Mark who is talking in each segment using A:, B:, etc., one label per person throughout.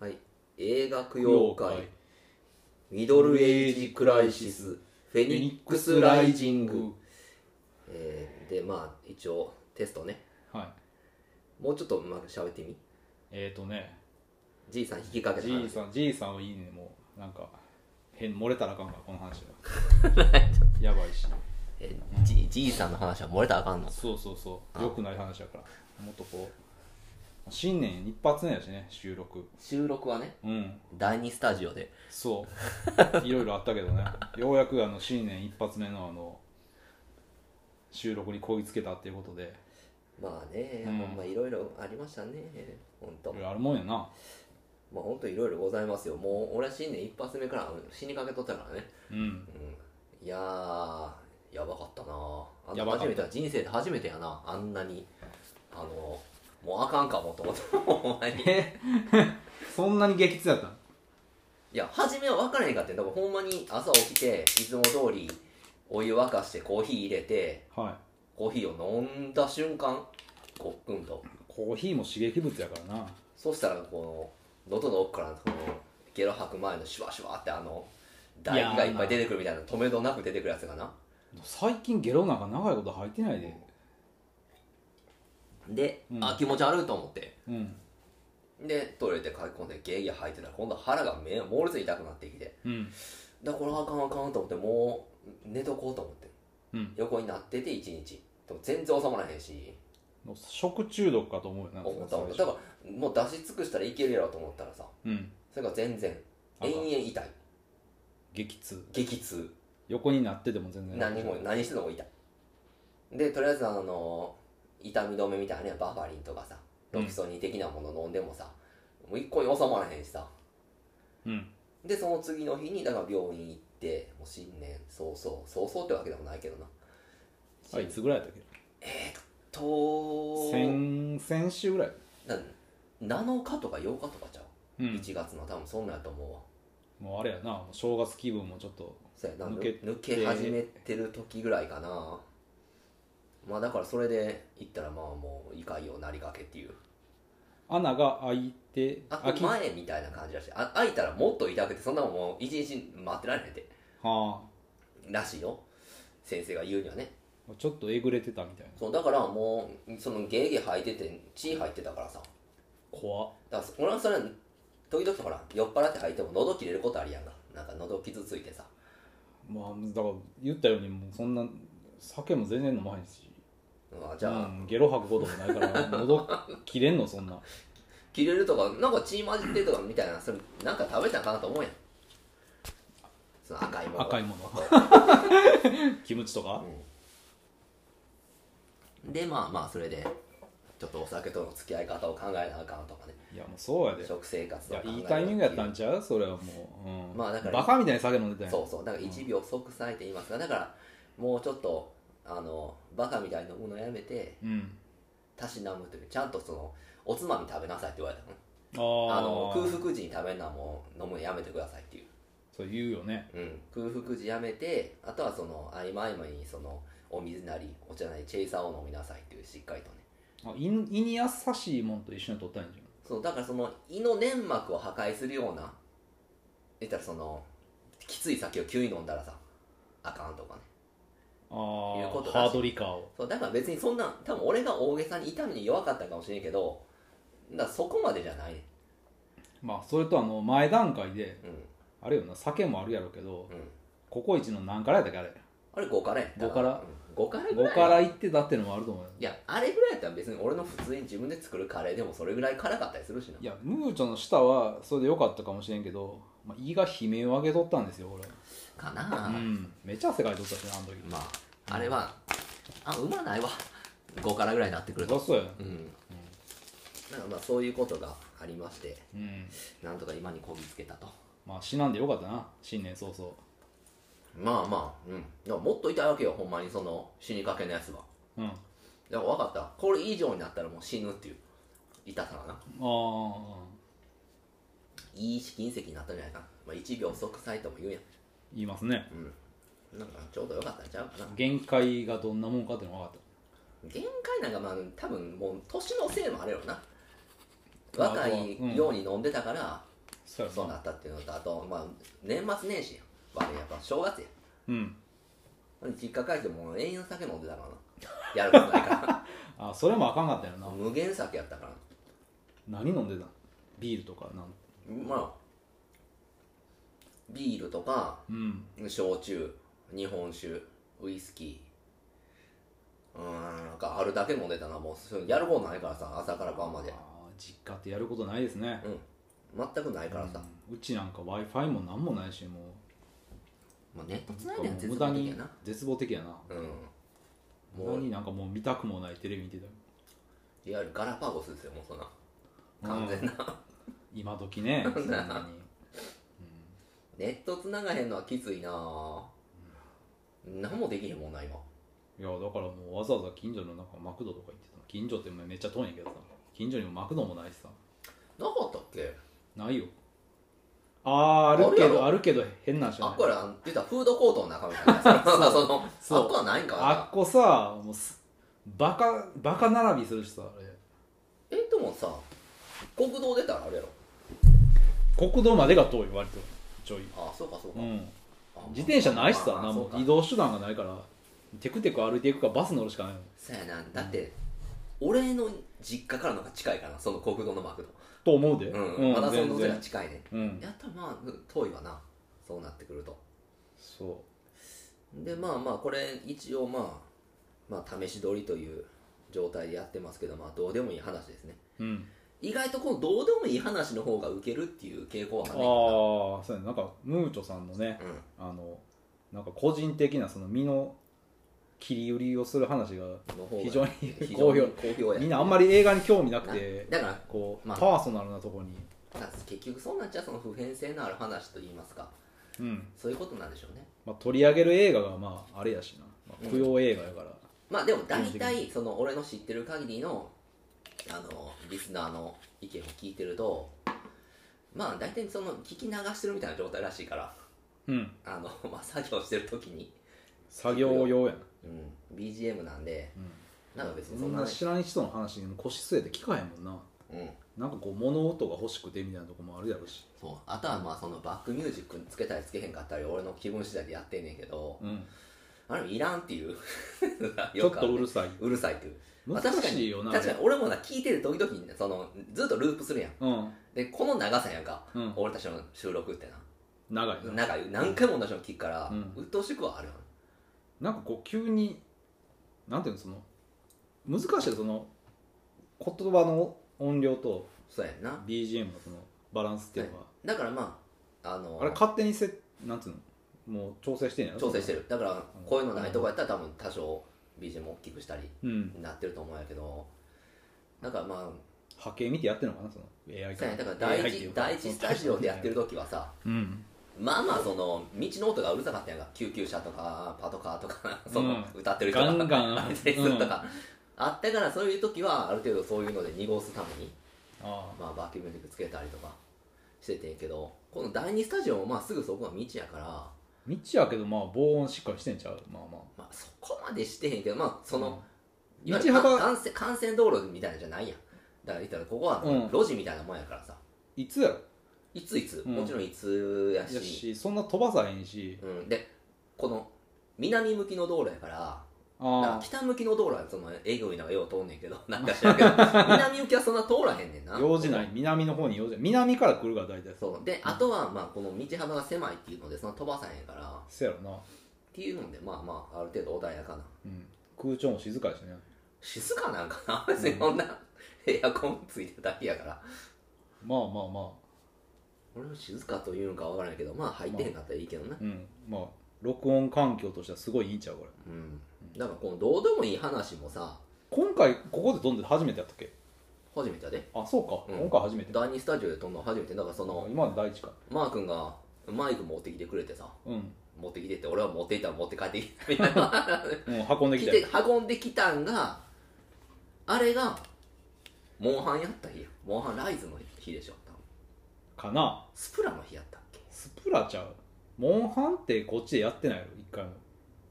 A: はい、映画供養会ミドルエイジ・クライシスフェニックス・ライジング、えーでまあ一応テストね
B: はい
A: もうちょっとうまく喋ってみ
B: えっ、ー、とね
A: じいさん引きかけた
B: じ
A: 話
B: いさんじいさんはいいねもうなんか変漏れたらあかんからこの話は やばいし
A: えじじいさんの話は漏れたらあかんの
B: そうそうそうよくない話だからもっとこう新年一発目やしね収録
A: 収録はね
B: うん
A: 第2スタジオで
B: そ ういろいろあったけどねようやくあの新年一発目のあの収録にこぎつけたっていうことで
A: まあね、
B: うん
A: ほんまいろいろありましたねほんと
B: いろいろあるもんやな
A: まあほんといろいろございますよもう俺は新年一発目から死にかけとったからね
B: うん
A: いやーやばかったなあ
B: や
A: の
B: ばか
A: 初
B: った
A: めて人生で初めてやなあんなにあのもうあかんかも と思ったお前にい
B: そんなに激痛やったの
A: や初めは分からへんかってんだからほんまに朝起きていつも通りお湯沸かしてコーヒー入れて
B: はい
A: コーヒーを飲んだ瞬間ごっくんと
B: コーヒーも刺激物やからな
A: そしたらこの喉の奥からこのゲロ吐く前のシュワシュワってあの唾液がいっぱい出てくるみたいな止めどなく出てくるやつがな
B: 最近ゲロなんか長いこと履いてないで
A: で、
B: うん
A: あ気持ち悪いと思って
B: うん
A: でトイレで駆け込んでゲーゲー吐いてたら今度腹がめ猛烈に痛くなってきて
B: うん
A: だからこれあかんあかんと思ってもう寝とこうと思って
B: うん
A: 横になってて一日でも全然収まらへんし
B: もう食中毒かと思うよな
A: 思った
B: そ
A: 思っ
B: れ
A: た
B: 最
A: だ
B: 初
A: からもう出し尽くしたらいけるやろと思ったらさ
B: うん
A: それが全然
B: あか
A: 延
B: ん
A: 々痛い
B: 激痛
A: 激痛
B: 横になってても全然
A: 何も何してんのも痛いでとりあえずあの痛み止めみたいなねバファリンとかさロキソニン的なもの飲んでもさ、もう一向に収まらへんしさ
B: うん
A: でその次の日にだから病院行ってもう新年早々早々ってわけでもないけどな
B: あいつぐらいやったっけ
A: と
B: 先先週ぐらい
A: な7日とか8日とかちゃ
B: う
A: う、
B: ん
A: 1月の多分そんなんやと思うわ
B: もうあれやなもう正月気分もちょっと
A: そうやな抜
B: 抜
A: け
B: け
A: 抜け始めてる時ぐらいかなまあだからそれで行ったらまあもう胃潰瘍なりかけっていう
B: 穴が開いて
A: あ
B: 開きは
A: 前みたいな感じらしいあ開いたらもっと痛くてそんなもんもう一日待ってられへんって
B: あ
A: らしいよ先生が言うにはね
B: ちょっとえぐれてたみたいな
A: そうだからもうそのゲーゲー吐いてて血入ってたからさ
B: 怖っ
A: だから俺はそれ時々ほら酔っ払って吐いても喉切れることあるやんかなんか喉傷ついてさ
B: まあだから言ったようにもうそんな酒も全然飲まへんし
A: うわじゃあ、
B: うん、ゲロ吐くこともないから喉切れんのそんな
A: 切れるとかなんか血混じってとかみたいなそれなんか食べたんかなと思うやんその赤いもの
B: 赤いものキムチとか
A: でまあまあそれでちょっとお酒との付き合い方を考えなあかんとかね
B: いやもうそうやで
A: 食生活
B: い
A: と
B: や
A: か
B: いいタイミングやったんちゃうそれはもう、うん
A: まあだから
B: バカみたいに酒飲んでたやん
A: そうそうだから1秒即歳って言いますがだからもうちょっとあのバカみたいに飲むのやめて
B: うん
A: たしなむというちゃんとそのおつまみ食べなさいって言われたの
B: あー
A: あの空腹時に食べるのはもう飲むのやめてくださいっていう、
B: そう言うよね
A: うん、空腹時やめてあとはその合間合間にそのお水なりお茶なりチェイサーを飲みなさいっていうしっかりとね
B: あ胃胃に優しいもんと一緒に取ったんじ
A: そうだからその胃の粘膜を破壊するような言ったらそのきつい酒を急に飲んだらさあかんとかね
B: ゃんあ
A: いうことらしい
B: あハードリカーを
A: そうだから別にそんな多分俺が大げさに痛みに弱かったかもしれんけどだからそこまでじゃないね
B: まあそれとあの前段階で
A: うん
B: あれよな酒もあるやろうけど
A: うん
B: ココイチの何からやったっけあれ
A: あれ5からやった
B: 5から
A: 5からぐら
B: 5
A: い
B: から行ってたってのもあると思うよ
A: いやあれぐらいやったら別に俺の普通に自分で作るカレーでもそれぐらい辛かったりするしない
B: やムーチョの舌はそれでよかったかもしれんけど、まあ、胃が悲鳴を上げとったんですよ俺
A: かなあ、
B: うんめっちゃ汗かいとったしなあの時
A: まああれはあうまないわ5からぐらいになってくると
B: そりゃそうや
A: うんなんかまあそういうことがありまして
B: うん
A: なんとか今にこぎつけたと
B: まあ死なんでよかったな新年早々
A: まあまあうんでももっと痛いわけよほんまにその死にかけのやつは
B: うんあ
A: だから分かったこれ以上になったらもう死ぬっていう痛さがな
B: あ
A: いい試金石になったんじゃないかな、まあ、1秒即歳とも言うや
B: 言いますね
A: んなんかちょうどよかったんちゃうかな
B: 限界がどんなもんかっていうのが分かっ
A: 限界なんかまあ多分もう年のせいもあるよな
B: まあ
A: 若いように飲んでたから、
B: そうや
A: そうな
B: な
A: ったっていうのとあと、まあ、年末年始やまあやっぱ正月や
B: うん
A: 実家帰ってもう永遠の酒飲んでたからな やることないか
B: あそれもあかんかったよな
A: ら無限酒やったから
B: 何飲んでたんビールとかなん
A: まあビールとか
B: うん
A: 焼酎日本酒ウイスキーうーんなんかあるだけ飲んでたなもうそういうのやることないからさ朝から晩まで
B: あー実家ってやることないですね、
A: うん全くないからさ、
B: うちなんか w i f i も何もないしも
A: まあ、ネットつ
B: う
A: な
B: ないん
A: でる
B: か
A: の絶
B: もう無駄
A: 望的や
B: に
A: な
B: 絶望的やな
A: うん
B: 無
A: も
B: 駄
A: う
B: になんかもう見たくもないテレビ見てたよ
A: いわゆるガラパゴスですよもうそんな完全な、
B: 今時 ねそんなに
A: ネットつながへんのはきついなぁ何もできへんもんな今
B: いやだからもうわざわざ近所のなんかマクドとか行ってたの近所ってめっちゃ遠いんやけどさ近所にもマクドもないしさ
A: なかったっけ
B: ないよあーあるけ
A: あるやろ
B: どあるけど変なんじゃ
A: あ
B: な
A: っ
B: い
A: こら言ったらフードコートの中み たいなやつなんかその
B: そう
A: あっこはないんか
B: あっ
A: な
B: こさもうすバカバカ並びするしさあれ
A: えでもさ国道出たらあれやろ
B: 国道までが遠い割とちょい
A: あそうかそうか、
B: うん
A: あ
B: 自転車ないしさ
A: まあまあ
B: なん
A: そう
B: も
A: か
B: 移動手段がないからテクテク歩いていくかバス乗るしかないの
A: そうやなだって、俺の実家からの方が近いからなその国道のマク
B: と思うで
A: ドうん、まだその時が近いね
B: うん
A: やったらまあうん遠いわなそうなってくると
B: そ
A: でまあまあこれ一応まあまあ試し撮りという状態でやってますけどまあどうでもいい話ですね
B: ううん
A: 意外とこのどうでもいい話の方がウケるっていう傾向は
B: ああ
A: あ
B: ーそうやねなんかムーチョさんのね
A: んねんな
B: あのなんか個人的なその身の切り売りをする話が
A: うんの方が
B: 非常に
A: 非常
B: 好
A: に
B: 評
A: 好評や
B: みんなあんまり映画に興味なくて
A: だから
B: こう
A: まあ
B: パーソナルなところに
A: だから結局そうなっちゃうその普遍性のある話といいますか
B: うん
A: そういうことなんでしょうね
B: まあ取り上げる映画がまああれやしなま
A: うん
B: あ供養映画やから
A: まあでも大体その俺の知ってる限りのあのリスナーの意見を聞いてるとまあ大体その聞き流してるみたいな状態らしいから
B: うん
A: あの、 まあ、作業してる時に、
B: 作業用やな
A: うん、BGM なんでなんか別
B: うん
A: にそ
B: そ
A: ん
B: ん
A: な
B: な
A: ね
B: 知らん人の話に腰据えて聞かへんもんな
A: うん
B: なんかこう物音が欲しくてみたいなとこもあるやろし
A: そうあとはまあそのバックミュージックつけたりつけへんかったり俺の気分次第でやってんねんけど
B: うん
A: あれいらんっていう
B: ちょっとうる
A: さ
B: さいう
A: るさいっていうまあ
B: 難しいよな
A: 確かに確かに俺もな聞いてる時々にねそのずっとループするやん
B: うん
A: でこの長さやんか
B: うん
A: 俺たちの収録ってな
B: 長いな
A: なんか何回も同じの聞くから、
B: う
A: うん鬱陶しくはあるよね
B: なんかこう急になんていうのその難しいよその言葉の音量と
A: そうやんな
B: BGM のそのバランスっていうのは、
A: だからまああの
B: あれ勝手にせなんていうのもう調整してんやろ
A: 調整して
B: る
A: るだから
B: うん
A: こういうのないとこやったら多分多少 BGM 大きくしたり
B: うん
A: なってると思うんやけどだからまあ
B: 波形見てやってるのかなその AI
A: そうやねだから
B: AI
A: 第
B: ってい
A: 一
B: うか
A: 第一スタジオでやってる時はさ
B: うん
A: まあまあその道の音がうるさかったやんか救急車とかパトカーとか その
B: う
A: 歌ってる人
B: ガ
A: が
B: ンガン
A: 相手にするとかあったからそういう時はある程度そういうので濁すために
B: あ
A: まあバックミュージックつけたりとかしててんけどこの第二スタジオもまあすぐそこが道やから
B: あ道やけどまあ防音しっかりしてんちゃうまあまあ
A: まあそこまでしてへんけどまあその、い
B: 道
A: わゆるか
B: 幅
A: 幹線幹線道路みたいなんじゃないやんだから言ったらここは
B: うん
A: 路地みたいなもんやからさ、
B: いつやろ
A: いついつ、
B: うん
A: もちろんいつやし
B: やしそんな飛ばさへんし
A: うん、でこの南向きの道路やからだから
B: あ
A: 北向きの道路はそのえぐいのがよう通んねんけど なんか知らんけど南向きはそんな通らへんねんな
B: あ用事ない南の方に用事ない南から来るが大体そう
A: そうであとはまあこの道幅が狭いっていうのでその飛ばさへんからっ
B: せやろな、
A: ていうのでまあまあある程度穏やかな
B: うん、空調も静かやしね
A: 静かなんかな 別にこんなエアコンついてただけやから
B: まあまあま
A: 俺も静かというのかわからないけどまあ入ってへんかったらいいけどな
B: あうんまあ録音環境としてはすごいいいんちゃうこれ
A: うんだからこのどうでもいい話もさ
B: 今回ここで飛んで初めてやったっけ
A: 初めてやで
B: あそうか、
A: うん
B: 今回初めて
A: 第2スタジオで撮んの初めてだからその
B: 今の第一か
A: マー君がマイク持ってきてくれてさ
B: うん、
A: 持ってきてって俺は持っていったら持って帰ってき たみたいな
B: うん、運んで
A: 来
B: きたよ
A: て運んできたんがあれがモンハンやった日やモンハンライズの日でしょ多分
B: かな
A: スプラの日やったっけ
B: スプラちゃうモンハンってこっちでやってないの一回も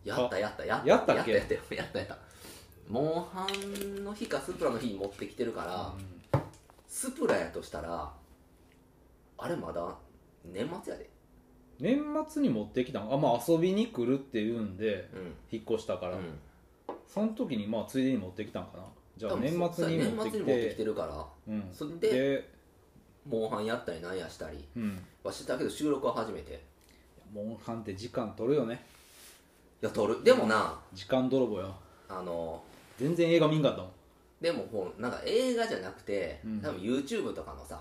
A: やったやったやった
B: やったっけ
A: やったやったやったやったモンハンの日かスプラの日に持ってきてるから、
B: うん
A: スプラやとしたらあれまだ年末やで
B: 年末に持ってきたんあまあ遊びに来るっていうんで
A: うん
B: 引っ越したから、
A: うん
B: その時にまあついでに持ってきたんかなじゃあ
A: 多分
B: 年末に
A: そう
B: 持
A: や年末
B: ってき
A: に持ってき
B: て
A: てるから
B: うん
A: それで
B: で、
A: モンハンやったりなんやしたり
B: うん、
A: わしだけど収録は初めてい
B: モンハンって時間取るよね
A: や撮るでもな
B: 時間泥棒よ
A: あの
B: 全然映画見んかったもん
A: でもこうなんか映画じゃなくて、
B: うん
A: 多分 YouTube とかのさ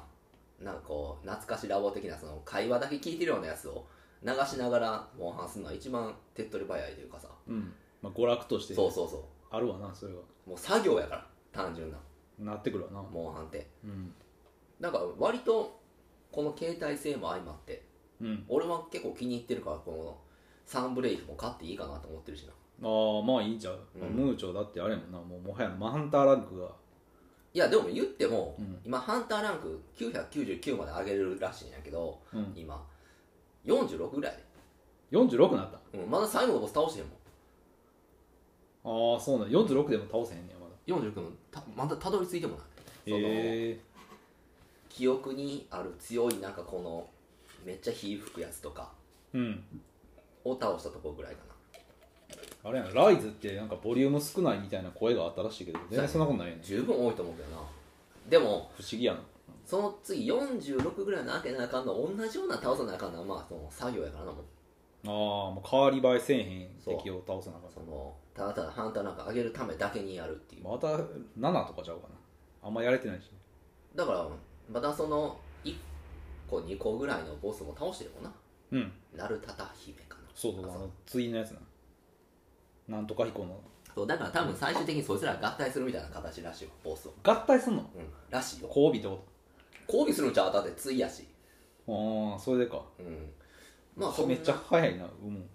A: なんかこう懐かしラボ的なその会話だけ聞いてるようなやつを流しながらモンハンするのは一番手っ取り早いというかさ
B: うん、まあ、娯楽として
A: そうそうそ
B: あるわなそれが
A: うもう作業やから単純な
B: なってくるわな
A: モンハンって
B: うん
A: なんか割とこの携帯性も相まって
B: うん
A: 俺は結構気に入ってるからこのサンブレイクも買っていいかなと思ってるしな
B: ああまあいいんちゃう、まあ
A: うん
B: ムーチョだってあれやもんなもうもはやマハンターランクが
A: いやでも言っても、
B: うん
A: 今ハンターランク999まで上げれるらしいんやけど、
B: うん
A: 今46ぐらい
B: 46になったあ
A: で、うん、まだ最後のボス倒してへんもん
B: あーそうなん46でも倒せへんねんまだ
A: 46もたまだたどり着いてもないその、
B: へえ
A: 記憶にある強いなんかこのめっちゃ火吹くやつとか
B: うん
A: を倒したとこぐらいかな
B: あれやなライズってなんかボリューム少ないみたいな声があったらしいけど全然そんなことないよね
A: 十分多いと思うけどなでも
B: 不思議やな
A: その次46ぐらいなわけなあかんの同じような倒さなあかんのはまあその作業やからなもう
B: ああもう変わり映えせえへん
A: そう
B: 敵を倒さなあかっ
A: そのただただハンターなんか上げるためだけにやるっていう
B: また7とかちゃうかなあんまやれてないし
A: だからまたその1個2個ぐらいのボスも倒してるもんな
B: うん
A: ナルタタ姫かな
B: そうそう
A: あ
B: あ
A: そう
B: のツイのやつななんとか彦の
A: そうだから多分最終的にそいつら合体するみたいな形らしいわボスを
B: 合体すんの
A: うんらしいよ
B: 交尾ってこ
A: 交尾するんちゃうだってついやし
B: とああそれでか
A: うんまあ
B: そ
A: そ
B: うん
A: な
B: めっちゃ早いなうん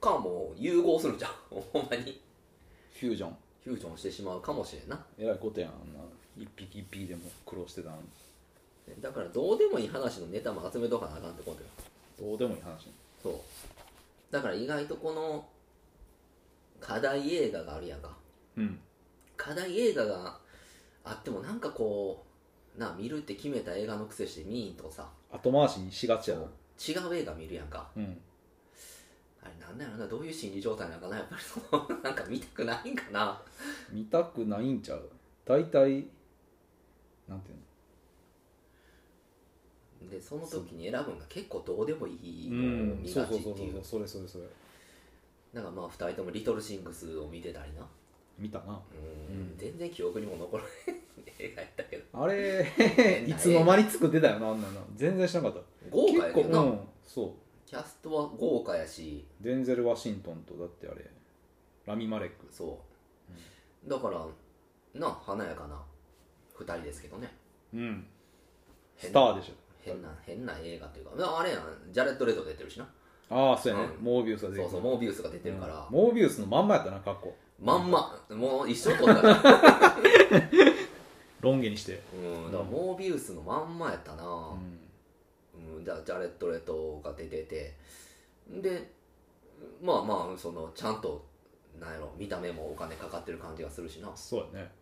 A: かも融合するんちゃう ほんまに
B: フュージョン
A: フュージョンしてしまうかもしれんな
B: えらいことやんあんな一匹一匹でも苦労してたのに
A: だからどうでもいい話のネタも集めとかなあかんってことよ
B: どうでもいい話
A: そうだから意外とこの課題映画があるやんか
B: うん
A: 課題映画があってもなんかこうなあ見るって決めた映画の癖して見んとさ
B: 後回しにしがちやな
A: 違う映画見るやんか
B: うん
A: あれなんだよなどういう心理状態なのかなやっぱりそのなんか見たくないんかな
B: 見たくないんちゃう大体なんていうの
A: でその時に選ぶんが結構どうでもいいのを
B: うん
A: 見
B: そ
A: が
B: う
A: ち
B: そう
A: って
B: そうそ
A: いうう
B: それそれそれ
A: なんかまあ2人とも「リトルシングス」を見てたりな
B: 見たな
A: うん
B: うん
A: 全然記憶にも残ら へん映画やったけど
B: あれ
A: ない
B: いつの間に作ってたよなあんなの全然しなかった
A: 豪華やけ
B: 結
A: ど
B: 構
A: な、
B: うんそう
A: キャストは豪華やし
B: デンゼル・ワシントンとだってあれラミ・マレック
A: そう、だからな華やかな2人ですけどね
B: うん
A: 変
B: ス
A: な
B: ターでしょ
A: 変な変な映画というかああれやんジャレット・レト出てるしな
B: ああそうやね、
A: うん
B: モービウスが出て
A: そう
B: くる
A: そうモービウスが出てるから、
B: うんモービウスのまんまやったな格好
A: まんまもう一生撮ったら
B: ロン毛にして
A: うんだからモービウスのまんまやったな、
B: うん、
A: うん、じゃあジャレット・レトが出ててでまあまあそのちゃんとなんやろ見た目もお金かかってる感じがするしなあ
B: そうやね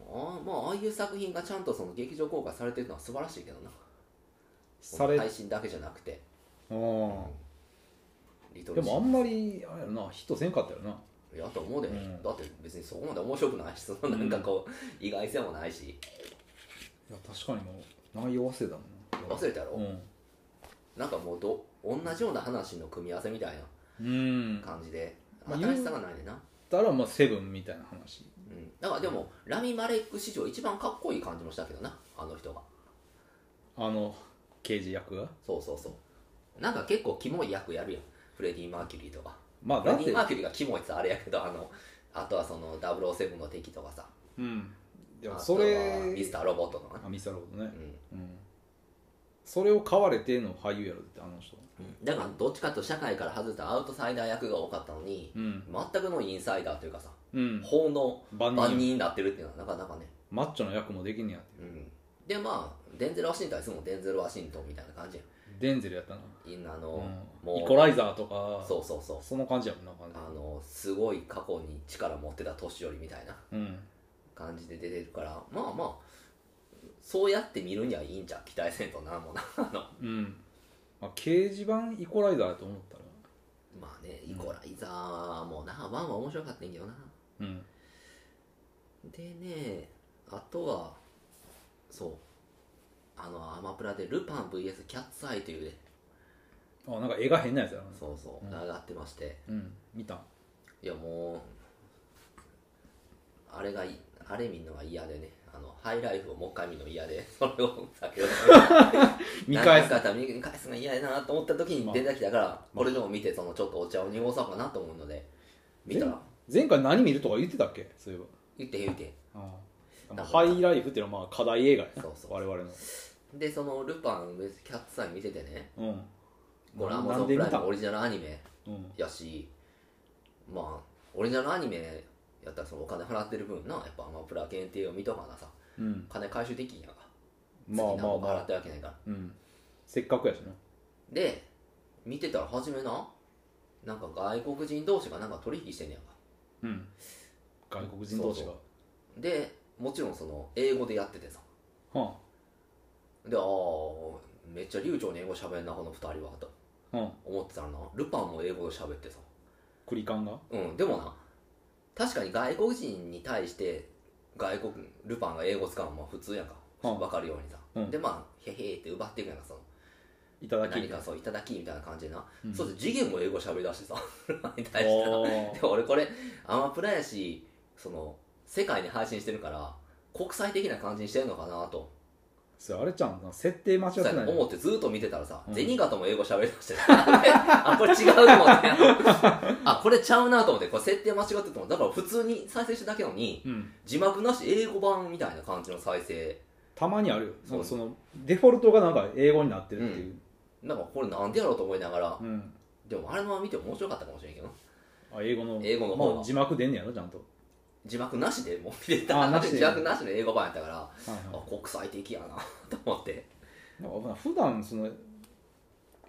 A: ーまあああいう作品がちゃんとその劇場公開されてるのは素晴らしいけどな
B: されあ
A: 配信だけじゃなくて
B: あ
A: リト
B: で
A: ルシ
B: もあんまりあれやろなヒットせんかったよな
A: ンやと思うで、
B: うん
A: だって別にそこまで面白くないしそのなんかこう、意外性もないし
B: いや確かにもう内容忘れたもんな
A: 忘れたやろ、
B: うん
A: なんかもうど同じような話の組み合わせみたい
B: うん
A: な感じで、
B: まあ
A: 新しさがないねんな、
B: だからまあセブンみたいな話
A: うん、だからでもラミ・マレック史上一番かっこいい感じもしたけどなあの人が
B: あの刑事役が
A: そうそうそうなんか結構キモい役やるやんフレディ・マーキュリーとか
B: まあ
A: フレ
B: だっ
A: ディ・
B: て
A: マーキュリーがキモいってあれやけどあのあとはその007の敵とかさ
B: うんで
A: あ
B: も
A: と
B: それ
A: はミスター・ロボットとかね
B: あミスターロボットね
A: う、ん
B: うん、それを買われての俳優やろってあの人
A: だからどっちかというと社会から外れたアウトサイダー役が多かったのに
B: うん
A: 全くのインサイダーというかさ
B: うん
A: 法の
B: 万
A: 番人
B: 人
A: になってるっていうのはなかなかね、
B: マッチョの役もできんねやって
A: うん、でまあデンゼル・ワシントンはいつもデンゼル・ワシントンみたいな感じやん
B: デンゼルやったな、
A: いんあ
B: う
A: の、
B: ん、
A: もう
B: イコライザーとか
A: そうそうそう
B: その感じやもんな感
A: あのすごい過去に力持ってた年寄りみたいな
B: じうん
A: 感じで出てるからまあまあそうやって見るにはいいんじゃん期待せんとなも うなあの
B: うん、まあ、掲示板イコライザーやと思ったら
A: まあねイコライザーもなワンは面白かったんやけどな
B: うん
A: でねあとはそうあのアマプラで「ルパン VS キャッツアイ」というね
B: あなんか絵が変なやつやな
A: そうそう、上がってまして
B: うん見た
A: いやもうあれがいあれ見るのが嫌でねあのハイライフをもう一回見るの嫌で それを先ほど
B: 見返
A: なん
B: す
A: かあったら見返すの嫌やなと思った時に出てきたから、これでも見てそのちょっとお茶を濁そうかなと思うので見たら
B: 前回何見るとか言ってたっけそういえ
A: 言って言って
B: ばああ
A: なんか
B: ハイライフっていうのはまあ課題映画やな
A: そうそう
B: 我々の
A: でそのルパンキャッツさん見ててね
B: うん
A: これアマ
B: な
A: ゾ
B: ん
A: ンプ
B: で見
A: ライ
B: た
A: ムオリジナルアニメ
B: うん
A: やしまあオリジナルアニメやったらそのお金払ってる分なやっぱアマプラ限定を見とかなさ
B: うん
A: 金回収できんやんか
B: まあまあま
A: 払っ
B: あ
A: てるわけないから
B: うんせっかくやしな
A: で見てたら初めななんか外国人同士がなんか取引してんねやんか
B: うん外国人同士が
A: そうでもちろんその英語でやっててさ
B: は
A: でああめっちゃ流暢に英語喋んなこの二人はと
B: あはあ
A: 思ってたらなルパンも英語で喋ってさ
B: クリカンが
A: うんでもな確かに外国人に対して外国ルパンが英語使うのも普通やんか、
B: うん
A: 分かるようにさ、
B: うん
A: でまあへへって奪っていくやんかその
B: いただき
A: 何かそういただきみたいな感じでな、
B: うん
A: そうすると次元も英語喋りだ してさルパンに
B: あ
A: 対してな
B: ー
A: でも俺これアマプラやしその世界に配信してるから国際的な感じにしてるのかなと
B: それあれちゃん設定間違って
A: そうや
B: ない
A: な思ってずっと見てたらさ、
B: うん
A: 銭形も英語喋りだして たあこれ違うと思ってあこれちゃうなと思ってこれ設定間違っててもだから普通に再生しただけなのに
B: うん
A: 字幕なし英語版みたいな感じの再生
B: たまにあるよ
A: そう
B: なんかそのデフォルトがなんか英語になってるっていう
A: なんかこれなんでやろうと思いながら
B: うん
A: でもあれのまま見ても面白かったかもしれんけど
B: あ英語の
A: 英語の方が
B: まあ字幕出んねやろちゃんと
A: 字幕なしでもう見れた
B: あなしで
A: 字幕なしの英語版やったから、
B: はい
A: あ国際的やなと思って
B: はいなんか普段その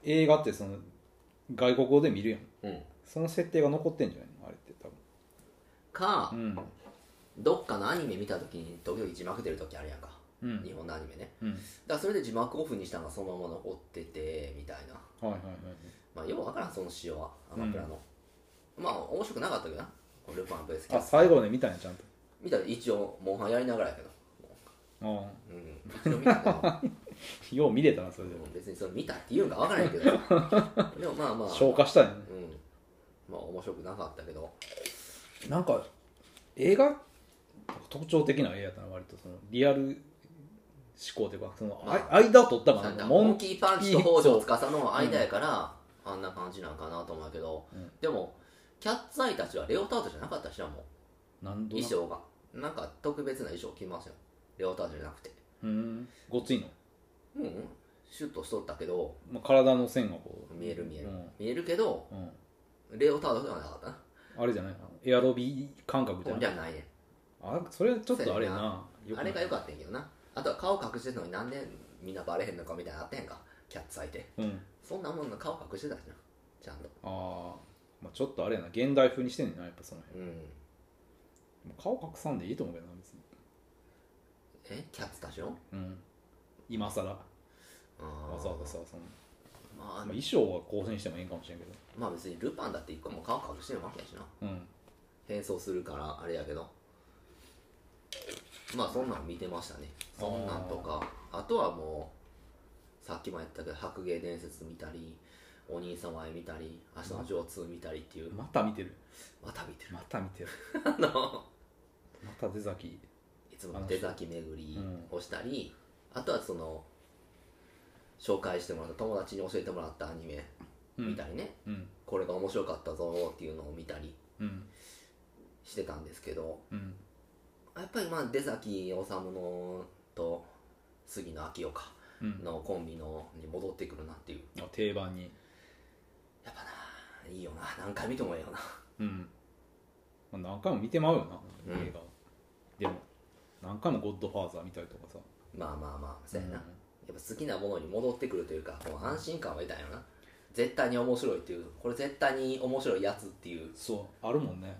B: 映画ってその外国語で見るやん
A: うん
B: その設定が残ってんじゃないのあれって多
A: か、
B: 分
A: どっかのアニメ見た時に時々字幕出る時あるやんか、
B: うんうん
A: 日本のアニメね
B: うん
A: だからそれで字幕オフにしたのがそのまま残っててみたいな
B: はいはいはい
A: まあようわからんその仕様はアマプラの、まあ面白くなかったけどなこのルパン VS キャ
B: あ
A: ッツ
B: 最後まで見たんやちゃんと
A: 見たら一応モンハンやりながらやけど
B: あ
A: うん一応見 たけど
B: あよう見れたなそれで
A: うん別にそれ見たって言うんかわからないけどでもまあまあ
B: 消化したんやね
A: うんまあ面白くなかったけど
B: なんか映画特徴的な映画やったな割とそのリアル思考というかその、あい間を取ったか
A: なん
B: な
A: か
B: モ
A: モ
B: ン
A: ンキーパンチと北条司の間やから、あんな感じなんかなと思うけど、
B: うん
A: でもキャッツアイたちはレオタードじゃなかったしなも
B: 何
A: う
B: 度
A: 衣装がなんか特別な衣装着てますよレオタードじゃなくて
B: うんごついの、
A: うんうんシュッとしとったけど
B: まあ、体の線がこう
A: 見える見える、
B: うん
A: 見えるけど
B: うん、
A: レオタードではなかったな
B: あれじゃないあのエアロビ感覚みたい
A: じ
B: な
A: ゃないね
B: あそれちょっとあれやなよく
A: あ
B: な
A: れ
B: い
A: が良かったんやけどなあとは顔隠してるのになんでみんなバレへんのかみたいなのあったやんかキャッツアイって
B: うん
A: そんなもんの顔隠してたしなちゃんと
B: あー、まあちょっとあれやな現代風にしてんねんなやっぱその
A: うん
B: 辺顔隠さんでいいと思うけどな別に、
A: えキャッツたちの
B: うん、今更わ
A: わ
B: ざわざさその、
A: ま
B: まあ、
A: あ
B: 衣装は更新してもいいんかもしれんけど
A: まあ別にルパンだって一個も顔隠してるわけやしな
B: うん
A: 変装するからあれやけどまあそんなん見てましたねそんなんとかあとはもうさっきもやったけど「白芸伝説」見たり「お兄様へ」見たり「明日の上通」見たりっていう
B: また見てる
A: また見てる
B: また見 てるまた出先
A: いつもの出先巡りをしたりあとはその紹介してもらった友達に教えてもらったアニメ
B: うん
A: 見たりね、
B: うん
A: これが面白かったぞっていうのを見たり
B: うん
A: してたんですけど
B: うん
A: やっぱりまあ出崎治のと杉野明夫か
B: うん
A: のコンビのに戻ってくるなっていう
B: あ定番に
A: やっぱないいよな何回見てもええよな
B: うん、まあ、何回も見てまうよな、
A: うん
B: 映画でも何回も「ゴッドファーザー」見たりとかさ
A: まあまあまあそうやな、
B: うん
A: やっぱ好きなものに戻ってくるというかこの安心感は得たんよな絶対に面白いっていうこれ絶対に面白いやつっていう、
B: そうあるもんね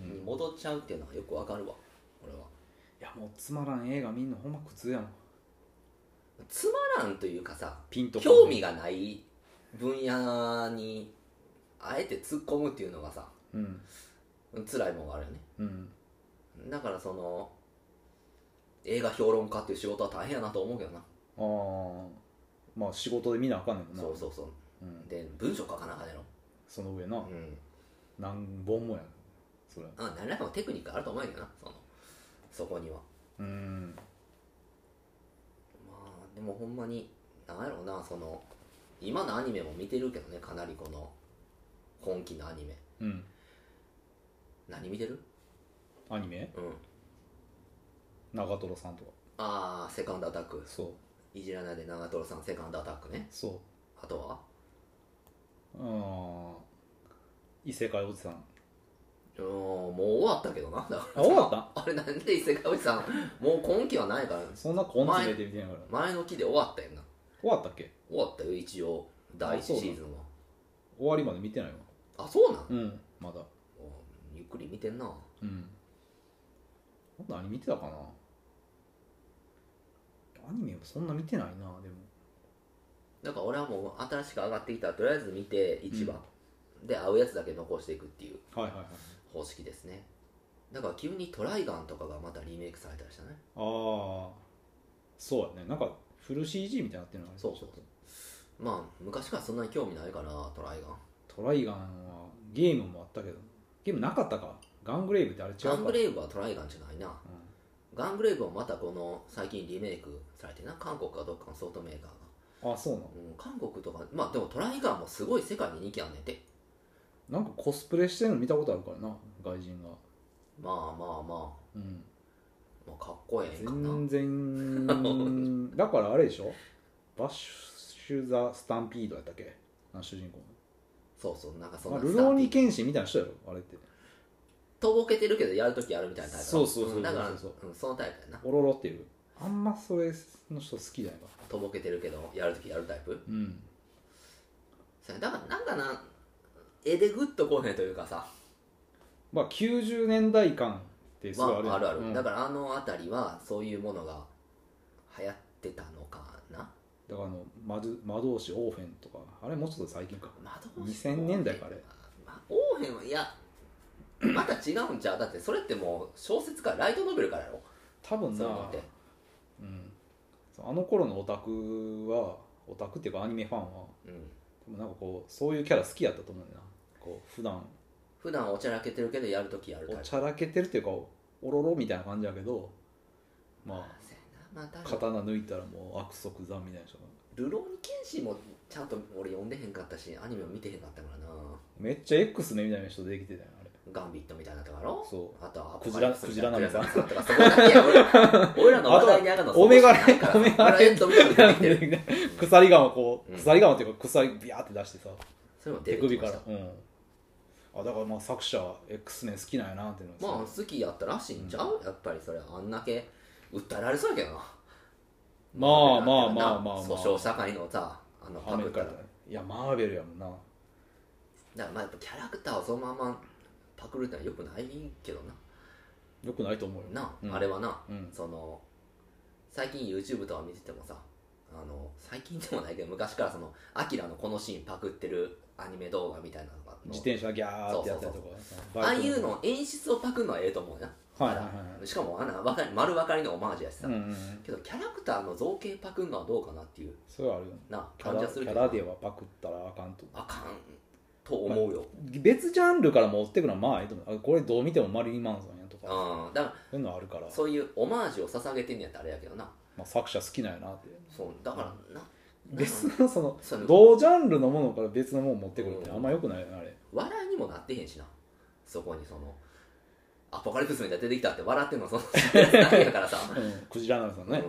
A: うんに戻っちゃうっていうのはよくわかるわ俺は
B: うんいやもうつまらん映画見んのほんま苦痛やもん
A: つまらんというかさ
B: ピンとこない
A: 興味がない分野にあえて突っ込むっていうのがさ
B: うん
A: 辛いもんがあるよね
B: うん
A: だからその映画評論家っていう仕事は大変やなと思うけどな
B: ああまあ仕事で見なあかんねんもんな、、
A: そうそうそううんで文章書かなあかんやろ
B: その上な、
A: うん
B: 何本もやそれは
A: あ何らかのテクニックあると思うんやけどなそのそこには
B: うん
A: まあでもほんまになんやろうなその今のアニメも見てるけどねかなりこの今期のアニメ
B: うん
A: 何見てる
B: アニメ
A: うん
B: 長瀞さんとか
A: ああセカンドアタック
B: そう
A: いじらないで長瀞さんセカンドアタックね
B: そ
A: あとは
B: うああ異世界おじさんあ
A: うーんもう終わったけどなだから
B: 終わった
A: あれなんで伊勢川内さんもう今期はないから
B: そんな根詰めて見てないから
A: 前の期で終わったやんな
B: 終わったっけ
A: 終わったよ一応第一シーズンは
B: 終わりまで見てないわ
A: あそうなん、
B: うんまだ
A: おゆっくり見てんな
B: うん何見てたかなアニメもそんな見てないなでも
A: だから俺はもう新しく上がってきたらとりあえず見て1話、で合うやつだけ残していくっていう
B: はいはいはい
A: 方式ですねだから急にトライガンとかがまたリメイクされたりしたね
B: ああそうやねなんかフル CG みたいになってるのあれ
A: そうそう
B: ちょっ
A: まあ昔からそんなに興味ないからトライガン
B: とトライガンはゲームもあったけどゲームなかったかガングレイブってあれ違うか
A: ガングレイブはトライガンじゃないな、ガングレイブはまたこの最近リメイクされてな韓国かどっかのソフトメーカーが、
B: あそうなの
A: うん、韓国とかまあでもトライガーもすごい世界に人気あんねんて
B: なんかコスプレしてるの見たことあるからな外人が
A: まあまあま
B: うん
A: あ、まあ、かっこええんかな
B: 全然だからあれでしょバッシュ・ザ・スタンピードやったっけあの主人公
A: そうそうなんかそん
B: まあ、
A: な
B: ル
A: スター
B: ローニケンシンみたいな人やろあれって
A: とぼけてるけどやるときやるみたいなタイプだ
B: そうそうそうそうん
A: だから
B: そうそう
A: うん、そのタイプやな
B: オロロっていうあんまそれの人好きじゃないか
A: とぼけてるけどやるときやるタイプ
B: うん
A: そうやだからなんかな絵でグッとこうへんというかさ、
B: まあ90年代感ってす
A: ま
B: ごい
A: あ、あるある、
B: うん
A: だ
B: だか
A: からあの辺りはそういうものが流行ってたのかな
B: らあの魔術魔導士オーフェンとかあれもうちょっと最近か
A: 魔導士
B: 2000年代かあれ
A: まオーヘンはいやまた違うんじゃうだってそれってもう小説かライトノベルからやろ
B: 多分
A: そ
B: な
A: ういうのって
B: うん、そうあの頃のオタクはオタクっていうかアニメファンは
A: うん
B: でもなんかこうそういうキャラ好きやったと思うんだよなこう普段
A: 普段おちゃらけてるけどやるときやる
B: お
A: タイプ
B: ちゃらけてるっていうかおろろみたいな感じやけどまあ
A: そうやなまあ確かに
B: 刀抜いたらもう悪即残みたいな人が
A: ルローニケンシンもちゃんと俺読んでへんかったしアニメも見てへんかったからな
B: めっちゃ X ねみたいな人できてたよあれ
A: ガンビットみたいなとかやろ
B: そう
A: あとは
B: クジラ
A: アポカリプスみたい
B: クジラ
A: クジラナメさんとかそこだけや俺俺らの話題にあるの
B: あとはオメガレ
A: そこしかないから
B: オメガレ
A: ブレンドみたいなのができてる
B: 鎖釜をこう、
A: うん
B: 鎖釜っていうか鎖ビャーって出してさ
A: それも出
B: 手
A: てき
B: 首
A: ま
B: か
A: し
B: ら
A: た
B: うんあだからまあ作者 X 面好きなんやなっていうの
A: まあ
B: が
A: 好きやったらしいんちゃう、やっぱりそれあんだけ訴えられそうやけどな
B: まあまあまあまあまあ
A: 訴訟社会のさあの
B: ア
A: パ
B: メ
A: クっ
B: リ
A: た
B: カ
A: ら
B: だ
A: だ
B: ね
A: か
B: いやマーベルやもんな
A: らまあやっぱキャラクターをそのままパクるってのはよくないけど
B: よくないと思うよ
A: なな、
B: うん
A: あれはな
B: うん
A: その最近 YouTube とか見ててもさあの最近でもないけど昔からそのアキラのこのシーンパクってるアニメ動画みたいなのがあるの
B: 自転車ギャーってやったりとか
A: ああ
B: バイ
A: い
B: ク
A: うの演出をパクるのはええと思うな、
B: はいはいはい
A: しかもあんなわかり丸分かりのオマージュやしさ、
B: うんうんうん
A: けどキャラクターの造形パクるのはどうかなっていう
B: それはあるよね
A: な
B: キ
A: 感
B: ャ
A: じ
B: ラ
A: は
B: キ
A: するけ
B: ャ
A: ど
B: ラではパクったらあかんと
A: あかんと思うよ、
B: 別ジャンルから持ってくのはまあええと思うあこれどう見てもマリリン・マンソンやとか
A: うん、だか
B: そういうのあるから
A: ら、そういうオマージュを捧げてんやったらあれやけどな
B: まあ、作者好きなんやなって
A: そうだからな、
B: 別のその
A: その
B: 同ジャンルのものから別のもの持ってくるってあんまよくないよねあれ
A: 笑いにもなってへんしなそこにそのアポカリプスみたいに出てきたって笑ってんのそのだけやから さ、
B: うんクジラナメさん
A: う
B: ね
A: ん、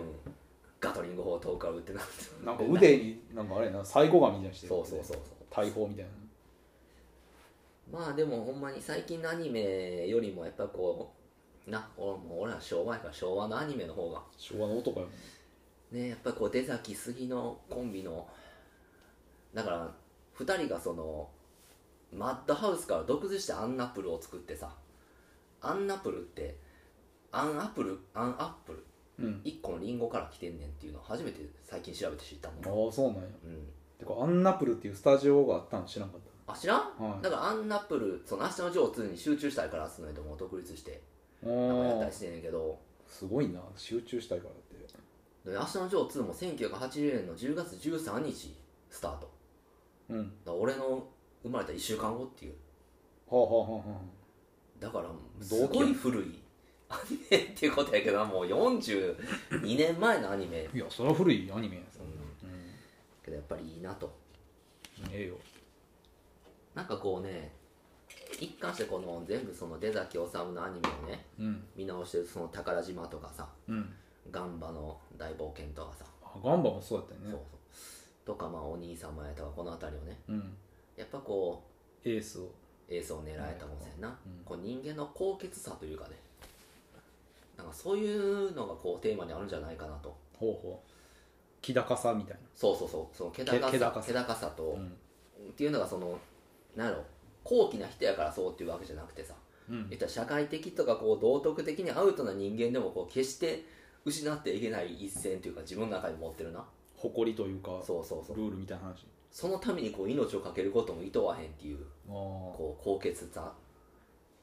A: ガトリング砲遠くから撃ってな
B: なんか腕になんかあれやなサイコガンみたいにしてる
A: そうそうそうそう
B: 大砲みたいな
A: まあでもほんまに最近のアニメよりもやっぱこうな俺もう俺ら昭和やから昭和のアニメの方が
B: 昭和の男やもん
A: ねやっぱこう出崎杉のコンビのだから2人がそのマッドハウスから独自してアンナプルを作ってさアンナプルってアンアップルアンアップル
B: うん
A: 1個のリンゴから来てんねんっていうのを初めて最近調べて知ったもん、
B: ああそうなんや
A: うん、
B: てかアンナプルっていうスタジオがあったの知らんかっ
A: あ知らん、
B: はい
A: だからアンナプルその明日のジョー2に集中したいから明日の間も独立して
B: た
A: なんかやった
B: あ
A: り
B: あ
A: してんねんけど
B: すごいな集中したいからって
A: で明日のジョー2も1980年の10月13日スタートだか
B: うんは
A: ら俺の生まれた1週間後っていう
B: あはあはあは
A: だからす
B: 同期
A: ごい古い アニメっていうことやけどなもう42年前のアニメ、うん
B: あいやそれは古いアニメやさ、うん、
A: けどやっぱりいいなと
B: ええよ
A: なんかこうね一貫してこの全部その出崎治虫のアニメをね
B: うん
A: 見直してるその宝島とかさ
B: うん
A: ガンバの大冒険とかさ、
B: あガンバもそうだったよね
A: そうそうとかまあお兄様やとかこの辺りをね
B: うん
A: やっぱこ
B: エースを
A: うエースを狙えたもんせんな、
B: うん
A: こう人間の高潔さというかねなんかそういうのがこうテーマにあるんじゃないかなと
B: ほうほう気高さみたい
A: そうそうそうその気高さ
B: 気高さ
A: 気高さと
B: な、うん
A: っていうのがそのなんやろ高貴な人やからそうっていうわけじゃなくてさ
B: うん
A: 言ったら社会的とかこう道徳的にアウトな人間でもこう決して失ってはいけない一線というか自分の中に持ってるな
B: 誇りというか
A: そうそうそう
B: ルールみたいな話
A: そのためにこう命を懸けることもいとわへんっていう
B: ああ
A: こう高潔さっ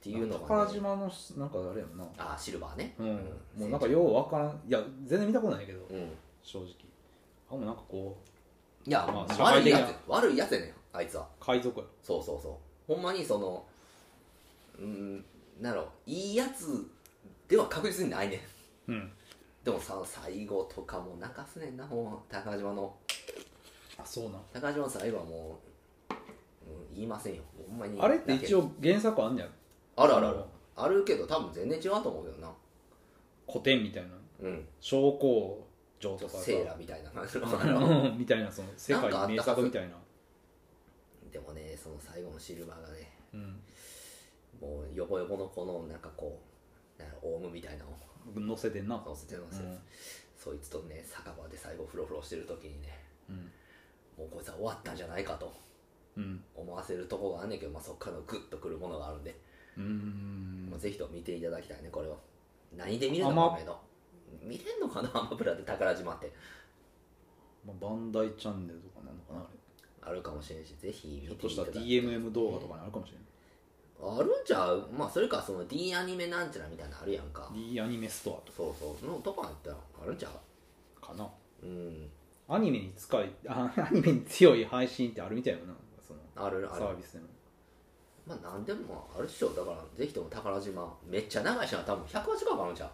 A: ていうのが、
B: 宝
A: ね、
B: 島のなんかあれやんな
A: あシルバーね
B: うん、もうなんかようわからんいや全然見たことないけど
A: うんい
B: 正直あもうなんかこ
A: や、
B: ま
A: 悪
B: あ
A: い
B: 社会
A: や
B: 的
A: つ悪いやつやねんあいつは
B: う海賊や
A: そうそうそうほんまにそのうんなんやろいいやつでは確実にないねん
B: うん
A: でもさ最後とかも泣かすねんなもう高島の
B: あそうなん
A: 高島の最後はもう、うん、言いませんよほんまに
B: あれって一応原作あんじゃん
A: あるあるあるあるけど多分全然違うと思うけどな
B: 古典みたいな
A: うん
B: 商工場とかさ
A: セーラみたいな感じのあの
B: うん みたいなその世
A: なんかあっ
B: 界
A: た
B: 名作みたいな
A: でもねその最後のシルバーがね
B: う
A: もうヨボヨボのこのなんかこうなんやろオウムみたいなのを
B: ん載せてんな
A: 乗せてるんで
B: う
A: すよ、
B: ん
A: そいつとね酒場で最後フロフロしてる時にね
B: うん
A: もうこいつは終わったんじゃないかと
B: うん
A: 思わせるとこがあんねんけど、まあ、そっからグッとくるものがあるんで、
B: うん
A: まあ、ぜひとも見ていただきたいねこれを何で見れるのかけど見れんのかな アマプラで宝島って
B: まあバンダイチャンネルとかなのかなあれ
A: あるかもしれんしぜひ
B: ひょ
A: 見
B: ってと
A: い
B: したた
A: だき
B: ら
A: たい
B: DMM 動画とかにあるかもしれ
A: あるんちゃうまあそれかその D アニメなんちゃらみたいなのあるやんか、
B: ない D アニメストアと
A: そうそうのとかやったらあるんちゃ
B: かかな
A: ううん
B: アニメに使いあアニメに強い配信ってあるみたいよなその
A: あるあ
B: サ
A: る
B: ービスでも
A: まあ何でもあるっしょだからぜひとも宝島めっちゃ長いしな多分100話近くあるんちゃう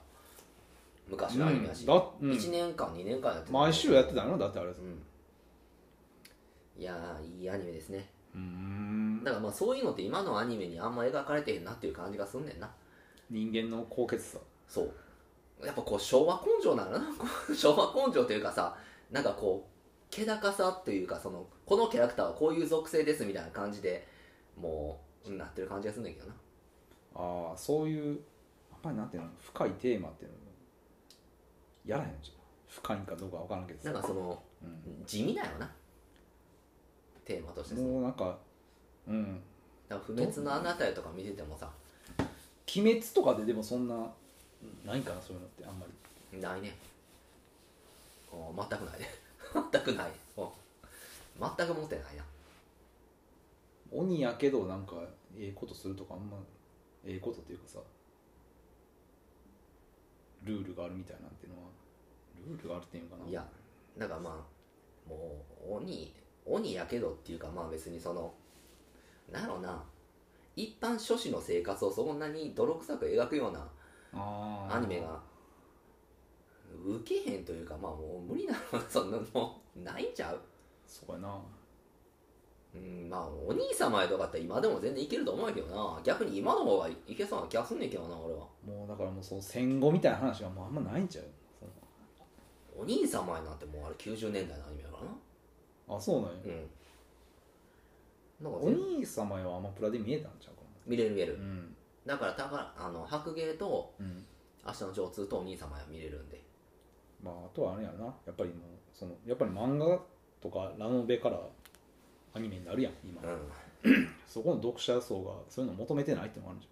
A: 昔のアニメやし、
B: うんだうん
A: 1年間2年間やってた
B: 毎週やってたのだってあれ
A: うんいやーいいアニメですね
B: うん
A: だからまあそういうのって今のアニメにあんま描かれてへんなっていう感じがすんねんな
B: 人間の高潔さ
A: そうやっぱこう昭和根性なのかな こう昭和根性というかさなんかこう気高さというかそのこのキャラクターはこういう属性ですみたいな感じでもううんなってる感じがするんだけどな
B: ああそういうやっぱりなんていうの深いテーマっていうのやらへんじゃん深いんかどうかわからんけどさ
A: なんかその
B: うん
A: 地味だよなテーマとしてその
B: もうなんかうん
A: だから不滅のあなたよとか見ててもさ
B: 鬼滅とかででもそんなないんかなそういうのってあんまり
A: ないねお全くないね 全くないお全く持ってないな
B: 鬼やけどなんかええことするとかあんまええことっていうかさルールがあるみたいなんていうのはルールがあるっていうのかない
A: やだからまあもう鬼鬼やけどっていうかまあ別にそのなんやろうな一般諸子の生活をそんなに泥臭く描くような
B: あー
A: アニメが受けへんというかまあもう無理なのそんなもうないんちゃう
B: そうやな
A: うんまあお兄様やとかって今でも全然いけると思うんやけどな逆に今の方がいけそうな気がすんねんけどな俺は
B: もうだからもうその戦後みたいな話がもうあんまないんちゃうそ
A: お兄様やなんてもうあれ90年代のアニメやからな
B: のあそうなんや
A: うんなんか
B: お
A: 全然
B: 兄様はアマプラで見えたんちゃうか
A: 見れる見れ
B: な
A: る
B: うん
A: だからたかあの白芸と
B: うん
A: 明日の上通とお兄様は見れるんで
B: まああとはあれやなやっぱりもうそのやっぱり漫画とかラノベからアニメになるやん今
A: うん
B: そこの読者層がそういうの求めてないってのもあるんじ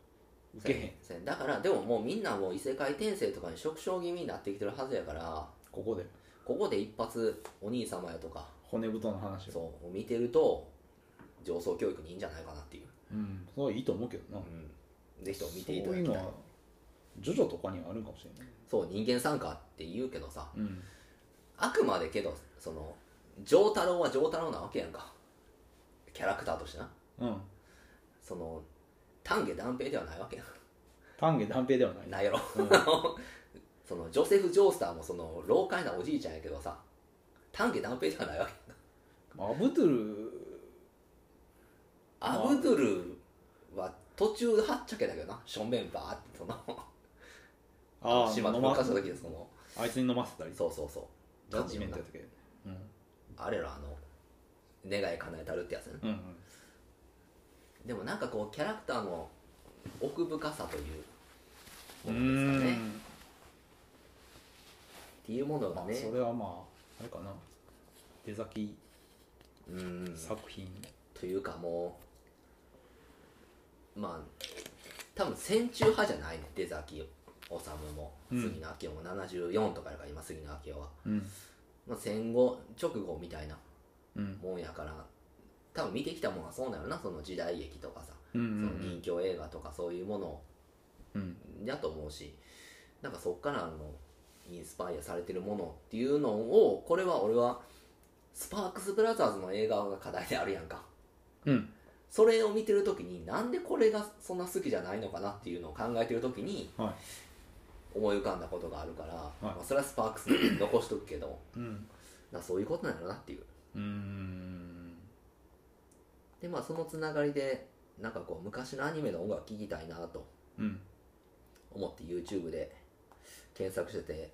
B: 受けへん
A: せやねだからでももうみんなもう異世界転生とかに縮小気味になってきてるはずやから
B: ここで
A: ここで一発お兄様やとか
B: 骨太の話を
A: そう見てると上層教育にいいんじゃないかなっていう、
B: うんそれはいいと思うけどな
A: うん、ぜひとも見ていた
B: そう
A: だ
B: い
A: き
B: う
A: た
B: の
A: い
B: はジョジョとかにはあるんかもしれない
A: そう人間参加って言うけどさ
B: うん
A: あくまでけどその丈太郎は丈太郎なわけやんかキャラクターとしてな
B: うん
A: その丹下断平ではないわけや
B: 丹下断平ではない
A: んないやろ
B: うん
A: そのジョセフ・ジョースターもその老快なおじいちゃんやけどさ丹下断平ではないわけ
B: アブドゥル
A: アブドゥルは途中はっちゃけだけどな正面バーってその
B: あ
A: 島
B: あ
A: と
B: 飲ま
A: 動かした時ですその
B: あいつに飲ませたり
A: そうそうそう
B: ジャッジメントやったっけうん
A: あれらあの願い叶えたるってやつね
B: うん
A: でもなんかこうキャラクターの奥深さという
B: う
A: ものです
B: ん
A: か
B: う
A: ね
B: ん
A: っていうもの
B: ま
A: が
B: あ
A: ね
B: それはまああれかな出先
A: うん
B: 作品
A: というかもうまあ多分戦中派じゃないね出崎治も
B: うん
A: 杉野明夫も74とかやから今杉野明夫は、
B: うん
A: まあ、戦後直後みたいな
B: うん
A: もんやから多分見てきたもんはそうなのなその時代劇とかさ、
B: うんう
A: その
B: ん
A: 人形映画とかそういうもの
B: うん
A: だと思うしなんかそっからあのインスパイアされてるものっていうのをこれは俺はスパークス・ブラザーズの映画が課題であるやんか
B: うん
A: それを見てる時になんでこれがそんな好きじゃないのかなっていうのを考えてる時に
B: はい
A: 思い浮かんだことがあるから、
B: い
A: まあ、それはスパークスに残しとくけど
B: うん
A: なんかそういうことなんやろなっていう
B: うん
A: でまあそのつながりでなんかこう昔のアニメの音楽聴きたいなと
B: うん
A: 思って YouTube で検索してて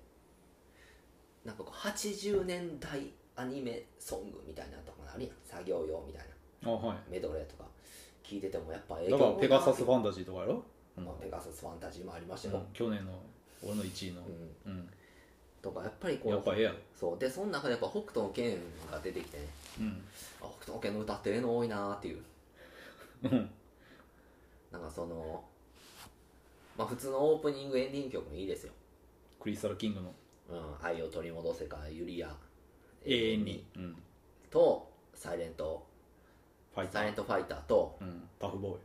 A: なんかこう80年代アニメソングみたいなとこあるやん作業用みたいな
B: あはい
A: メドレーとか聞いててもやっぱ影
B: だから
A: も
B: ペガサスファンタジーとかやろ、うん
A: まあペガサスファンタジーもありました
B: う
A: よ
B: ん、去年の俺の1位の
A: う、ん、
B: うん
A: とかやっぱりこ
B: やっ
A: う
B: ぱええやろ、
A: そうでその中でやっぱ北斗の拳が出てきてね
B: うん
A: あ北斗の拳の歌ってええの多いなーっていう
B: うん、
A: なんかそのまあ普通のオープニングエンディング曲もいいですよ
B: クリスタルキングの
A: うん、愛を取り戻せかユリア
B: 永遠に、うん、
A: とサイレント
B: ファイタ
A: サイレ
B: ー
A: ン、トファイターと
B: うん、タフボーイ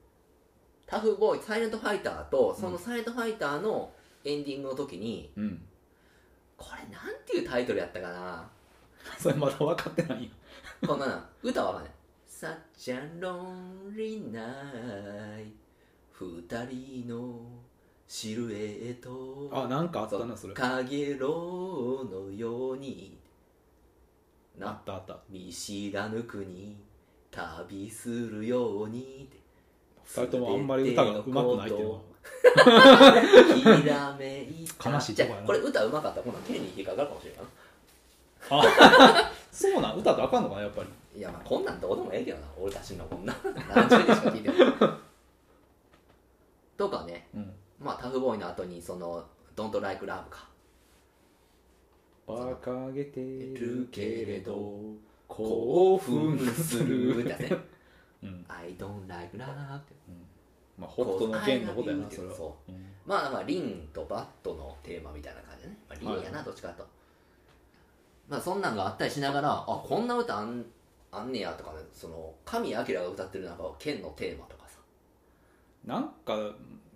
A: タフボーイサイレントファイターとそのサイレントファイターのエンディングの時に、
B: うん、
A: これなんていうタイトルやったかな
B: それまだ分かってないよ
A: こんな の歌わかんない「Such a lonely night 二人のシルエット」
B: あなんかあった
A: そう
B: なそれ
A: 影ろうのように」
B: あったあった
A: 見知らぬ国旅するように
B: 二人ともあんまり歌がうまくないっていうのは
A: ひらめいた
B: 悲しいとこやな
A: じゃあこれ歌うまかったらこんなん剣に引っかかるかもしれんない
B: あ そうなん歌ってあかんのかなやっぱり
A: いやまあこんなんどうでもええけどな俺たちのこんな 何十年しか聞いてないとかね
B: うん
A: まあタフボーイの後にその「Don't Like Love」か
B: 馬鹿げてるけれど
A: 興
B: 興奮
A: 奮
B: す
A: す
B: る
A: るだね
B: うん
A: 「I don't like love」って
B: まあ、北斗の剣のことやな
A: こう
B: それは、
A: そう
B: ん、
A: まあまあ、リンとバットのテーマみたいな感じでね。まあ、リンやな、
B: は
A: どっちかと。まあ、そんなんがあったりしながら、あ、こんな歌あんあんねやとかね、その、神明が歌ってるなんか、剣のテーマとかさ。
B: なんか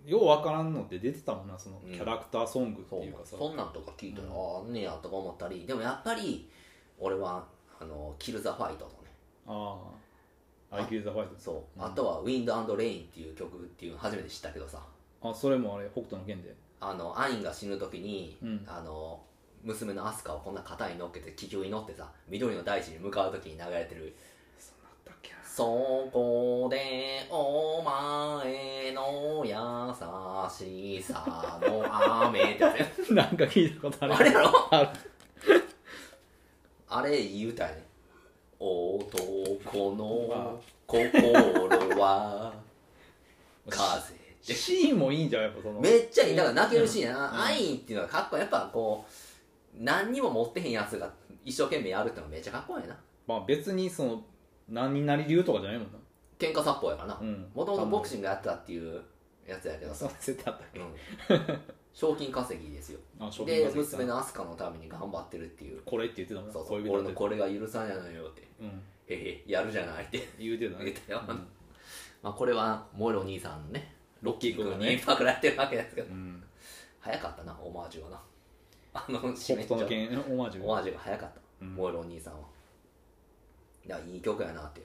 B: ようわからんのって出てたもんなその
A: うん
B: キャラクターソングって
A: そう
B: いうかさ、
A: そんなんとか聞いたら、
B: うん
A: あ、あんねやとか思ったり、でもやっぱり、俺は、あの、キル・ザ・ファイトとね、
B: ああ IQ ザファイ
A: そう、
B: うん
A: あとは、ウィンド・アンド・レインっていう曲っていうの初めて知ったけどさ、
B: トあそれもあれ北斗の剣で
A: あの、アインが死ぬ時に、
B: うん
A: あの、娘のアスカをこんな肩に乗っけて気球に乗ってさ緑の大地に向かう時に流れてる
B: そんなあったっけな
A: そこでお前の優しさの雨ってやつね
B: なんか聞いたことある
A: あれやろ
B: あ
A: あれいい歌やね男の
B: ま
A: 心は風
B: るシーンもいいんじゃんやっぱそ の
A: めっちゃいいだから泣けるシーンやな、
B: うん
A: アインっていうのはかっこいいやっぱこう何にも持ってへんやつが一生懸命やるってのがめっちゃかっこいいな
B: まあ別にその何になり理由とかじゃないもんな
A: 喧嘩殺法やからな
B: うん
A: もともとボクシングやってたっていうやつやけどさ
B: そん、な設定あったっ
A: う
B: け、
A: ん、 賞金稼ぎですよ
B: あ商品
A: で
B: 化設定
A: 娘のアスカのために頑張ってるっていう
B: これって言ってたもん
A: そうそう
B: 恋人
A: 俺
B: だ
A: の
B: って
A: これが許さないのよって
B: うん、
A: へへやるじゃないって
B: 言うてたね
A: 言ったよ
B: うん
A: まあこれはモエロ兄さんのね
B: ロッキー君がね
A: にパクられてるわけですけど
B: うん、
A: 早かったなオマージュはなあの
B: 北
A: 締めっち
B: 斗の
A: ゃ
B: 拳オマージュ
A: オマージュが早かった、
B: うん
A: モエロ兄さんはだからいい曲やなって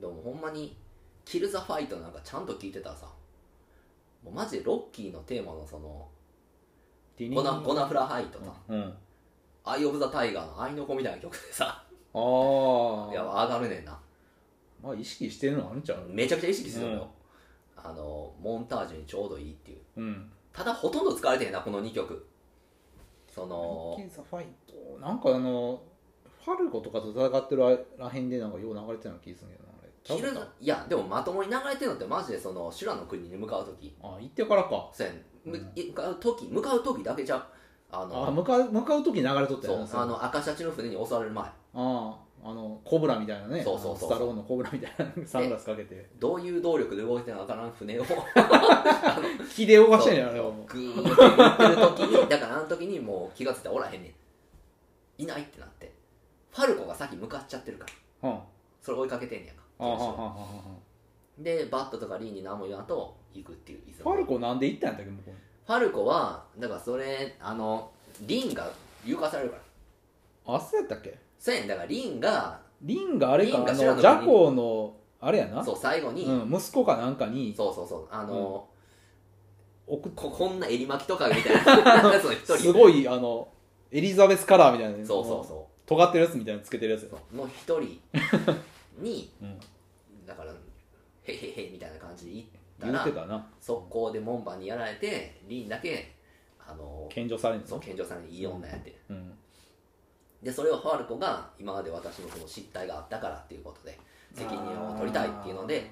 A: でもほんまに「キル・ザ・ファイト」なんかちゃんと聴いてたらさもうマジでロッキーのテーマのその
B: デ
A: 「
B: ィニ
A: ゴナゴナフラ・ハイ」とさ
B: うんあ
A: 「アイ・オブ・ザ・タイガー」の「愛の子」みたいな曲でさ
B: あ
A: いや上がるねんな
B: まあ意識してるのあるんちゃう
A: めちゃくちゃ意識するのよ、あのモンタージュにちょうどいいっていう
B: うん
A: ただほとんど使われてんなこの2曲その
B: ロッキーザファイトなんかあのファルゴとかと戦ってるらへんでなんかよう流れてたの気がするんだけどなあれ
A: キル
B: ちゃう
A: ザいやでもまともに流れてるのってマジでその修羅の国に向かう時
B: かあ行ってからか
A: そうやねんむ
B: うん
A: 向かう時向かう時だけじゃうあ
B: あ
A: の
B: 向かう向かう時に流れとった
A: そ
B: よ
A: う
B: な
A: あの赤シャチの船に襲われる前
B: あああのコブラみたいなね
A: そうそうそう
B: あのスタローンのコブラみたいなサングラスかけて
A: どういう動力で動いてるのかわからん船を
B: 気で動かしてんやろあれはもう
A: グーってやってる時にだからあの時にもう気がついたらおらへんねんいないってなってファルコが先向かっちゃってるから
B: うんあ
A: それ追いかけてんねやんか
B: あはははは
A: でバットとかリーに何も言わんと行くっていういつ
B: フ
A: も
B: ァルコなんで行ったんやったっけ向こうに
A: ファルコはだからそれあのリンが誘拐されるから
B: あそうやったっけ
A: そうやねんだからリンが
B: リンがあれか
A: リン
B: あ
A: が
B: の
A: 知
B: ジ
A: らんの
B: ャコのあれやな
A: そう最後に、
B: うん、息子かなんかに
A: そうそうそうあの、
B: 送っ
A: ここんな襟巻きとかみたいなその一人
B: すごいあのエリザベスカラーみたいなね
A: そうそうそ
B: 尖ってるやつみたいなのつけてるやつや
A: うそうの一人に
B: うん
A: だから「へへへ」みたいな感じで行った
B: 言う
A: ら
B: てたな
A: 速攻で門番にやられてリンだけあの
B: 献上されるん
A: そう健常さんにいい女やって
B: うん
A: でそれをファルコが今まで私のその失態があったからっていうことで責任を取りたいっていうので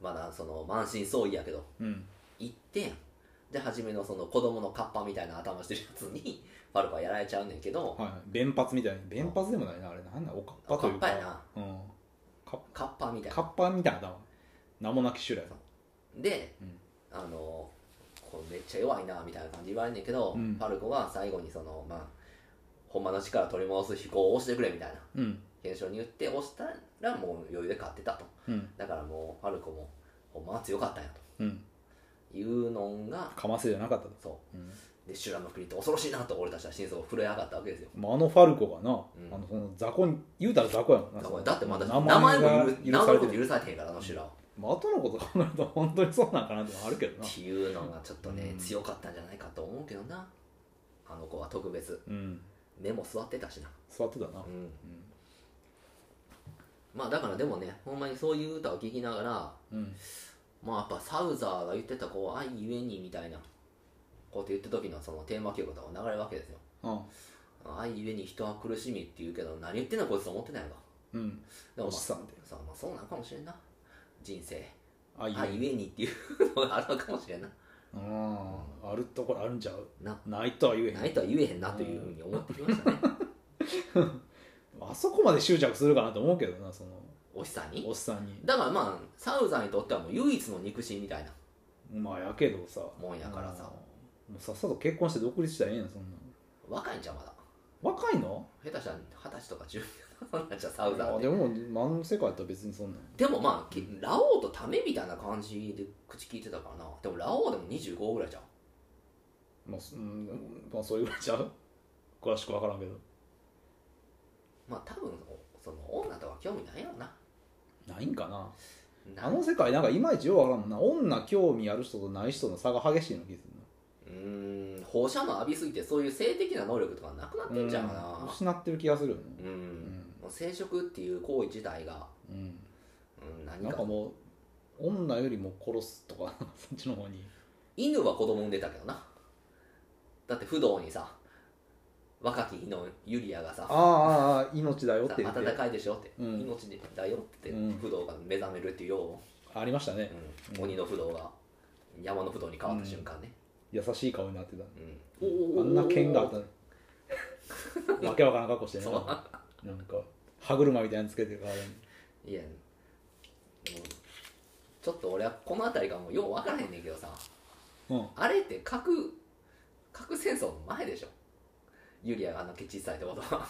A: まだその満身創痍やけど
B: あーうん
A: 行ってで初めのその子供のカッパみたいな頭してるやつにファルコはやられちゃうねんけど
B: はいはい弁髪みたいな弁髪でもないなあれなんだおかっぱというか
A: おかっぱやな
B: うんか
A: カッパみたい
B: カ
A: な
B: ッパみたいな頭名もなき種類
A: で、
B: うん
A: あのこうめっちゃ弱いなみたいな感じで言われんねんけど、
B: うん
A: ファルコが最後にそのまあほんまの力を取り戻す飛行を押してくれみたいな
B: うん
A: 現象に言って押したらもう余裕で勝ってたと
B: うん
A: だからもうファルコもほんまは強かったんや
B: うん
A: というのが
B: かませじゃなかったと、
A: そ
B: うん
A: うで修羅の国って恐ろしいなと俺たちは心底震え上がったわけですよ
B: まあ、あのファルコがな、
A: ん
B: あのその雑魚に言うたら雑魚やもんな
A: だからだってまだ名
B: 名
A: 前
B: 前が
A: も許
B: 許
A: 名
B: さ
A: 前
B: れ
A: も
B: てる、
A: 許されてへんからあの修羅は
B: まあ、後のこと考えると本当にそうなんかなってのはあるけどな
A: っていうのがちょっとね、
B: うん
A: 強かったんじゃないかと思うけどなあの子は特別
B: うん
A: 目も座ってたしな
B: 座ってたな、
A: うん
B: う
A: まあだからでもねほんまにそういう歌を聴きながら
B: んうん、
A: まあやっぱサウザーが言ってたこう愛ゆえにみたいなこうやって言った時のそのテーマ曲とか流れるわけですよ
B: あ
A: 愛ゆえに人は苦しみって言うけど何言ってんのこいつと思ってないのか
B: うん
A: でもま
B: おじ
A: あ
B: さんで
A: そうまあ、そうなのかもしれんな人生
B: あいい
A: あ
B: ね
A: ゆえにっていうのがあるのかもしれんな
B: うんあるところあるんちゃう
A: な
B: ないとは言えへん
A: ないとは言えへんなというふうに思ってきましたね
B: あそこまで執着するかなと思うけどなその
A: おっさんに
B: おっさんに
A: だからまあサウザーにとってはもう唯一の肉親みたいな
B: まあやけどさ
A: もんやからさ
B: うんもうさっさと結婚して独立したらええやんそんなん
A: 若いんちゃうまだ
B: 若いの
A: 下手したら二十歳とか10そんなんちゃうサウザーっ
B: あ
A: て
B: でもあの世界やったら別にそんなん
A: でもまあきラオウとタメみたいな感じで口聞いてたからなでもラオウでも25ぐらいじゃん
B: まあ、そうんまあ、そういうぐらいちゃう詳しく分からんけど
A: まあ多分その女とか興味ないやろな
B: ないんかな
A: な
B: あの世界なんかいまいちよう分からんもんな女興味ある人とない人の差が激しいの気がするな
A: うーん放射能浴びすぎてそういう性的な能力とかなくなってんじゃんか
B: うん
A: な
B: 失ってる気がするよね
A: うん、もう生殖っていう行為自体が、
B: うん
A: うん、
B: な
A: 何
B: ん
A: か
B: かもう女よりも殺すとか そっちの方に
A: 犬は子供産んでたけどなだって不動にさ若き日のユリアがさ
B: ああああ命だよって言って
A: 温かいでしょって、
B: うん
A: 命だよって
B: うん
A: 不動が目覚めるっていうよう
B: ありましたね
A: うん鬼の不動が山の不動に変わった瞬間ね、
B: 優しい顔になってた
A: うん
B: あんな剣があったのわけわからん格好してね
A: そう
B: なんか歯車みたいなのつけてるから
A: いやもうちょっと俺はこの辺りがもうよう分からへんねんけどさ
B: うん
A: あれって核核戦争の前でしょユリアがあのけ小さいってことは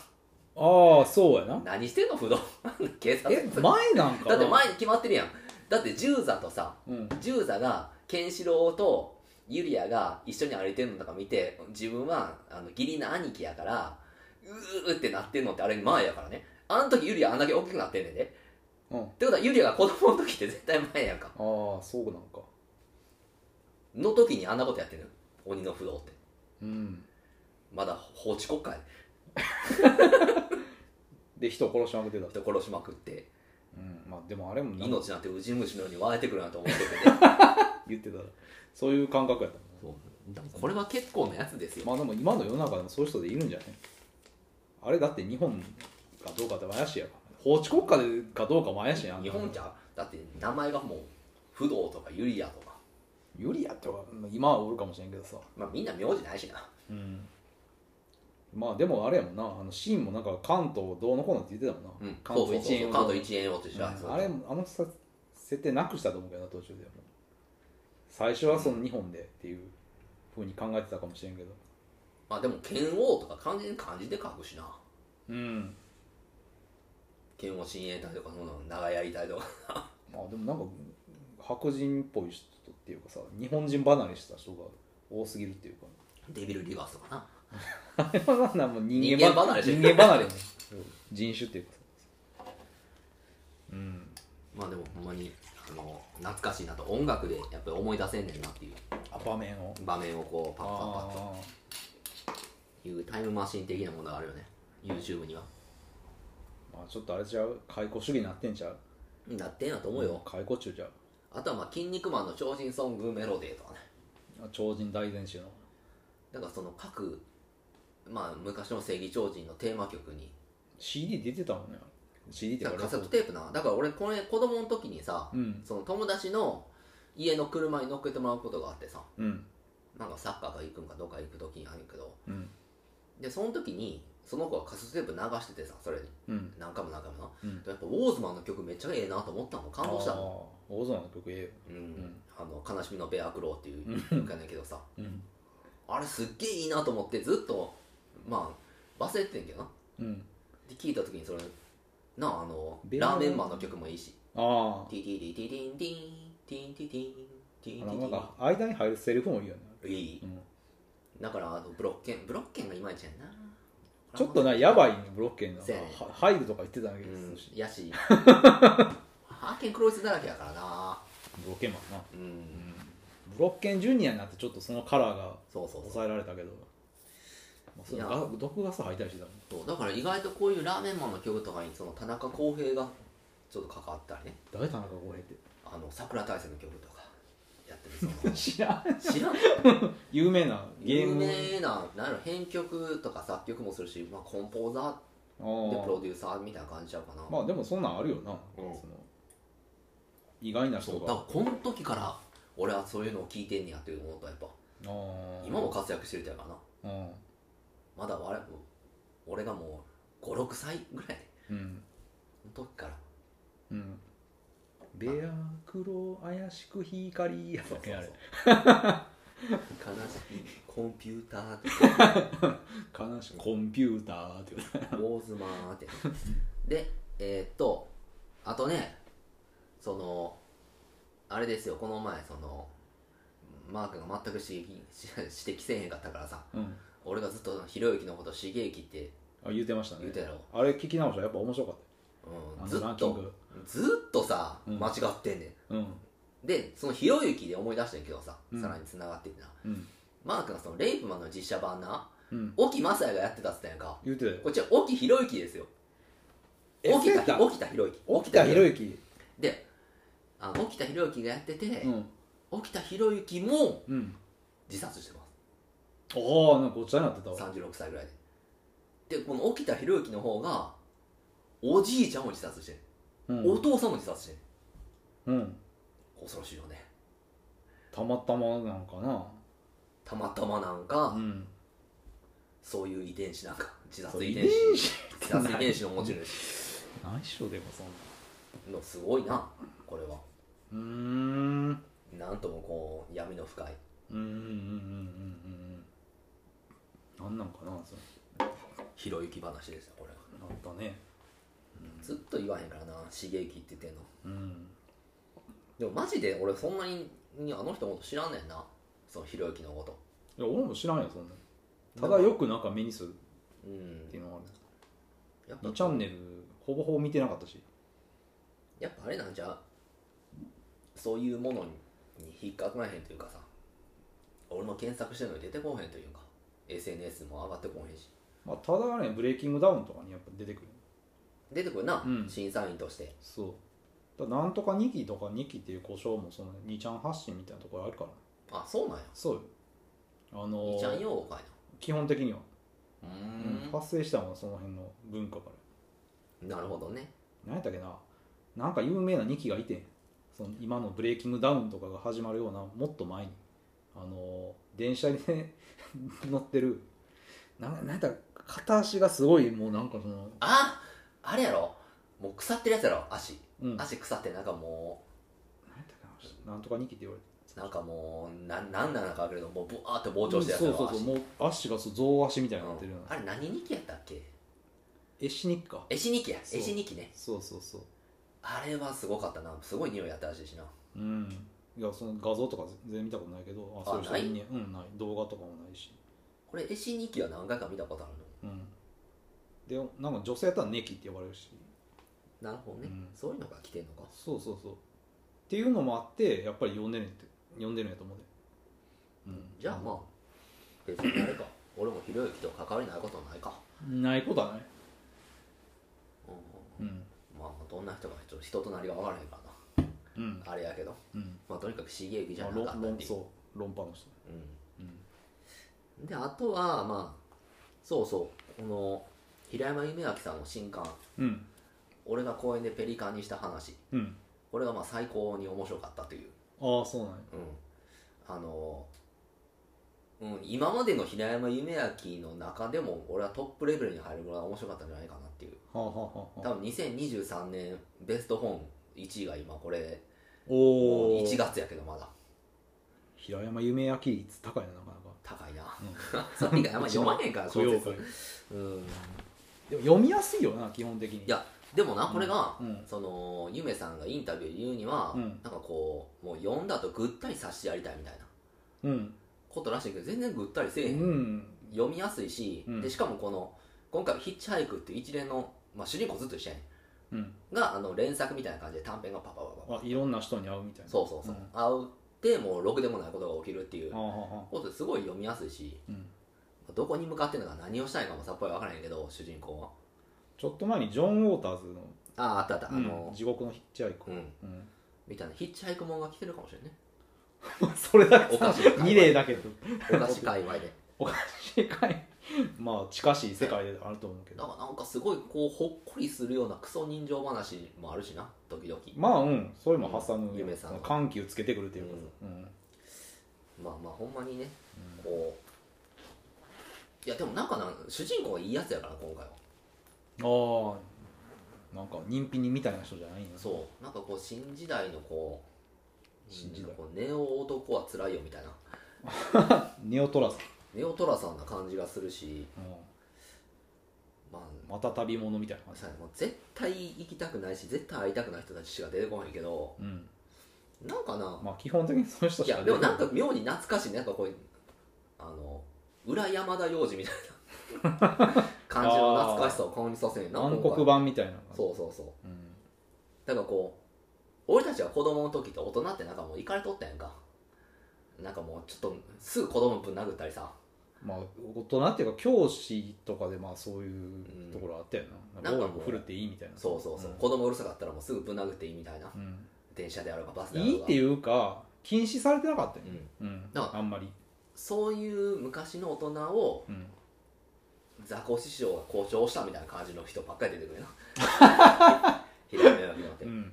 B: ああそうやな
A: 何してんの不動 警察
B: え前なんかな
A: だって前に決まってるやんだってジューザとさ
B: うん
A: ジューザがケンシロウとユリアが一緒に歩いてるのとか見て自分はあの義理の兄貴やからうーってなってんのってあれ前やからねあの時ユリアあんだけ大きくなってんねんでっ
B: うんあ
A: てことはユリアが子供の時って絶対前やんか
B: あそうなんか
A: の時にあんなことやってる鬼の不動って
B: うん
A: まだ法治国家やで
B: で人殺しまくってた
A: 人殺しまくって
B: うんまあでもあれもなんか
A: 命なんてウジ虫のように湧いてくるなと思ってて、ね、
B: 言ってたらそういう感覚やったもんね
A: そうでもこれは結構なやつですよ
B: まあでも今の世の中でもそういう人でいるんじゃないあれだって日本かどうかって怪しいやろ法治国家でかどうかも怪しいやん
A: 日本じゃだって名前がもう不動とかユリアとか、
B: ユリアっては今はおるかもしれんけどさ
A: まあ、みんな名字ないしな
B: うんまあでもあれやもんなあのシーンもなんか関東どうのこうのって言ってたもんな、
A: うん、
B: 関東一円
A: 円
B: を
A: 関東一円をと一緒だ
B: うんあれもあのさ設定なくしたと思うけどな途中でも最初はその日本でっていうふうに考えてたかもしれんけど
A: まあでも剣王とか完全に漢字で書くしな
B: うん
A: 剣王親衛隊とかそんなの長屋り隊とか
B: まあでもなんか白人っぽい人っていうかさ日本人離れした人が多すぎるっ ていうか
A: デビルリバースとかな
B: あれはなんかもう 人
A: 人間離れしてる
B: 人間離れね人種っていうかさうん
A: まあでもほんまにあの懐かしいなと音楽でやっぱり思い出せんねんなっていう
B: アパメンを
A: 場面をこうパッパッパッと
B: ああ
A: いうタイムマシン的なものがあるよね YouTube には
B: まあちょっとあれちゃう解雇主義になってんちゃう
A: なってんやと思うよ、
B: 解雇中ちゃう
A: あとはまあ「筋肉マン」の超人ソングメロディーとかね
B: あ超人大全集の
A: だからその各まあ昔の正義超人のテーマ曲に
B: CD 出てたもんね CD って
A: だ
B: か
A: からカセット
B: う
A: テープなだから俺これ子供の時にさ、
B: ん
A: その友達の家の車に乗っけてもらうことがあってさ
B: うん
A: なんかサッカーが行くんかどっか行く時にあるけど
B: うん
A: でその時にその子がカセットテープ流しててさそれに
B: うん
A: 何回も何回もな、
B: うん
A: でやっぱウォーズマンの曲めっちゃええなと思ったの感動したの
B: の大空の曲え
A: うん、
B: ん
A: あの悲しみのベアクローっていう曲やねんけどさ
B: えよ
A: あれすっげえいいなと思ってずっとまあ忘れてんけどな
B: うんうん
A: で聞いた時にそれなああの
B: ベア
A: ラーメンマンの曲もいいし
B: あ
A: ティティティティティティンティティンティンティン
B: あ
A: ティ
B: のなん
A: ティ
B: か間に入るセリフもいいよね
A: ンいい
B: うん
A: だからあのブロッケンブロッケンがいまいちやんな
B: ちょっとなやばいねブロッケンが
A: そうやね
B: は入るとか言ってたんだ
A: う
B: けど
A: ん
B: 少し
A: やしハーケンクロイスだらけやからな
B: ブロッケンマンな
A: う
B: うんんブロッケンジュニアになってちょっとそのカラーが
A: そうそうそう
B: 抑えられたけどまあそ
A: いや
B: のが毒ガス入ったりしてたもん
A: そうだから意外とこういうラーメンマンの曲とかにその田中康平がちょっと関わったりね
B: 誰田中康平
A: あの桜大戦の曲とかやってるそ
B: って知らん
A: の知らん
B: 有名なゲー
A: 有
B: ム
A: 名ななんやろ編曲とか作曲もするし、まあ、コンポーザー
B: あ
A: で
B: ー
A: プロデューサーみたいな感じちゃうかな、
B: まあでもそんなんあるよな、
A: うん
B: その意外な
A: そ
B: 人
A: うだか
B: が
A: らこの時から俺はそういうのを聞いてんねやっていう思うとやっぱ
B: あー
A: 今も活躍してる人やからな
B: うん、
A: まだ我々俺がもう56歳ぐらい
B: うん
A: の時から
B: うん、ベアクロ怪しく光やった
A: そう
B: っ
A: そう
B: け
A: そう
B: あれ
A: 悲しいコンピューターって ウ
B: 悲しいコンピューターってこと
A: ォーズマーってでえーっとあとねそのあれですよこの前そのマークが全く指摘し 指摘せえへんかったからさ
B: うん
A: 俺がずっとひろゆきのこと「しげゆき」って
B: あ言うてましたね
A: 言うたやろ
B: あれ聞き直したらやっぱ面白かっ
A: う
B: た
A: ん、
B: あ
A: ず
B: の
A: っ
B: ランキン
A: と
B: グ
A: ずっとさ
B: うん
A: 間違ってんねん、
B: うん
A: でそのひろゆきで思い出してんけどさ、
B: うん
A: さらに繋がってんな
B: うん
A: マークがそのレイプマンの実写版な
B: うん
A: 沖雅也がやってたっつったやんか
B: 言うてたよ
A: こっちは沖ひろゆきですよ
B: え
A: 沖田
B: そうや
A: ひ
B: った
A: 沖田ひろゆき
B: 沖田博
A: ゆき
B: 之
A: であの沖田ひろゆきがやってて、
B: うん
A: 沖田ひろゆきも
B: うん
A: 自殺してま
B: ああなんかごっちゃになってた
A: す
B: わ
A: 36歳ぐらいででこの沖田ひろゆきの方がおじいちゃんも自殺してる、
B: うん
A: お父さんも自殺してる
B: うん
A: 恐ろしいよね
B: たまたまなんかな
A: たまたまなんか、
B: うん
A: そういう遺伝子 なんか自
B: そ
A: 殺
B: う
A: 遺
B: 遺
A: 伝
B: 伝
A: 子
B: 子
A: 自殺遺伝子の持ち主
B: ないっしょでもそんな
A: のすごいなこれは
B: うーんうん
A: なんともこう闇の深い
B: うんうんうんうんうんなんなんかなそれ
A: ひろゆき話ですよこれは
B: あったね
A: ずっと言わへんからな刺激って言ってんの
B: うん
A: でもマジで俺そんなにあの人のこと知らんねんなそのひろゆきのこと
B: いや俺も知らんよそんなただよくなんか目にする
A: う
B: っ
A: ん
B: ていうのがある
A: やっぱ
B: 2チャンネルほぼほぼ見てなかったし
A: やっぱあれなんじゃうそういうものに引っかからへんというかさ俺も検索してんのに出てこうへんというか SNS も上がってこうへんし
B: まあ、ただねブレイキングダウンとかにやっぱ出てくる
A: 出てくるな、
B: うん
A: 審査員として
B: そうだからなんとか2期とか2期っていう故障もその2ちゃん発信みたいなところあるから
A: あそうなんや
B: そうよあの
A: いちゃん用語かい
B: 基本的には、
A: なう
B: うん発生したのはその辺の文化から
A: んなるほどね
B: 何やったっけななんか有名な2期がいてんその今のブレイキングダウンとかが始まるようなもっと前にあの電車に、ね、 乗ってるななんやったか片足がすごいもうなんかその、
A: ああれやろもう腐ってるやつやろ足
B: うん、なんやった
A: 足腐ってなんかも
B: かななんとか2期って言われて
A: うなんかもうななんなのか分からんけどもうブワーって膨張してるやつや
B: う
A: ろ、
B: んそうそうそうもう足がそう象足みたいになってるよう
A: うん
B: な
A: あれ何日記やったっけ
B: エシニックか
A: 絵師日記や
B: そう
A: 絵師日記ね
B: そうそうそう
A: あれはすごかったなすごい匂いやったらしいしな
B: うんいやその画像とか全然見たことないけど
A: あ
B: そういう人
A: ない
B: いんねうんない動画とかもないし
A: これ絵師日記は何回か見たことある
B: うんでなんか女性やったらネキって呼ばれるし
A: のなるほどね、
B: うん
A: そういうのが来てんのか
B: そうそうそうっていうのもあってやっぱり呼んでるんやって呼んでるんやと思うで、うん、
A: じゃあまあ別にあれか俺もひろゆきと関わりないことはないか、
B: ないことはない、
A: うん
B: うん
A: まあどんな人かちょっと人となりが分からへんから
B: うん
A: なあれやけど
B: うん
A: まあとにかく刺激じ
B: ま
A: ゃ
B: あ
A: な
B: 論
A: かったっ
B: 論
A: ていう、
B: そう論破の人、
A: うん
B: うん、
A: であとはまあそうそうこの平山夢明さんの新刊
B: うん
A: 俺が公園でペリカンにした話
B: うん
A: これがまあ最高に面白かったという、
B: ああそうなんや
A: うん、あの、うん、今までの平山夢明の中でも俺はトップレベルに入るぐらい面白かったんじゃないかなっていう
B: はあはあはあはあ
A: 多分2023年ベスト本1位が今これ
B: おお
A: 1月やけどまだ
B: 平山夢明率高いななかなか
A: 高いな
B: う ん
A: それ以外あんま読まへん から
B: 供養会
A: うん
B: でも読みやすいよな基本的に
A: いやでもなこれが、
B: うん
A: そのゆめさんがインタビューで言うには、
B: うん
A: なんかこうもう読んだとぐったりさせてやりたいみたいな
B: うん
A: ことらしいけど全然ぐったりせえ
B: う
A: へん、
B: ん
A: 読みやすいし、
B: うん
A: でしかもこの今回「ヒッチハイク」っていう一連の、まあ、主人公ずっと一緒やね
B: うん
A: んがあの連作みたいな感じで短編がパパパパパ
B: あいろんな人に会うみたいな
A: そうそうそう、
B: ん
A: 会うってもうろくでもないことが起きるっていう
B: ああああ
A: ことですごい読みやすいし
B: うん
A: どこに向かってんのか何をしたいかもさっぱり分からへんけど主人公は
B: ちょっと前にジョン・ウォーターズの
A: あああったあった、あ
B: うん
A: の
B: 地獄のヒッチハイク
A: う、ん、
B: うん
A: みたいなヒッチハイクもんが来てるかもしれんね
B: それだけ
A: お かしい
B: 2例だけど
A: お菓子界隈で
B: おかしいかい まあ近しい世界であると思うけ
A: だ
B: ど
A: からなんかすごいこうほっこりするようなクソ人情話もあるしな時々
B: まあうんそれも挟む
A: 夢さん
B: 緩急つけてくるっていうかうん
A: まあまあほんまにねこういやでもなんかな主人公がいいやつやから今回は
B: ああなんか人品にみたいな人じゃないんや
A: そうなんかこう新時代のこう
B: 新時代
A: うんこうネオ男は辛いよみたいな
B: ネオトラさん
A: ネオトラさんな感じがするし
B: うん
A: まあ
B: また旅者みたいな感じ
A: さもう絶対行きたくないし絶対会いたくない人たちしか出てこないけど
B: うん
A: なんかな
B: まあ基本的にその人
A: い
B: しか
A: やでもなんか妙に懐かしいねなんかこういうあの裏山田洋次みたい な感じの懐かしさを感じさせんねんな
B: 暗
A: 今
B: 黒
A: 回
B: 版みたいなのが
A: そうそうそう
B: うん
A: だからこう俺たちは子供の時って大人ってなんかもう行かれとったやんかなんかもうちょっとすぐ子供ぶん殴ったりさ
B: まあ大人っていうか教師とかでまあそういうところあったよな
A: うん
B: 暴力振るっていいみたいな
A: そうそうそう、
B: ん
A: 子供うるさかったらもうすぐぶん殴っていいみたいな
B: うん
A: 電車であろうかバスであろう
B: い
A: が
B: いって
A: う、
B: いうか禁止されてなかったよね
A: ん、
B: うん
A: だから
B: あんまり
A: そういう昔の大人を
B: うん
A: ザコ師匠が校長したみたいな感じの人ばっかり出てくるな 平目がって
B: うん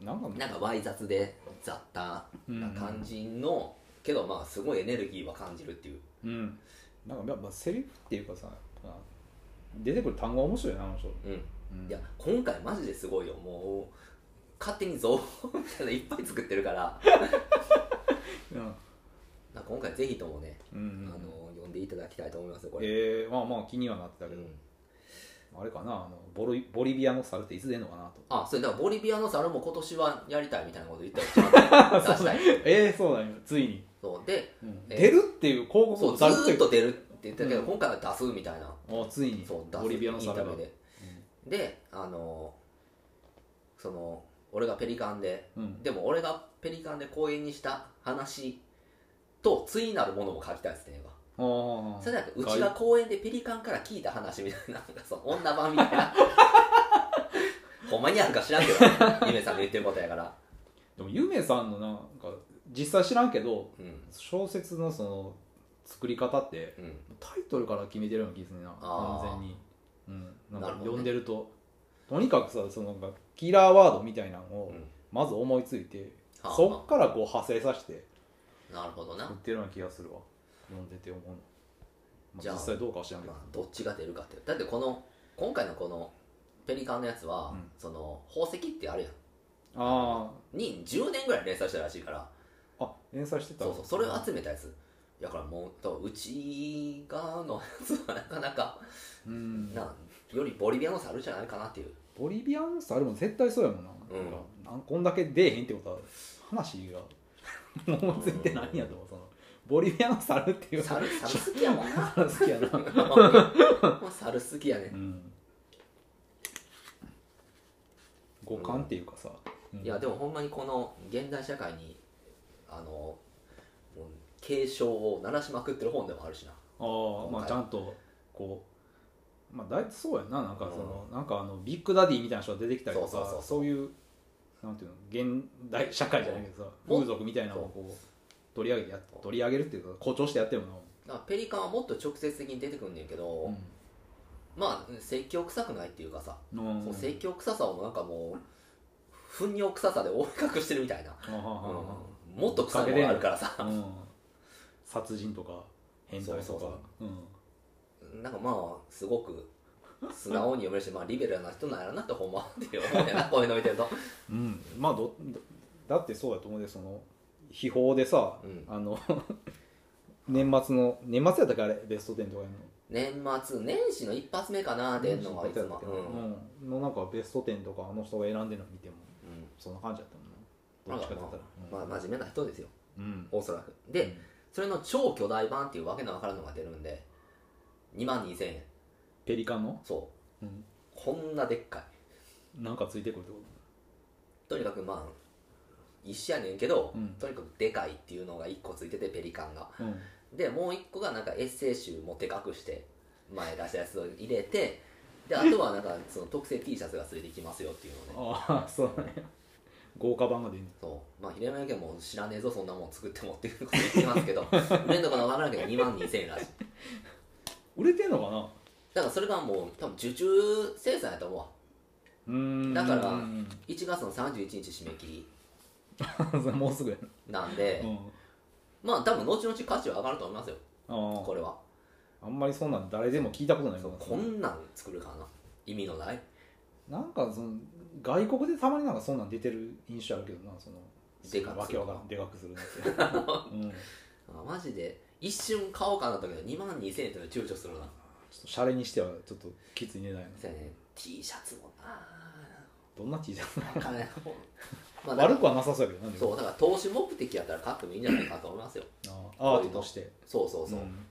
B: なんか
A: なんかわい雑で雑多な感じの、けどまあすごいエネルギーは感じるっていう
B: うんなんかやっぱセリフっていうかさ出てくる単語は面白いなあの人
A: うん
B: うん
A: いや今回マジですごいよもう勝手に造語 みたいなのいっぱい作ってるから
B: うん
A: なんか今回ぜひともね、
B: うん
A: あの読んでいただきたいと思いますよこれ、
B: えー、まあまあ気にはなってたけ
A: う
B: ど、
A: ん
B: あれかなあのボリボリビアの猿っていつ出んのかなと
A: あそれだからボリビアの猿も今年はやりたいみたいなこと言ったら 出したい
B: ええそうなんよついに、
A: そうで
B: うん
A: えー
B: 出るっていう広告
A: そ
B: を
A: うずーっ
B: 出るっていう
A: と出るって言ってたけど、
B: うん
A: 今回は出すみたいな
B: あついに
A: そう出す
B: ボリビアの
A: イン
B: 猿
A: タ
B: が
A: ビューでであのその俺がペリカンで
B: うんうん
A: でも俺がペリカンで講演にした話と対なるものも書きたいですね今
B: ああ
A: それだけうちが公園でペリカンから聞いた話みた いななんかその女版みたいなほんまにあるか知らんけ どゆめさんの言ってることやから
B: でもゆめさんのなんか実際知らんけど
A: うん
B: 小説のその作り方って
A: うん
B: タイトルから決めてるような気がするねな
A: あー
B: 完全に、うん、なん
A: な
B: か
A: るほどね
B: 読んでるととにかくさそのなんかキラーワードみたいなの
A: う
B: を
A: ん
B: まず思いついて、
A: はあはあ
B: そっからこう派生させて
A: なるほどな、
B: 作
A: ま
B: ってるような気がするわ読んでて思うの、ま
A: じゃ
B: あ、
A: あ
B: 実際どうかは知らんけど
A: あ、どっちが出るかってだってこの今回のこのペリカンのやつは、
B: うん
A: その宝石ってあるや
B: あ
A: んに10年ぐらい連載したらしいから
B: ーあ連載してた
A: そうそうそれを集めたやつだからもう多分うちがのやつはなかなか、
B: うん
A: なよりボリビアの猿じゃないかなっていう
B: ボリビアン猿も絶対そうやもんな,、
A: うん
B: なんかなんこんだけ出えへんってことは話が 思いついてないんやと思うそのボリビアン猿っていう
A: 猿猿好きやもんな
B: 好きやな、
A: もう猿好きやね
B: う、ん、五感っていうかさ、うん
A: いやでもほんまにこの現代社会にあのもう警鐘を鳴らしまくってる本でもあるしな
B: ああま
A: 今
B: あ
A: 回
B: ちゃんとこうまあ大体そうやんななんかその、なんかあのビッグダディみたいな人が出てきたりとか
A: そうそうそうそう
B: いうなんていうの現代社会じゃないけどさ
A: も
B: 風俗みたいなのをこう取り上げてや取り上げるっていうか誇張してやってるの
A: だからペリカンはもっと直接的に出てくんねんけど、まあ説教臭くないっていうかさ、
B: うん
A: その説教臭さをなんかもう糞尿臭さで覆い隠してるみたいな、
B: あああ
A: うんもっと臭いものあるからさ
B: あああうん殺人とか変態とか
A: そうそうそう
B: うん
A: なんかまあすごく素直に読めるし、まあ、リベラルな人なんやろなってほんまって思うやなこういうの見て ると
B: うん、まあどだってそうだと思うでその秘宝でさ、
A: うん
B: あの 年末の年末やったからベスト10とかやんの
A: 年末年始の一発目かな出んのがいつも、うん
B: うんのなんかベスト10とかあの人が選んでるの見ても
A: うん
B: そんな感じだったも
A: ま
B: ん
A: あ
B: などっちかって言ったら、
A: まあ、まあ真面目な人ですよ
B: うん
A: おそらく
B: う
A: で
B: ん
A: それの超巨大版っていうわけのわからんのが出るんで2万2000円
B: ペリカンの、
A: そう
B: うん、
A: こんなでっかい
B: なんかついてくるってこと
A: とにかくまあ一緒やねんけど、
B: うん
A: とにかくでかいっていうのが1個ついててペリカンが
B: うん
A: でもう1個がなんかエッセイ集もでかくして前出したやつを入れてであとはなんかその特製 T シャツがついてきますよっていうので
B: ああ そうだね豪華版が出る
A: そうまあ平山家も知らねえぞそんなもん作ってもっていうこと言ってますけど 売れんのかな分からんけど2万2000円らしい
B: 売れてんのかな
A: だからそれがもう多分受注生産やと思うわ
B: うーん
A: だから
B: うん
A: 1月の31日締め切り
B: もうすぐや
A: なんで、
B: な、うん、
A: まあ多分後々価値は上がると思いますよ
B: あ
A: これは
B: ああんまりそんなん誰でも聞いたことない
A: そう
B: な
A: こんなん作るかな意味のない
B: なんかその外国でたまになんかそんなん出てる印象あるけどなその
A: でか
B: わ
A: くす
B: け
A: る
B: わ
A: と
B: か
A: から
B: んでかくするなって、 うん、ちょ
A: あマジで一瞬買おうかなと思ったけど2万2000円ってのは躊躇するな
B: っとシャレにしてはちょっときつい値段やな
A: そうやね T シャツも な
B: どんな T シャツ
A: なんかねまあだから
B: 悪くはなさそうやけどなんで
A: そうだから投資目的やったら買ってもいいんじゃないかと思いますよ
B: ああアートとして
A: そうそうそう、
B: ん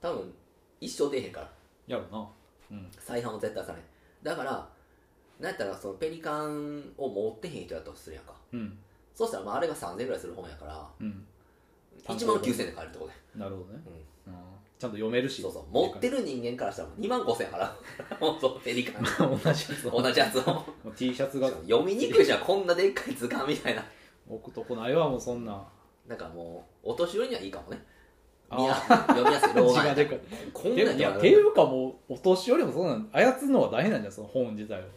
A: 多分一生出えへんから
B: やろなうん
A: 再販を絶対さないだからなんやったらそのペリカンを持ってへん人やったとするやんか
B: うん
A: そうしたらまああれが3000円ぐらいする本やから
B: うん
A: 1万9000円で買えるってことね
B: なるほどね、
A: うん
B: うんちゃんと読めるし
A: そうそう持ってる人間からしたら2万5000円払う 本当ペリカン
B: 同じやつを
A: 同じやつを
B: もう T シャツが
A: 読みにくいじゃんこんなでっかい図鑑みたいな
B: 置くとこないわもうそんな
A: なんかもうお年寄りにはいいかもね
B: あー
A: 見や読みやすい老
B: 字
A: 眼
B: が
A: やった
B: で
A: ら
B: かい
A: こんなん
B: でもい
A: や
B: や
A: っ
B: ったてい
A: ら
B: うかもうお年寄りもそんなん操るのは大変なんじゃんその本自体を
A: 買っ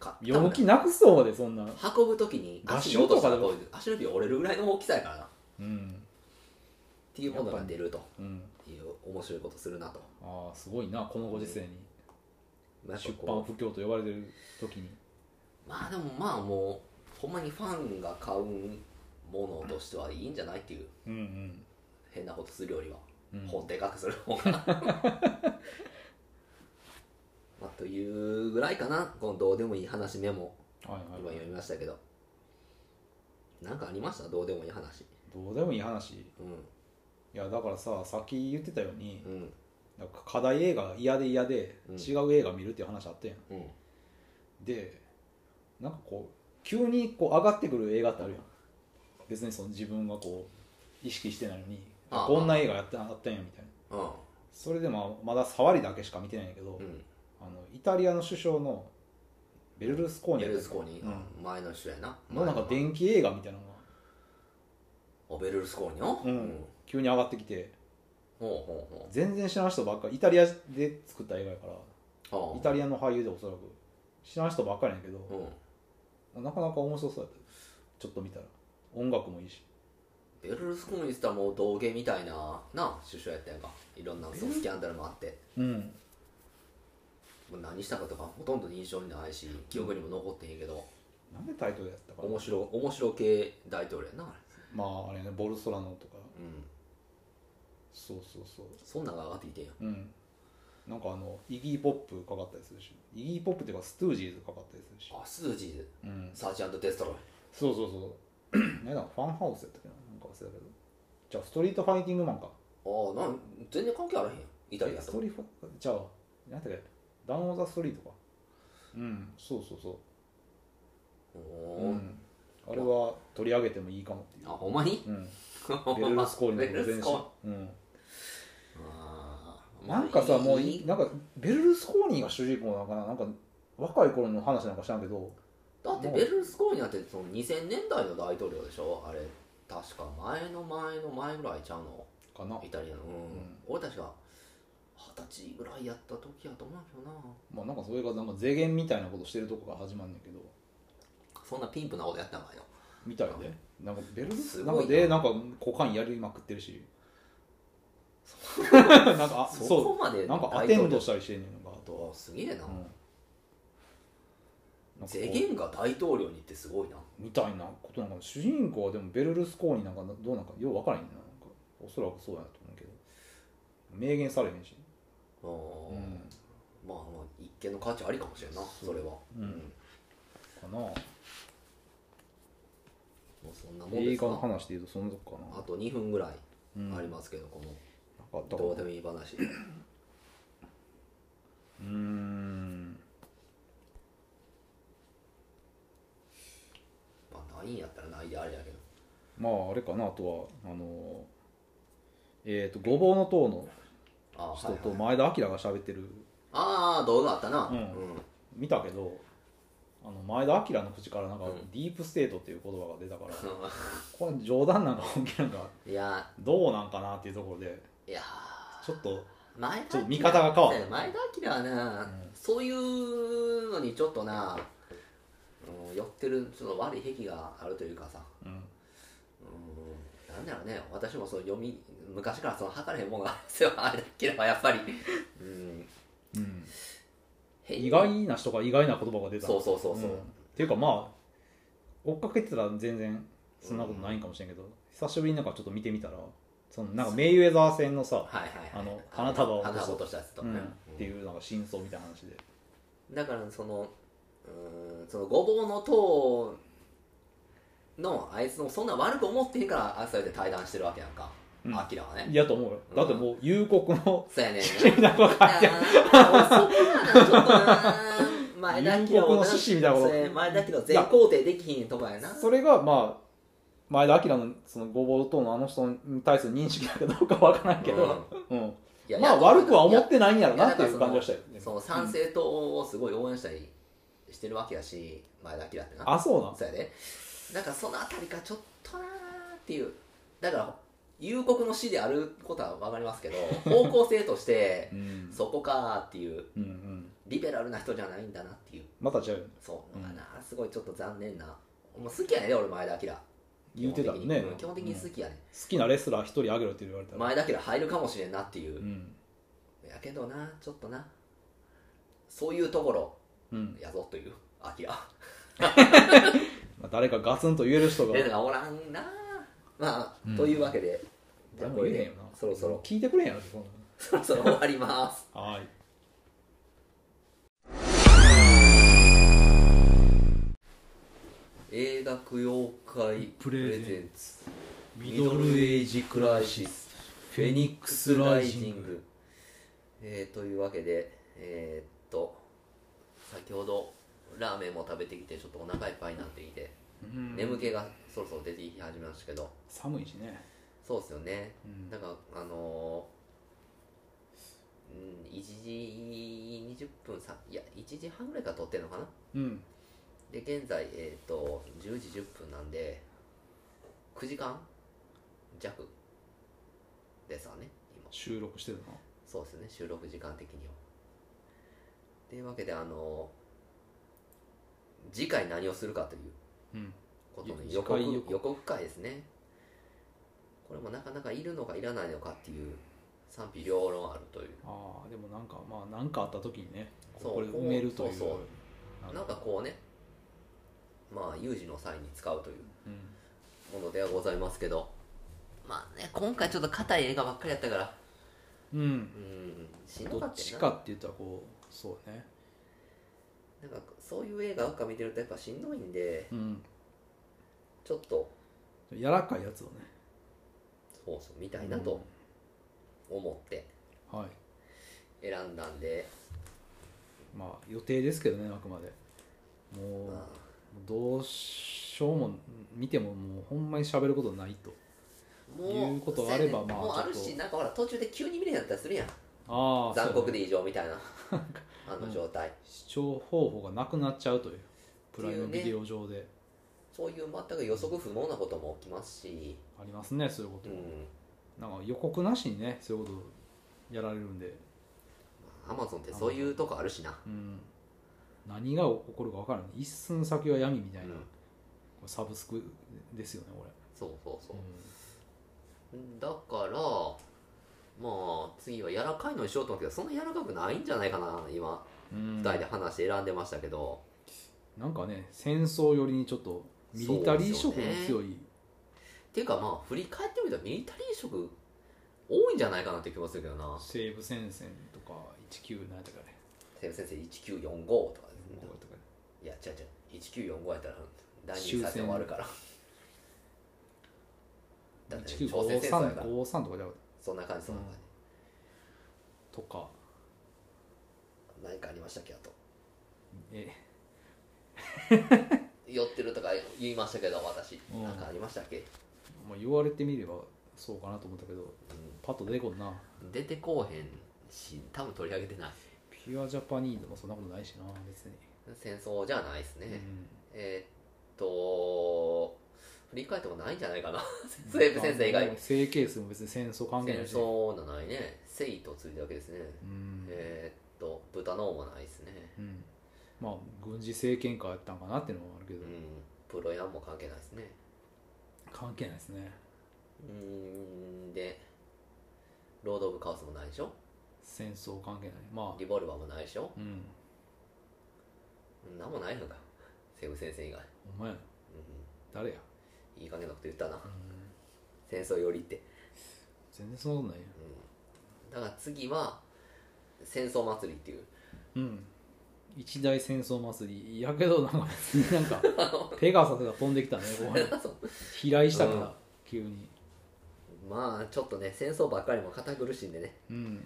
A: たんだ
B: 読む気なくそうでそんな
A: 運ぶ時に足に落としたらこう足の指折れるぐらいの大きさやからなっ
B: うん
A: ていうものが出ると
B: うん
A: いう面白いことするなと
B: ああすごいなこのご時世に
A: やっぱ
B: 出
A: こう
B: 版不況と呼ばれてる時に
A: まあでもまあもうほんまにファンが買うものとしてはいいんじゃないっていう
B: うんうん
A: 変なことするよりは、
B: うん
A: 本でかくする方 がまあというぐらいかなこのどうでもいい話メモ
B: は
A: 今
B: いはい
A: 読みましたけどなんかありましたどうでもいい話
B: どうでもいい話い
A: うん
B: やだからささっき言ってたように
A: うん
B: なんか課題映画嫌で嫌で
A: うん
B: 違う映画見るっていう話あったやん、
A: うん
B: でなんかこう急にこう上がってくる映画ってあるやん別にその自分がこう意識してないのに
A: ああ
B: こんな映画やってあったんやみたいな
A: うん
B: それでまあまだ触りだけしか見てないんやけど、
A: うん
B: あのイタリアの首相のベルルスコーニ
A: ベ
B: や
A: ルル
B: ったっ
A: ス
B: け
A: コーニ、
B: う
A: 前の人やな
B: のなんか電気映画みたいなのが
A: あベルルスコーニの
B: うん急に上がってきて
A: ほうほうほう
B: 全然知らん人ばっかりイタリアで作った映画やから
A: ああ
B: イタリアの俳優でおそらく知らん人ばっかりやけど、
A: うん
B: なかなか面白そうやったちょっと見たら音楽もいいし
A: ベルルスコーニって言ったらもう道芸みたいなな首相やったやんかいろんなそのスキャンダルもあって
B: うん
A: もう何したかとかほとんど印象にないし記憶にも残ってへんけど
B: なんでタイトルやったかな
A: 面白面白系大統領やなあれ
B: まああれねボルソラノとか
A: うん
B: そうそうそう
A: そんなんが上がっていてんや
B: うんなんかあのイギー・ポップかかったりするしイギー・ポップっていうかストゥージーズかかったりするし
A: あスージーズ
B: うん
A: サーチデストロイ
B: そうそうそう ねなんかファンハウスやったっけななんか忘れたけどじゃあストリートファイティングマンか
A: ああなん全然関係あらへんやんイタリ
B: え
A: ア
B: ス
A: と
B: トリートファじゃあ何だっけダウン・オブ・ザ・ストリートかうんそうそうそ
A: お
B: う、
A: お
B: う
A: ー、
B: ん、あれは取り上げてもいいかもっていう
A: あほんまに
B: うんベルルスコーニの
A: ベルル
B: 全
A: ス
B: 身
A: コーニ、
B: うん、
A: あーまあ
B: なんかさもう
A: い
B: い
A: い
B: なんかベルルスコーニが主人公なのかななんか若い頃の話なんか知らんけど
A: だってベルルスコーニなんてその2000年代の大統領でしょあれ確か前の前の前ぐらいちゃうの
B: かな
A: イタリアのうん、
B: ん
A: 俺たちが二十歳ぐらいやった時やと思うけどな
B: まあなんかそれがなんか税源みたいなことしてるとこから始まるんだけど
A: そんなピンプなことやったんかいの
B: みたいでなんかベルルス
A: す
B: な
A: ごいなん
B: かでなんか股間やりまくってるし なんかあ
A: そこ
B: そ
A: まで
B: うなんかアテンド
A: し
B: したりしてんねんなんかあとは、
A: すげえな
B: うん、なんか
A: 世
B: こ
A: 間が大統領にってすごいな
B: うみたいなことなんかな主人公はでもベルルスコーニなんかどうなんかよう分からへんねんななんかおそらくそうやなと思うけど明言されへんし
A: あー
B: うん
A: まあまあ一見の価値ありかもしれんな
B: そう
A: それは
B: うんかな
A: もうそんなもんで
B: 映
A: すか
B: 画の話でいうとそんなとこかな
A: あと2分ぐらい
B: うん
A: ありますけど、この
B: なんかだから
A: どう
B: う
A: でもいい話
B: ーん
A: まあないんやったらないであれやけど
B: まああれかなあとはあのえっ、とごぼうの塔の
A: ああ、
B: 人
A: はい
B: と
A: はい、
B: 前田明が喋ってる、
A: ああ動画あったな
B: うん見たけどあの前田明の口からなんか、
A: うん
B: ディープステートっていう言葉が出たか
A: う
B: らこれ冗談なんか本気なんか
A: ん いや
B: どうなんかなっていうところで
A: いや
B: ちょっと
A: ー前田
B: ちょっと見方が変わった
A: 前田明はな、
B: うん
A: そういうのにちょっとな、うん、寄ってるちょっと悪い癖があるというかさ
B: うん
A: うんなんだろうね私もそう読み昔からその測れへんもんがあるんですよあれだけはやっぱりうん
B: うん、
A: 変に
B: 意外な人が意外な言葉が出た
A: そうそうそうそう、
B: んっていうかまあ追っかけてたら全然そんなことないんかもしれんけど、久しぶりになんかちょっと見てみたらそのなんかメイウェザー戦のさ、
A: はいはいはい
B: あの花束を落とした
A: 花束落としたやつと、
B: うん
A: うん
B: っていうなんか真相みたいな話で
A: だからそのうーんそのごぼうの塔のあいつのそんな悪く思ってへんからあいつらで対談してるわけやんか、
B: うん
A: アキラはね
B: いやと思うよだってもう夕刻の
A: そ うやねんな
B: 趣味なんか書いてある
A: あーそこがなちょっとな前田
B: 夕
A: 明
B: 刻
A: を
B: の
A: な
B: 趣旨みたいなこ
A: そ
B: と
A: れ前田明を全肯定できひんとかやな
B: それがまあ前田明のそのごぼうとのあの人に対する認識だかどうかわからないけど、うん
A: いや
B: まあ
A: やっぱ
B: 悪くは思ってないんやろなっていう感じはしたよね
A: その賛成党をすごい応援したりしてるわけやし前田明ってな
B: あそうなん
A: そうやでなんかそのあたりかちょっとなーっていうだから夕刻の死であることは分かります けど方向性として
B: うん
A: そこかーっていう
B: うんうん
A: リベラルな人じゃないんだなっていう
B: また違うよね
A: そうのがな、すごいちょっと残念なもう好きやね俺前田明
B: 言うてたもんね
A: 基本的に好きやね、
B: 好きなレスラー一人あげろって言われたら、
A: 前田明入るかもしれんなっていう
B: う、ん
A: やけどなちょっとなそういうところ
B: うん、
A: やぞという明
B: まあ、誰かガツンと言える人が
A: えがおらんなまあ、
B: うん
A: というわけでじゃあ
B: 誰も
A: これ
B: 言えへん
A: で
B: よな
A: そろそ ろ
B: 聞いてくれへんやろそんな
A: そろそろ終わります
B: のはい
A: 映画妖怪
B: プレゼンツ
A: ツミドルエイジクライシスフェニックスライジングえーというわけでえーっと先ほどラーメンも食べてきてちょっとお腹いっぱいになってきて、
B: うん
A: 眠気がそろそろ出てき始めましたけど
B: 寒いしね、
A: そうですよね
B: うん
A: なんかあのーうん、1時20分さいや1時半ぐらいから撮ってるのかな
B: うん、
A: で現在、えー、と10時10分なんで9時間弱ですわね今
B: 収録してるな
A: そうですね収録時間的にはというわけであの次回何をするかという
B: うん
A: ことの
B: い
A: 予告
B: 次
A: 予
B: 回予告
A: 告会ですねこれもなかなかいるのかいらないのかっていう賛否両論あるという
B: ああでもなんかまあ何かあった時にね
A: そう
B: これ埋めるという
A: そうそう
B: あの
A: なんかこうねまあ有事の際に使うという
B: うん
A: ものではございますけどまあね今回ちょっと硬い映画ばっかりやったから
B: うん
A: うんしんど
B: ど
A: か
B: っ
A: った
B: ち
A: よ
B: かって言ったらこうそうね
A: ななんかそういう映画ばっか見てるとやっぱしんどいんで
B: うん
A: ちょっと
B: 柔らかいやつをね
A: そうそう見たいなと思って
B: うんはい
A: 選んだんで、
B: まあ予定ですけどねあくまでもう
A: ま
B: どうしようも見てももうほんまに喋ることないと
A: あもう
B: 言うことあれば
A: せやね
B: まあ
A: もうある
B: ちょっ
A: し
B: と
A: なんかほら途中で急に見れへんやったりするやん
B: ああ
A: 残酷
B: で
A: で異常みたいなあの状態、
B: 視聴方法がなくなっちゃうというプライ
A: っ
B: ム
A: てい
B: ビ
A: うね
B: デオ上で
A: そういう全く予測不能なことも起きますし、
B: ありますねそういうこ
A: う
B: と、
A: ん、
B: なんか予告なしにねそういうことやられるんで、
A: アマゾンってそういうとこあるしな、
B: うん、何が起こるか分からない一寸先は闇みたいな、
A: うん
B: サブスクですよねこれ
A: そうそうそう、
B: う
A: だからまあ次は柔らかいのにしようと思うけどそんな柔らかくないんじゃないかな今2
B: ん
A: 人で話して選んでましたけど、
B: なんかね戦争寄りにちょっとミリタリー色の強い
A: っていうかまあ振り返ってみたらミリタリー色多いんじゃないかなって気もするけどな
B: 西部戦線とか19何やったかね
A: 西部先生1945とかですね
B: こうやったかね
A: いや違う違う1945やったら第二次大戦終わるからだって朝鮮戦争やから
B: 1953とかじゃなかっ
A: そんな感じそんな感
B: たとか
A: じ、何かありましたっけあと
B: え
A: 酔ってるとか言いましたけど私
B: うん
A: 何かありましたっけ、
B: まあ言われてみればそうかなと思ったけど
A: うん
B: パッと出てこんな
A: 出てこうへんし多分取り上げてない
B: ピュアジャパニーズもそんなことないしな別に、
A: 戦争じゃないですね、
B: うん
A: えーっと振り返ってもないんじゃないかな西部先生以
B: ま
A: 外
B: あ整形数も別に戦争関係
A: 戦
B: ないし
A: 争のないね生とついたわけですね、
B: うん
A: えーっと豚のもないですね
B: うんまあ軍事政権下やったんかなっていうのもあるけ
A: う
B: ど、
A: んプロヤンも関係ないですね
B: 関係ないですね
A: うーんでロード・オブ・カオスもないでしょ
B: 戦争関係ないまあ
A: リボルバーもないでしょ
B: うん
A: なんもないのか西部先生以外、
B: お前誰や、
A: うん、いい加減なこと言ったな
B: うん、
A: 戦争よりって
B: 全然そんなことないや
A: だから次は戦争祭りっていう
B: うん一大戦争祭りやけどなんか別になんかペガサスが飛んできたねここに飛来したから、
A: うん
B: 急に
A: まあちょっとね戦争ばっかりも堅苦しいんでね
B: うん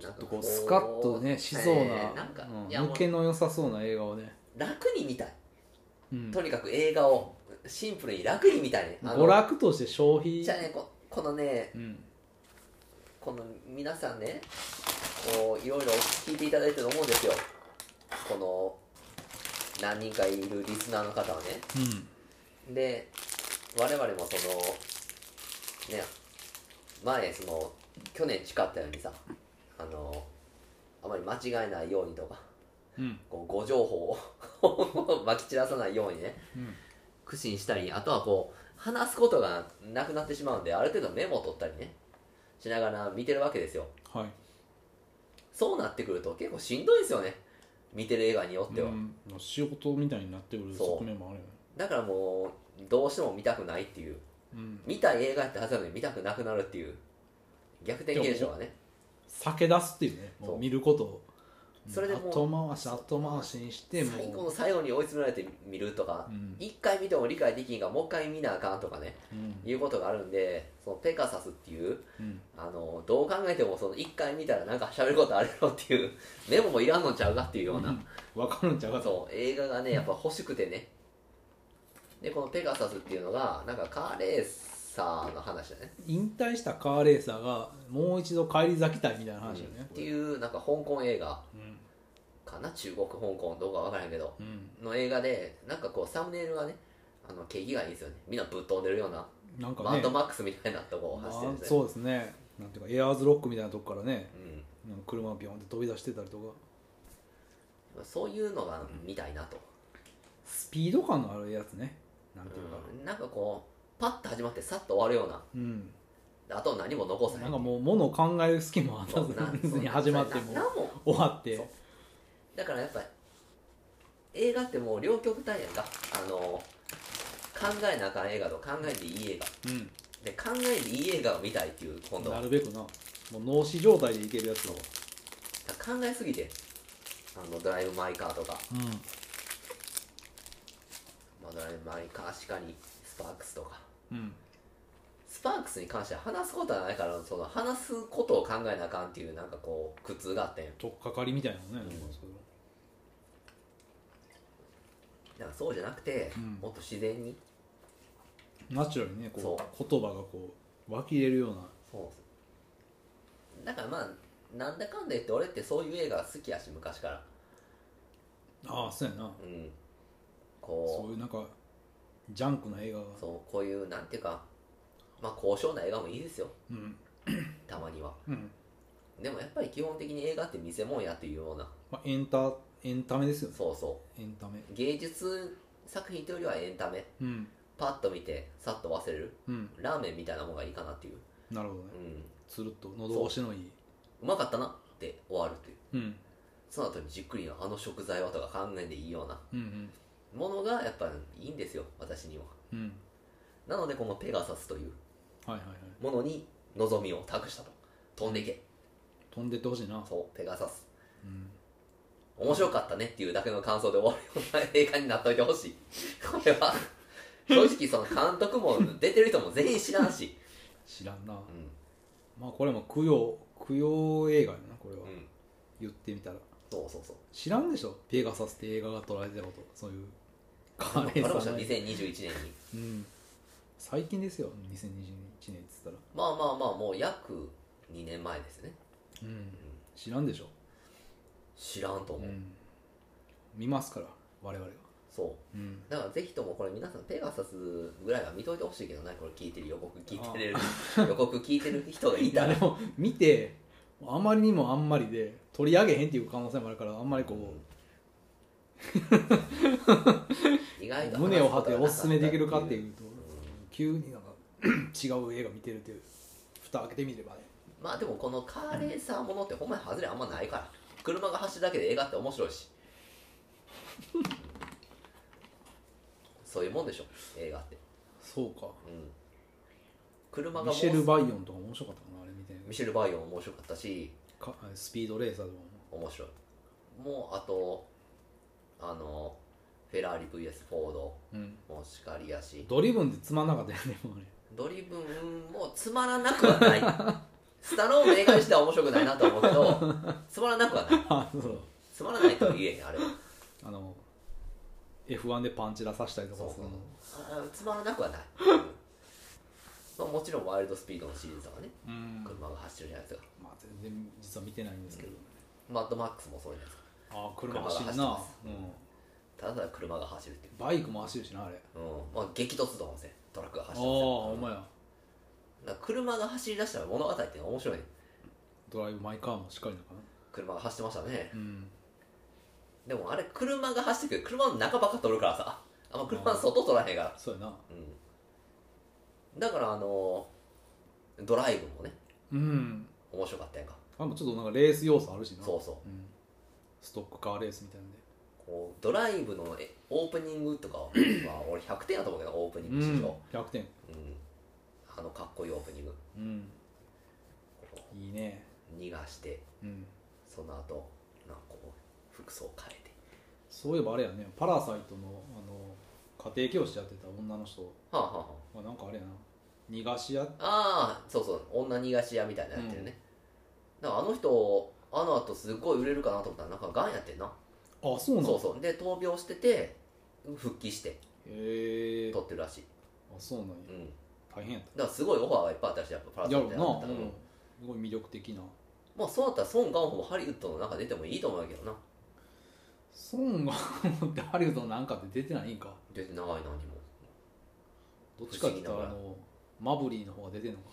A: ちょっ
B: とこうスカッとねしそうな,、
A: なんか、
B: うん
A: いやも
B: 抜
A: う
B: けの良さそうな映画をね、
A: 楽に見たい
B: うん、
A: とにかく映画をシンプルに楽に見たいねあの
B: 娯楽として消費
A: じゃあねここのね
B: うん
A: この皆さんねこういろいろ聞いていただいてると思うんですよこの何人かいるリスナーの方はね
B: うん
A: で我々もそのね前その去年誓ったようにさあのあまり間違えないようにとか
B: うん
A: こう誤情 報をまき散らさないようにね
B: うん
A: 苦心したりあとはこう話すことがなくなってしまうんである程度メモを取ったりねしながら見てるわけですよ
B: はい
A: そうなってくると結構しんどいですよね見てる映画によっては、
B: うん、仕事みたいになってくる
A: そう
B: 側面もあるよね
A: だからもうどうしても見たくないっていう
B: うん、
A: 見たい映画やったはずなのに見たくなくなるっていう逆転現象はね
B: 避け出すっていうねも
A: そう
B: う見ることを
A: それでもう
B: 後回し後回しにしてもう
A: 最後の最後に追い詰められて見るとか
B: うん
A: 一回見ても理解できんがもう一回見なあかんとかね
B: うん
A: いうことがあるんでそのペガサスっていう
B: うん
A: あのどう考えてもその一回見たらなんか喋ることあるよっていうメモもいらんのちゃうかっていうような
B: 分かるんちゃうかと
A: そう映画がねやっぱ欲しくてねでこのペガサスっていうのがなんかカーレーサーの話だね
B: 引退したカーレーサーがもう一度返り咲きたいみたいな話よね、
A: っていうなんか香港映画
B: うん
A: かな中国香港どうかわからんけど
B: うん
A: の映画でなんかこうサムネイルがねあの景気がいいんですよねみんなぶっ飛んでるような
B: なんか
A: マ
B: ね
A: ッドマックスみたいなとこを
B: まあ
A: 走ってるんですね
B: そうですねなんていうかエアーズロックみたいなとこからね
A: うん
B: なんか車がビョンって飛び出してたりとか
A: そういうのが見たいなと、
B: スピード感のあるやつねなんていうか
A: うんなんかこうパッと始まってさっと終わるような
B: うん、
A: あと何も残さ
B: なんかもう物を考える隙もあたずに 始まっても
A: ななも
B: 終わって
A: そうだからやっぱり映画ってもう両極端やんかあの考えなあかん映画と考えていい映画
B: うん
A: で考えていい映画を見たいっていう今度は
B: なるべくなもう脳死状態でいけるやつを
A: 考えすぎてあのドライブ・マイ・カーとか、まあ、ドライブ・マイ・カーしかにスパークスとか
B: うんうん
A: スパークスに関しては話すことはないからその話すことを考えなあかんっていうなんかこう苦痛があってん
B: とっかかりみたいなのね、
A: だからそうじゃなくて、
B: うん
A: もっと自然に
B: ナチュラルにねこう言葉がこう湧き出るような
A: そうだからまあなんだかんだ言って俺ってそういう映画好きやし昔から
B: ああそうやな
A: うん
B: そ
A: こ
B: ういうなんかジャンクな映画が
A: うそうこういうなんていうかまあ高尚な映画もいいですよ
B: うん
A: たまには
B: うん
A: でもやっぱり基本的に映画って見せ物やっていうような
B: まあ、エンタエンタメですよね
A: そうそ
B: エンタメ
A: う芸術作品というよりはエンタメ
B: うん
A: パッと見てさっと忘れる
B: うん
A: ラーメンみたいなもんがいいかなっていう
B: なるほどね
A: うん
B: つるっと喉越しのいいう
A: まかったなって終わるっていう
B: うん
A: その後にじっくりあの食材はとか考えていいような
B: うん
A: ものがやっぱいいんですよ私には
B: うんうん
A: なのでこのペガサスという
B: はいはいはい
A: ものに望みを託したと飛んでいけ
B: 飛んでってほしいな
A: そうペガサス
B: うん
A: 面白かったねっていうだけの感想で終わるような映画になっといてほしいこれは正直その監督も出てる人も全員知らんし
B: 知らんな
A: う
B: まあこれも供養供養映画やなこれは、
A: ん、うん、
B: 言ってみたら
A: そうそうそう
B: 知らんでしょペガサスって映画が捉えてたことそういうカーレ
A: あれ
B: ー
A: も
B: サ
A: し
B: ーの
A: 2021年に
B: うん最近ですよ2021年っつったら
A: まあまあまあもう約2年前ですね
B: うん知らんでしょ、
A: 知らんと
B: う
A: 思う、
B: ん、見ますから我々は
A: そう
B: うん
A: だからぜひともこれ皆さんペガサスぐらいは見といてほしいけどねこれ聞いてる予告聞いてる 予告聞いてる人がい
B: い
A: た
B: や
A: ら
B: でも見てあまりにもあんまりで取り上げへんっていう可能性もあるからあんまりこう
A: 意外と話すことがなかった
B: 胸を張っておすすめできるかっていうと
A: ん
B: 急になんか 違う映画見てるっていう蓋開けてみればね
A: まあでもこのカーレーサーものってほんまに外れあんまないから車が走るだけで映画って面白いしうんそういうもんでしょ映画って
B: そうか
A: うん車がもう
B: ミシェル・バイオンとか面白かったかなあれ見て
A: ミシェルバイオン面白かったし
B: かスピードレーサーとかも
A: 面白いもうあとあのフェラーリ VS フォード
B: うん
A: もしかりやし
B: ドリブンでつまんなかったよねもうね
A: ドリブンもつまらなくは ないスタローンの映画にしては面白くないなと思うけどつまらなくはない
B: あそう
A: つまらないとは言えへんあれは
B: あの F1 でパンチ出させたりと
A: そう
B: か
A: そ
B: す
A: う
B: るの
A: あーつまらなくはない、 まあ、もちろんワイルドスピードのシリーズとかね
B: うん
A: 車が走るじゃないですか
B: まあ全然実は見てないんですけど、
A: マッドマックスもそうじゃないですか
B: ああ車走るな、
A: う
B: うんん、
A: ただただ車が走るっていう、
B: バイクも走るしなあれ
A: うんまあ、激突道のせトラックが
B: ああ
A: 走る
B: お前や
A: だから車が走り出したら物語って面白いね
B: ドライブ・マイ・カーもしっかりなのかな
A: 車が走ってましたね
B: うん
A: でもあれ車が走ってくる車の中ばっか撮るからさあんま車の外撮らへんから
B: そうやな
A: うんだからあのドライブもね
B: うん
A: 面白かったやんか
B: あもうちょっとなんかレース要素あるしな、
A: そうそう
B: ん、ストックカーレースみたいなんで
A: ここうドライブのえオープニングとかはまあ俺100点やと思うけどオープニング史上、
B: 100点
A: うん、あのかっこいいオープニング
B: うん
A: こ
B: いいね
A: う逃がして
B: うん
A: その後なんかこう服装変えて
B: そういえばあれやねパラサイトのあの家庭教師やってた女の人
A: はあ、はあは
B: はなんかあれやな逃がし屋
A: あ、あーそうそう女逃がし屋みたいなのやってるね、だからあの人あの後すごい売れるかなと思ったらなんかがんやってんな、
B: あそうな
A: そ
B: の
A: うそうで闘病してて復帰して
B: へえ
A: 撮ってるらしい、
B: あそうなんや
A: うん、
B: 大変やっ
A: だからすごいオファーがいっぱいあったらしいやっぱパラ
B: た
A: サ
B: や
A: イ
B: ろ
A: ト
B: う
A: や
B: な、
A: ったら、
B: う
A: うん
B: んすごい魅力的な
A: まあそうだったらソン・ガンホもハリウッドの中出てもいいと思うけどな
B: ソンがハリウッドのなんかって出てないんか
A: 出て長い何も
B: どっちかって言った
A: 不思議なぐらい
B: らあのマブリーの方が出てんのか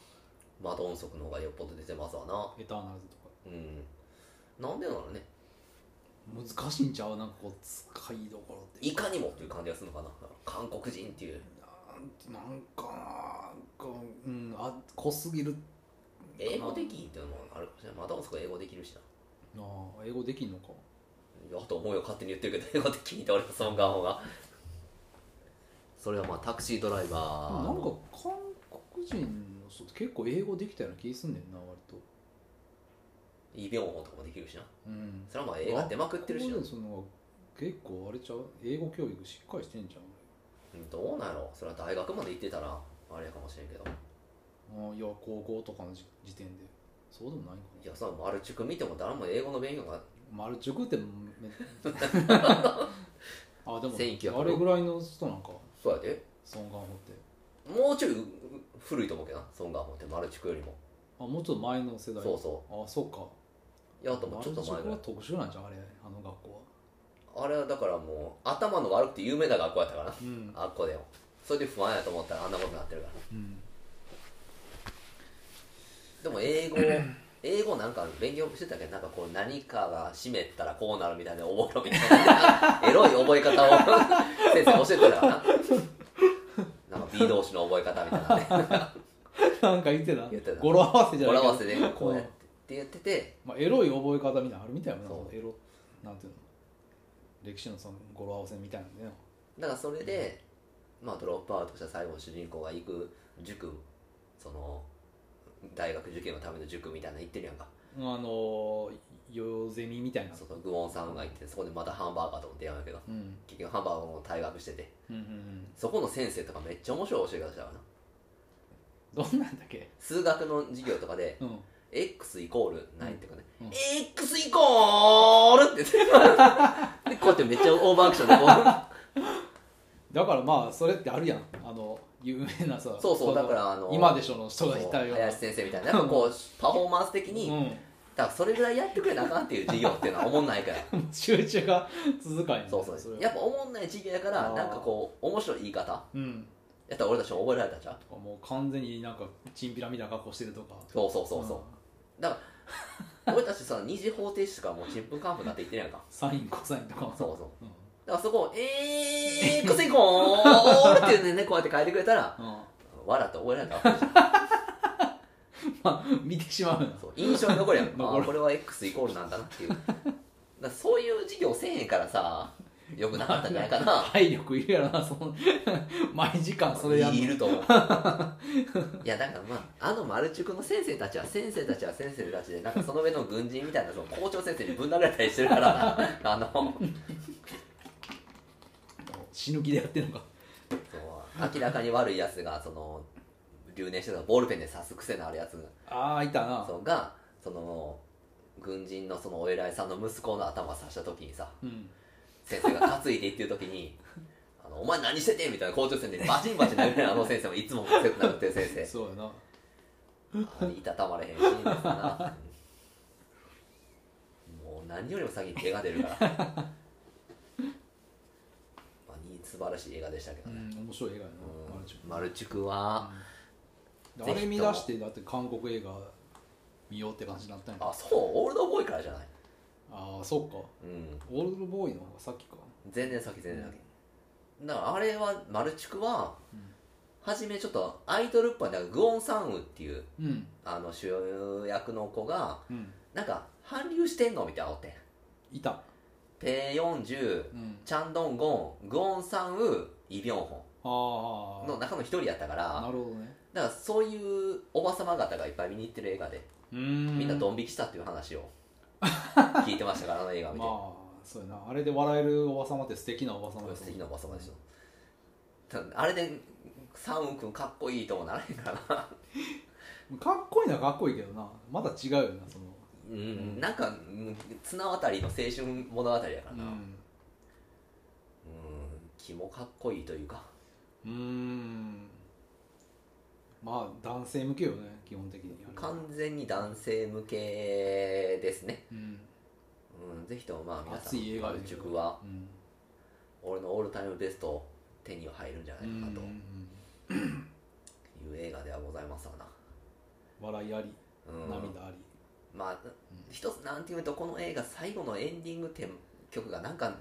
A: マドンソクの方がよっぽど出てますわな
B: エターナルズとか
A: うんなんでなのね
B: 難しいんちゃうなんかこう使いどころって
A: いかにもっていう感じがするのかな韓国人っていう
B: なんてなんかななんかうんあ濃すぎる
A: 英語できんっていうのもあるかもしれないまたもそこ英語できるしな
B: なあ英語できんのか
A: いやと思うよ勝手に言ってるけど英語できんって俺はその顔がそれはまあタクシードライバ
B: で
A: ー
B: もなんか
A: の
B: 韓国人の人って結構英語できたような気すんねんな割と
A: イ・ビョンホンとかもできるしな
B: うん
A: それはまあ映画出まくってるしな、
B: 学校でその結構あれちゃう英語教育しっかりしてんじゃん
A: うんどうなのそれは大学まで行ってたらあれかもしれんけど
B: ああいや高校とかの時時点でそうでもないんか
A: いやそのマルチュク見ても誰も英語の勉強が
B: なマルチョクってめ あでも
A: 1900
B: あれぐらいの人なんか
A: そうやで
B: ソン・ガンホって
A: もうちょいう古いと思うけどなソンガーホンってマルチュクよりも
B: あもうちょっと前の世代
A: そうそ
B: あそうか
A: ういやあともうちょっと
B: マ
A: 前ぐ
B: ルチョク
A: ら
B: はい特殊なんじゃんあれあの学校は
A: あれはだからもう頭の悪くて有名な学校やったからな
B: うん、
A: あっこでよそれで不安やと思ったらあんなことになってるから
B: うん、
A: でも英 語英語なんか勉強してたけどなんかこう何かが湿ったらこうなるみたいな覚えろみたいなエロい覚え方を 先生教えてたからななんか B 動詞の覚え方みたいなね
B: なんか言ってた
A: 言ってた
B: 語呂合わせ じゃ
A: 語
B: な
A: 呂合
B: いけど
A: わせでこうやってって言ってて
B: まあ、エロい覚え方みたいなのあるみたいな
A: そう
B: エロなんていうの歴史のその語呂合わせみたいなのね
A: だからそれで、まあ、ドロップアウトした最後の主人公が行く塾その大学受験のための塾みたいなの行ってるやんか
B: あのヨゼミみたいな
A: そのグオンさんが行ってそこでまたハンバーガーとも出会うんやけど
B: うんうん
A: 結局ハンバーガーも退学してて
B: うんうん
A: そこの先生とかめっちゃ面白い教え方したからな
B: どんなんだっけ
A: 数学の授業とかで
B: うん
A: X イコールないっていうかね、
B: うん
A: X イコールって言ってでこうやってめっちゃオーバーアクションでこ う
B: だからまあそれってあるやんあの有名なさ
A: そうそう
B: の
A: だからあの
B: 今でしょの人がいたような
A: 林先生みたいななんかこうパフォーマンス的に、だからそれぐらいやってくれなあかんっていう授業っていうのは思んない から
B: うん、集中が続かへんね
A: そうそう
B: れは
A: やっぱ思んない授業やから
B: あー
A: なんかこう面白い言い方
B: うん
A: やったら俺たちも覚えられたじゃん
B: とかもう完全になんかチンピラみたいな格好してるとか
A: そうそうそうそう、 俺たちさ二次方程式とかもうちんぷんかんぷんなって言ってるやんか
B: サインコサインとかも
A: そうそう
B: うん、
A: だからそこを「えーくせこー」っていうねねこうやって変えてくれたら
B: うん、
A: 笑って覚えられたわけじゃん
B: まあ見てしまう な
A: そう印象に残るやん
B: 残
A: あ
B: る
A: ーこれは X イコールなんだなっていうだからそういう授業せえへんからさよくなかったんじゃないかな
B: 体力いるやろなその 毎時間それやん
A: い
B: の
A: ると思う いやだからまああのマルチュクの先生たちは先生たちは先生たちでなんかその上の軍人みたいなその校長先生にぶん殴られたりしてるから なあのそう
B: 死ぬ気でやってるのか
A: 明らかに悪いやつがその留年してたボールペンで刺す癖のあるやつ
B: ああいたな
A: そうがその軍人のそのお偉いさんの息子の頭刺した時にさ
B: うん
A: 先生が担いでいってる時に「あのお前何してて?」みたいな校長先生にバチンバチン殴られるあの先生もいつも強くなるっていう先生
B: そうやな
A: あいたたまれへんシーンですなもう何よりも先に手が出るから まあに素晴らしい映画でしたけ
B: う
A: どね、
B: ん面白い映画
A: う
B: や
A: ん
B: なマルチ
A: マルチュクは、
B: ョンあれ見出してだって韓国映画見ようって感じになったんやあ
A: あそうオールドボーイからじゃない
B: あーそうか
A: うん
B: オールドボーイの方が先か
A: 全然先全然先、だからあれはマルチュクは、
B: うん
A: 初めちょっとアイドルっぽいなんかグオン・サンウっていう
B: うん
A: あの主役の子が
B: うん
A: なんか韓流してんのみたいなおってん
B: いた
A: ペ・ヨンジュ
B: うん、
A: チャン・ドンゴングオン・サンウイ・ビョンホ
B: あ
A: ン
B: あ
A: の中の一人やったから
B: なるほどね
A: だからそういうおば様方がいっぱい見に行ってる映画で
B: うーん
A: みんなドン引きしたっていう話 を聞いてましたからあの映画見て、
B: まあそうやなあれで笑えるおばさまって素敵なおばさま
A: これ
B: だ
A: 素
B: と
A: 敵
B: 思
A: な
B: う
A: おば様でしょただあれでサンウ君かっこいいともならへんからな
B: かっこいいのはかっこいいけどなまだ違うよなその
A: うんなんかうん綱渡りの青春物語やからなうん気もかっこいいというか
B: うんうーんまあ男性向けよね基本的にあれは
A: 完全に男性向けですね、
B: うん
A: うん、ぜひともまあ皆さ
B: 熱い映画
A: ん
B: や
A: 丸
B: けど
A: 塾は
B: うん
A: 俺のオールタイムベスト手には入るんじゃないかなと
B: うんうんうん
A: いう映画ではございますわな、
B: 笑いあり
A: うん、
B: 涙あり
A: まあ一つなんていうとこの映画最後のエンディングテーマ曲がなんか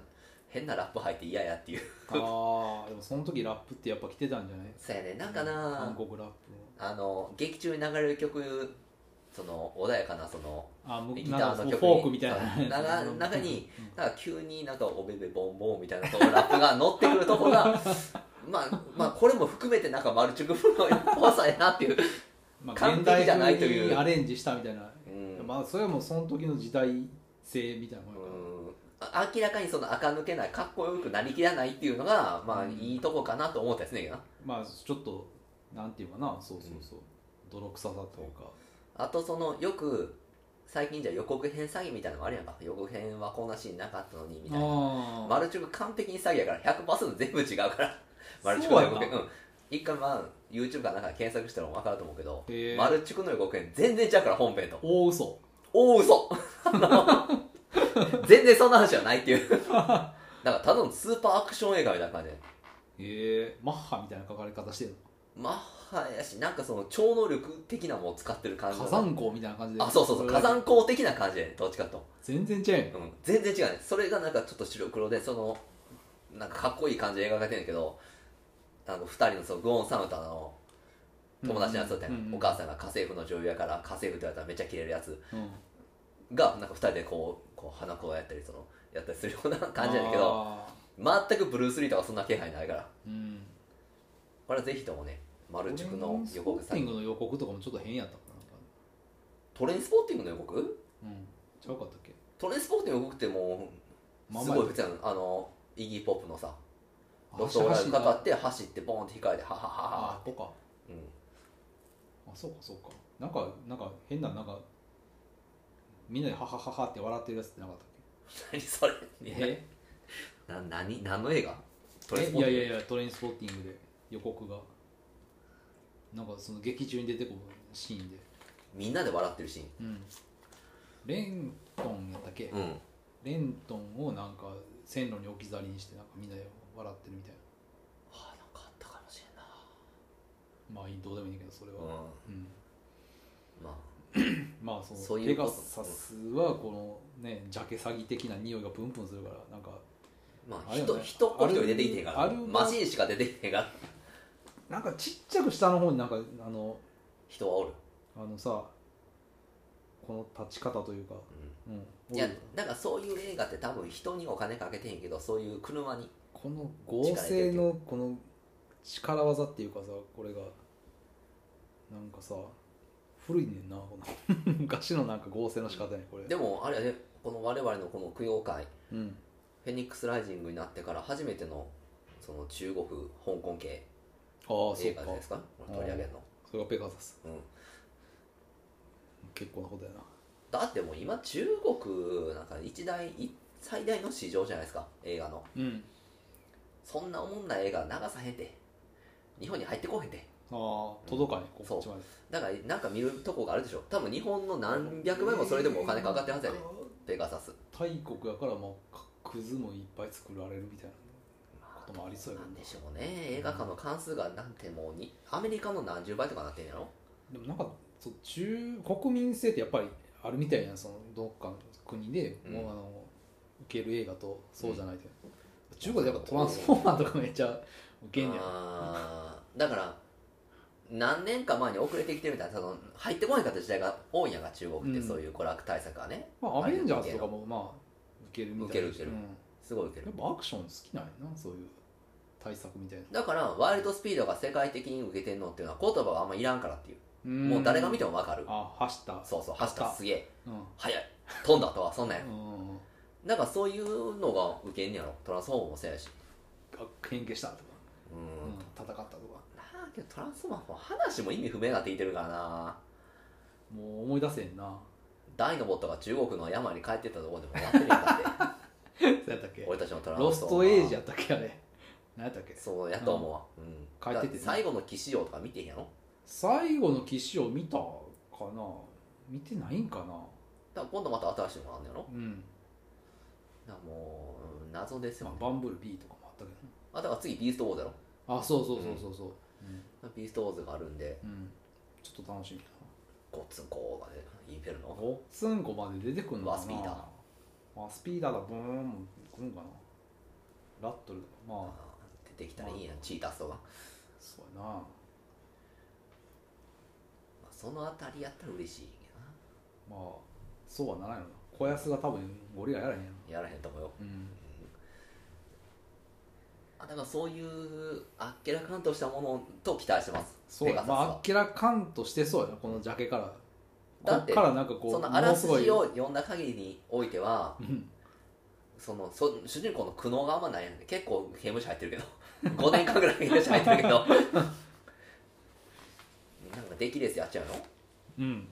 A: 変なラップ入って嫌やっていう
B: ああでもその時ラップってやっぱ来てたんじゃない
A: そうやねなんか
B: 韓
A: な
B: 国ラップ
A: あの劇中に流れる曲その穏やかなその
B: あむ
A: ギタ
B: なん
A: ー
B: か
A: の
B: フ
A: 曲に
B: ォークみたいな
A: 中中になんか急になんかおべべボンボンみたいなとこラップが乗ってくるとこ がまあまあこれも含めてなんかマルチグフの一方さやなっていう、
B: まあ、
A: 完
B: 現
A: 璧
B: 代
A: じゃないと
B: 風
A: いう
B: にアレンジしたみたいな、
A: うん
B: まあそれはもうその時の時代性みたいなもんやから、
A: うんあ明らかにその垢抜けないかっこよくなりきらないっていうのがまあいいとこかなと思ったですねんけどな
B: まあちょっとなんていうかなそうそうそう、泥臭さというか
A: あとそのよく最近じゃ予告編詐欺みたいなのもあるやんか予告編はこんなシーンなかったのにみたいな
B: あ
A: マルチューブ完璧に詐欺やから100%全部違うからマルチュー
B: そ
A: ブ
B: う
A: の予
B: や
A: 告
B: な
A: 編うん一回まあ YouTube かなんかで検索したら分かると思うけど
B: へえ
A: マルチューブの予告編全然違うから本編と
B: 大嘘
A: 大嘘 あの全然そんな話じゃないって いうなんかただのスーパーアクション映画みたいな感じで
B: へえマッハみたいな書かれ方してる
A: マッハやしなんかその超能力的なものを使ってる感
B: の
A: じ
B: 火山光みたいな感じで
A: あそうそうそう火山光的な感じでどっちかと
B: 全然違うよ
A: うん、全然違うねそれがなんかちょっと白黒でそのなんかかっこいい感じで描かれてるんだけどあの2人のそのグオン・サムタの友達のやつだったよ、
B: うんうんうん
A: お母さんが家政婦の女優やから家政婦って言われたらめっちゃキレるやつ
B: うん
A: がなんか2人でこうこう花子をやったりそのやったりするような感じなんだけど
B: あ
A: 全くブルース・リーとかそんな気配ないから
B: ーうん
A: これはぜひともねマルチクの予告
B: トレイ
A: 先
B: ンスポッティングの予告とかもちょっと変やったかななんか
A: トレインスポーティングの予告
B: うんちゃうかったっけ
A: トレインスポーティングの予告っても
B: ま
A: うんす
B: ま
A: ごい普通あのイギー・ポップのさロフ
B: 足
A: ト裏
B: 走
A: に
B: り
A: か
B: な
A: かって走ってボーンって控えてハハハ
B: あ
A: ハ
B: あここか
A: うん
B: あそうかそうかなんかなんか変ななんかみんなでハハハハって笑ってるやつってなかったっ
A: 何それ
B: け
A: な何何の映画トレイン
B: え
A: ス
B: い
A: ポッ
B: や
A: ト
B: いやいやトレインスポッティングで予告がなんかその劇中に出てくるシーンで
A: みんなで笑ってるシ
B: うんレントンやったっけ、
A: ーンうん
B: レントンをなんか線路に置き去りにしてなんかみんなで笑ってるみたい
A: あなんかあったかもしれんな
B: なまあいいどうでもいいんだけどそれは、
A: う
B: うん
A: んまあ
B: まあその
A: そうい
B: ペ
A: うこ
B: ガ
A: と
B: サスはこのねジャケ詐欺的な匂いがプンプンするからなんか
A: まあ
B: あれ
A: 人
B: よね
A: 人っ子一人出てきてへんか
B: ア
A: ら
B: ルバ
A: マシンしか出てきてへんから
B: なんかちっちゃく下の方になんかあの
A: 人はおる、
B: あのさこの立ち方というか、う、
A: うんん、いや
B: おる
A: なんかそういう映画って多分人にお金かけてへんけどそういう車に
B: この合成のこの力技っていうかさこれがなんかさ古いねんなこの 昔のなんか合成の仕方ねこれ
A: でもあれやねこの我々のこの供養会
B: うん
A: フェニックスライジングになってから初めてのその中国香港系
B: ああそ
A: 映
B: う
A: 画じ
B: か
A: ゃないですかこれ取り上げるの、
B: それがペガサス
A: うん、
B: 結構なことやな
A: だってもう今中国なんか一大い最大の市場じゃないですか映画の
B: うん
A: そんなおもんない映画流さへんて日本に入ってこへんて
B: ああ届かね
A: うん
B: こっちまで
A: だからなんか見るとこがあるでしょ多分日本の何百倍もそれでもお金かかってるはずやねペガサス
B: 大国やからまあかクズもいっぱい作られるみたいな
A: ま
B: こともありそうやけど
A: なんでしょうね映画館の関数がなんてもうにアメリカの何十倍とかなってんやろ
B: でもなんかそう中国民性ってやっぱりあるみたいなそのどっかの国で、
A: うん
B: もうあの受ける映画とそうじゃないと、中国でやっぱトランスフォーマーとかめっちゃ受けんねや
A: あーだから何年か前に遅れてきてるみたいなその入ってこなかった時代が多いんやが中国ってそういう娯楽対策はね、
B: まあアベンジャーズとかもまあけるみたいな
A: 受ける受ける
B: うん
A: すごい受け
B: や
A: る
B: っぱアクション好きなんやなそういう対策みたいな
A: だからワイルドスピードが世界的に受けてんのっていうのは言葉はあんまいらんからっていう
B: うん
A: もう誰が見てもわかる
B: あ走った
A: そうそう走ったすげえ
B: うん
A: 速い飛んだとはそんなんや
B: うん
A: だからそういうのが受けんねやろトランスフォーマーもそうやし
B: が変形したとか、
A: う
B: うん
A: ん
B: 戦ったとか
A: なあけどトランスフォーマーも話も意味不明になってきてるからな
B: もう思い出せんな
A: ダイノボットが中国の山に帰ってったところでも終わってるやんだっ
B: そうやったって け
A: 俺たちのトランスフォーマ
B: ロ
A: ー
B: ストエイジやったっけあれ 何やったっけ
A: そうやと思うわ、うん
B: 帰っててね
A: だら最後の騎士王とか見てへんやろ
B: 最後の騎士を見たかな見てないんかな
A: だから今度また新しいのがあるのやろ
B: うん、
A: だからもう、うん謎ですよ
B: ま
A: ね
B: あ、バンブルビーとかもあったけどね
A: あだから次ビーストウォーズやろ
B: あそうそうそうそうそううん、
A: ビーストウォーズがあるんで
B: うんちょっと楽しみだ
A: ゴッツンコーがねインフェル
B: な
A: ノ
B: ごっつんこまで出てくんのかな
A: ワスピーダ
B: ワスピーダーだブーンも来るんかなラットルとかまあ
A: あー出てきたらいいやんチータスとか、ま
B: そうやな
A: あそのあたりやったら嬉しいけ
B: まあそうはならんよな小安が多分ゴリラやらへんや
A: ど
B: ろ
A: なやらへんと思うよ
B: うん
A: あだからそういうあっけらかんとしたものと期待してます
B: そう
A: ペガ
B: や
A: サス
B: まああ
A: は
B: っけらかんとしてそうやなこのジャケから
A: だ
B: こ
A: っ
B: ってからなんかこう
A: そのあ
B: も
A: ら
B: の
A: す
B: すごい
A: じを読んだ限りにおいては
B: うん
A: そのそ主人公の苦悩があんまないんで結構刑務所入ってるけど 5年間ぐらい刑務所入ってるけど なんかできレースやっちゃうの、うん、
B: うん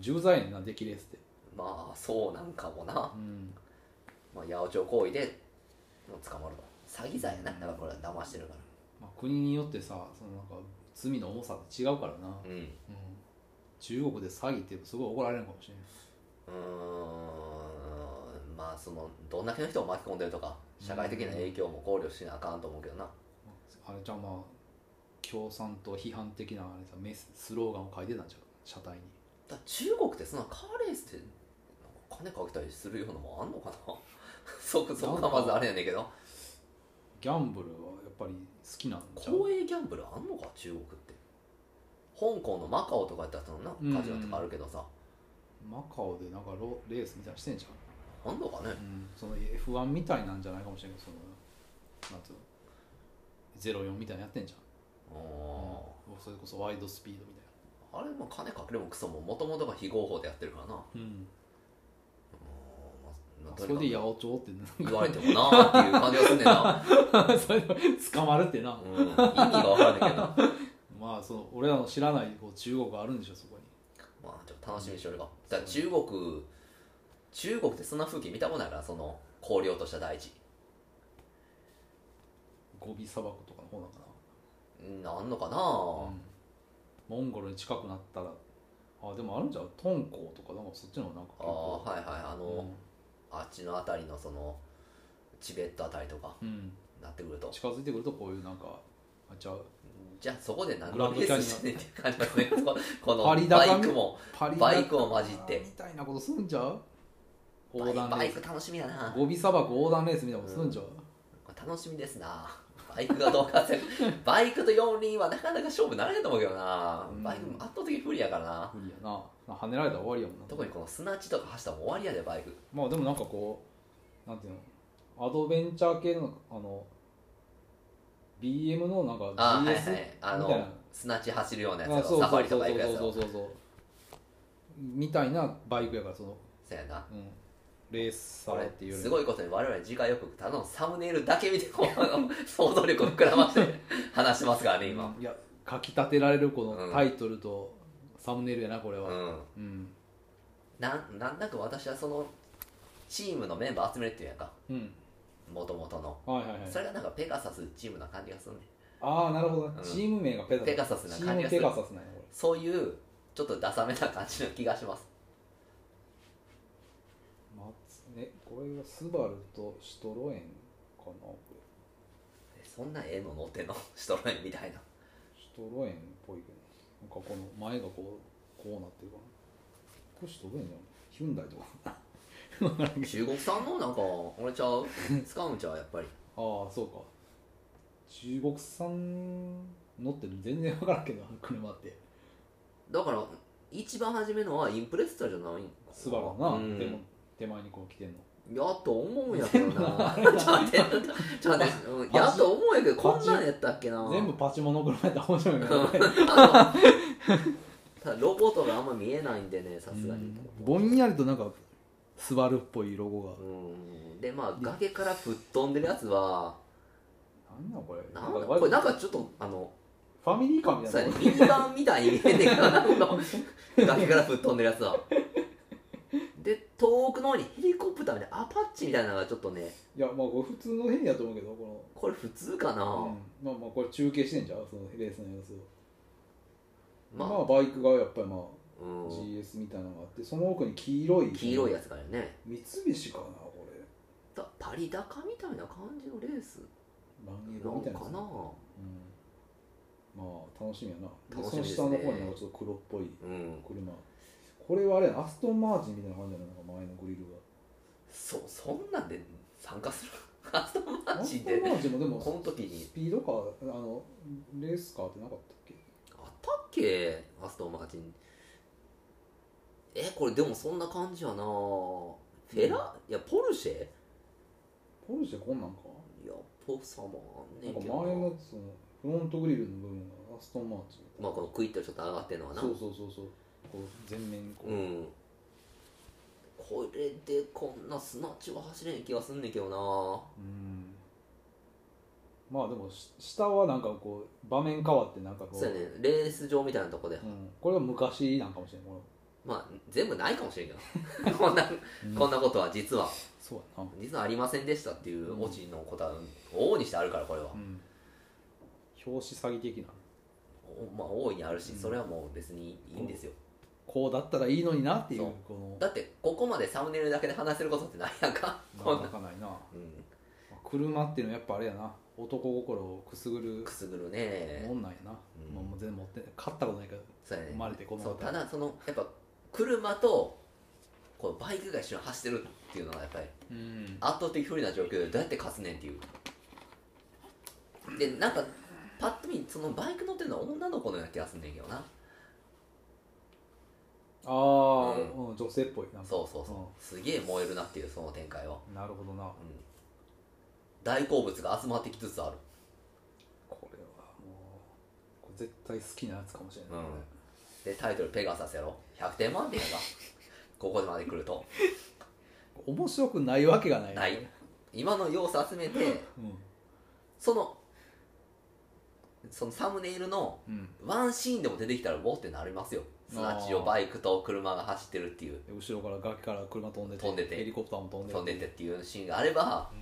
B: 重罪やねんな出来レースって
A: まあそうなんかもな
B: うん
A: まあ、八百長行為で捕まると詐欺罪やなだからこれは騙してるか
B: まあ、国によってさそのなんか罪の重さって違うからな、
A: らうんう
B: うん中国で詐欺ってすごい怒られるのかもしれない
A: ーんまあそのどんだけの人を巻き込んでるとか社会的な影響も考慮しなあかんと思うけどな
B: あれじゃあまあ共産党批判的なあれさメススローガンを書いてたんじゃう車体に
A: だ中国ってそんなカーレースって金かけたりするようなもんあんのかな そこそこがまずあれやねんけど
B: ギャンブルはやっぱり好きなんじゃう
A: 公営ギャンブルあんのか中国って香港のマカオとかやったらそんなカジノとかあるけどさ、
B: マカオでなんかロレースみたいなのしてんじゃ
A: あんのかね
B: ん、うん、その F1 みたいなんじゃないかもしれんけどそのなんつうの04みたいなのやってんじ
A: あ
B: ゃん
A: ー
B: うんそれこそワイドスピードみ
A: あれも金かけるもクソももともとが非合法でやってるからな
B: たいな、
A: う
B: うん
A: んまあま
B: まあ
A: あ
B: そ
A: と
B: れ
A: にかく
B: で八百長ってなんか
A: 言われてもなーっていう感じがすんねんな、
B: それで捕まるって
A: うん、
B: な、
A: 意味が分からんねんけどま
B: まあその俺らの知らないこう中国あるんでしょそこ
A: あちょっと楽しみにしよるかだから中国中国ってそんな風景見たことないからその荒涼とした大地
B: にゴビ砂漠とかの方なんか
A: うんあんのかな
B: な、
A: ー、
B: モンゴルに近くなったらあでもあるんじゃう敦煌とかなんかそっちのなんか結
A: ああ
B: 構
A: はいはいあの、あっちの辺りのそのチベット辺りとか
B: うん、うん
A: なってくると
B: 近づいてくるとこういうなんかあちゃう
A: じゃあそこで何
B: グラ
A: の
B: ンド
A: レ
B: キャニオ
A: ー
B: ン
A: スしてんねんって感じますね ここ
B: パリ
A: の
B: 高
A: バ
B: み
A: イクも
B: パリ
A: バイクを混じって
B: みたいなことすんじゃう
A: バ
B: 横
A: イ
B: 断レ
A: バイ
B: ー
A: ク
B: ス
A: 楽しみやな
B: ゴビ砂漠横断レースみたいなことすんじゃう、
A: 楽しみですなバイクがどう かせバイクと四輪はなかなか勝負ならへんと思うけどな
B: うん
A: バイクも圧倒的に不利やからな
B: 無理やな跳ねられたら終わりやもんな
A: 特にこの砂地とか走ったらもう終わりやでバイク
B: まあでもなんかこうなんていうのアドベンチャー系のあの BM のなんか BS
A: あはいはいあ
B: みた
A: の
B: いな
A: 砂地走るようなやつ
B: あ
A: や
B: そう
A: ろ
B: そ
A: サ
B: う
A: ファリと
B: そうそう
A: バイクやつや
B: そう
A: ろ
B: そうそうみたいなバイクやからその、
A: そうやな
B: うん、レーサ
A: こ
B: ーっていう
A: れ
B: より
A: すごいことに我々次回予告ただのサムネイルだけ見て こうあの想像力を膨らまして話してますからね今
B: うんいや書き立てられるこ
A: う
B: の
A: ん
B: タイトルとサムネイルやなこれ
A: う
B: は
A: ん
B: うん
A: なんなんなく私はそのチームのメンバー集めるっていうやんか
B: うん、
A: もともとの
B: はいはいはい
A: それがなんかペガサスチームな感じがするね
B: ああなるほど、
A: ん
B: チーム名がペガサス
A: ペガサスな
B: チ
A: 感
B: ー
A: じが
B: ム
A: する
B: ペガサスなんやこれ
A: そういうちょっとダサめな感じの気がします
B: 松えこれはスバルとシトロエンかなこれ
A: そんな絵の乗ってんの シトロエンみたいな
B: シトロエンっぽいけどなんかこの前がこうこうなってるかなこれシトロエンじゃんヒュンダイとか
A: 中国産のなんか俺ちゃう使うんちゃうやっぱり
B: ああそうか中国産乗ってる全然分からんけど車って
A: だから一番初めのはインプレッサじゃないんかな
B: スバルはな、
A: うん
B: でも手前にこう来てんの
A: やと思うんやけどな
B: 全
A: ちょっと待ってちょっと待ってうんやと思うんやけどこんなんやったっけな
B: 全部パチモノクロやったら 面白いけどね
A: ただロボットがあんま見えないんでねさすが
B: う
A: に
B: んぼんやりとなんかスバルっぽいロゴが
A: うんでまあ崖からぶっ飛んでるやつは
B: なんだこれ
A: なんだこれなんかちょっとあの
B: ファミリー感み
A: そう
B: たい
A: やね
B: な
A: 民間みたいに見えんねんけどなこの 崖からぶっ飛んでるやつはで遠くの方にヘリコプターみたいなアパッチみたいなのがちょっとね
B: いやまあこれ普通のヘリだと思うけどこ
A: これ普通かな、
B: の、うん、まあまあこれ中継してんじゃんそのレースの様子をま
A: ま
B: あ、
A: あ、
B: バイクがやっぱりまあ
A: うん
B: GS みたいなのがあってその奥に黄色い
A: 黄色いやつからね
B: 三菱かなこれ
A: だパリ高みたいな感じのレース
B: ランゲ
A: な
B: ロみ
A: ん
B: たいな
A: か
B: やつ
A: な
B: うん、まあ楽しみやなで
A: 楽
B: そ
A: し
B: の
A: みですね
B: 下の方になんかちょっと黒っぽい
A: うん
B: 車これはあれやなアストンマーチンみたいな感じなのか前のグリル
A: そそんなんで参加するアストンマ
B: が
A: ーチン
B: ア
A: で
B: ストンマーチンもでも
A: この時に
B: スピードカーあのレースカーってなかったっけ
A: あったっけアストンマーチンえこれでもそんな感じやなフェラ、いやポルシェ
B: ポルシェこんなんか
A: いやポフさもあんね
B: なんか
A: ん
B: 前
A: けどな
B: のそのフロントグリルの部分がアストンマーチン
A: まあこのクイッとちょっと上がってるのはな
B: そうそうそうそうこう全面にこう、
A: うんこれでこんなスナッチは走れん気がすんねんけどな
B: うんまあでもし下はなんかこう場面変わってなんかこう
A: そうやねレース場みたいなとこで、
B: うん、これは昔なんかもしれないこ
A: まあ全部ないかもしれんけど こんな
B: れ、
A: こんなことは実は
B: そうやな
A: 実はありませんでしたっていうオチのことは往々にしてあるからこれは、
B: うん表紙詐欺的な
A: おまあ大いにあるし
B: うん
A: それはもう別にいいんですよ、
B: こうだったらいいのになっていう
A: そう
B: この
A: だってここまでサムネイルだけで話せることってないやんかこん
B: な
A: な、
B: かなかないな
A: う
B: 車っていうのはやっぱあれやな男心をくすぐる
A: ん、くすぐるね
B: もんなんやな、
A: うん
B: まあもう全然持ってない買ったことないけど
A: そうやね
B: 生まれてこの
A: そう
B: 方
A: ただそのやっぱ車とこうバイクが一緒に走ってるっていうのがやっぱり
B: うん
A: 圧倒的不利な状況でどうやって勝つねんっていうでなんかパッと見そのバイク乗ってるのは女の子のような気がすんねんけどな
B: ああ、
A: う
B: うん女性っぽいなんか
A: そうそうそう、すげえ燃えるなっていうその展開は、
B: うんなるほどな
A: うん、大好物が集まってきつつある
B: これはもうこれ絶対好きなやつかもしれない、
A: うんでタイトル「ペガサス」やろ100点満点やな ここまで来ると
B: 面白くないわけがない
A: ない今の要素集めて
B: う
A: そのそのサムネイルの
B: ん、うん
A: ワンシーンでも出てきたらウォーってなりますよすなわち
B: あ
A: を
B: ー
A: バイクと車が走ってるっていう
B: で後ろから崖から車飛んでて
A: 飛んでて
B: ヘリコプターも飛んで
A: 飛んでてっていうシーンがあれば
B: う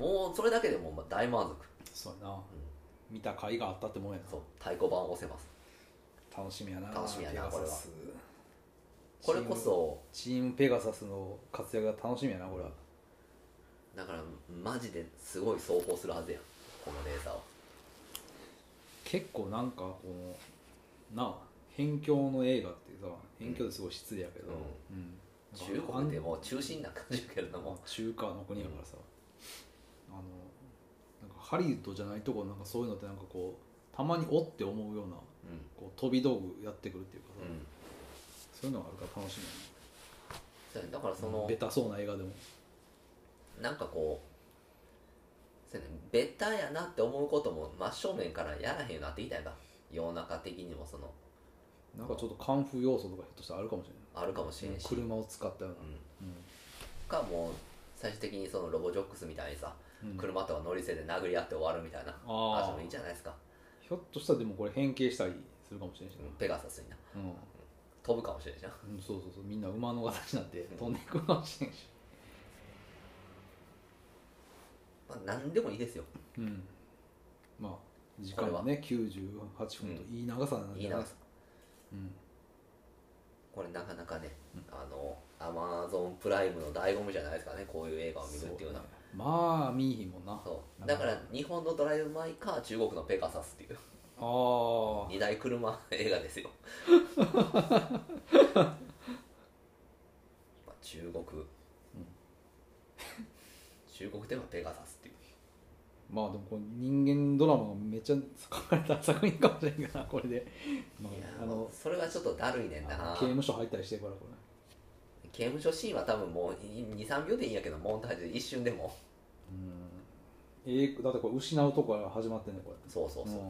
B: ん、
A: もうそれだけでもう大満足
B: そうやな、見た甲斐があったってもんやな
A: そう太鼓判を押せます
B: 楽しみやな
A: 楽しみやな
B: ペガサス
A: これこそ
B: チームチームペガサスの活躍が楽しみやなこれは
A: だからマジですごい走行するはずやんこのレーザーを
B: 結構なんかこのなあ辺境の映画ってさ辺境ですごい失礼やけど、
A: うん
B: うん
A: 中国でもう中心な感じやけれど
B: ま
A: も
B: あ中華の国やからさ、あのなんかハリウッドじゃないとこなんかそういうのってなんかこうたまにおって思うような
A: うん
B: こう飛び道具やってくるっていうかさ、
A: うん
B: そういうのがあるから楽しみ
A: そ
B: やな
A: うやだからその
B: ベタそうな映画でも
A: なんかこうそうやねベタやなって思うことも真正面からやらへんようになってきたやんか世の中的にもその
B: なんかちょっとカンフー要素とかひょっとしたらあるかもしれ
A: あるかもしれ
B: ない
A: んし、うん、
B: 車を使ったような、
A: かもう最終的にそのロボジョックスみたいにさ、
B: うんうん
A: 車とか乗り捨てて殴り合って終わるみたいな
B: あ
A: あ
B: あ
A: でもいいんじゃないですか、
B: ひょっとしたらでもこれ変形したりするかもしれないし
A: うんペガサスにな
B: な、うん
A: 飛ぶかもしれんしな
B: うんそうそうそうみんな馬の形になって飛んでいくかもしれないし、
A: まあ、何でもいいですよ
B: うん、まあ時間はね98分といい長さなん
A: い
B: じ
A: い
B: ゃない
A: な
B: ですか、うん
A: これなかなかね、あのアマゾンプライムの醍醐味じゃないですかねこういう映画を見るっていうのは
B: そねまあ見えひんもんなあ
A: そうだから日本のドライブ・マイ・カー中国のペガサスっていう
B: あ
A: 二大車映画 ですよまあ中国、中国ではペガサスっていう
B: まあでもこれ人間ドラマがめっちゃ書かれた作品かもしれんけどなこれで、ま
A: いや
B: あ、あの
A: それはちょっとだるいねん
B: あ
A: な
B: の刑務所入ったりしてるからこ
A: 刑刑務所シーンは多分もう23秒でいいんやけどモンタージュで一瞬でも
B: ええだってこれ失うとこから始まってんねこれ
A: そうそうそう、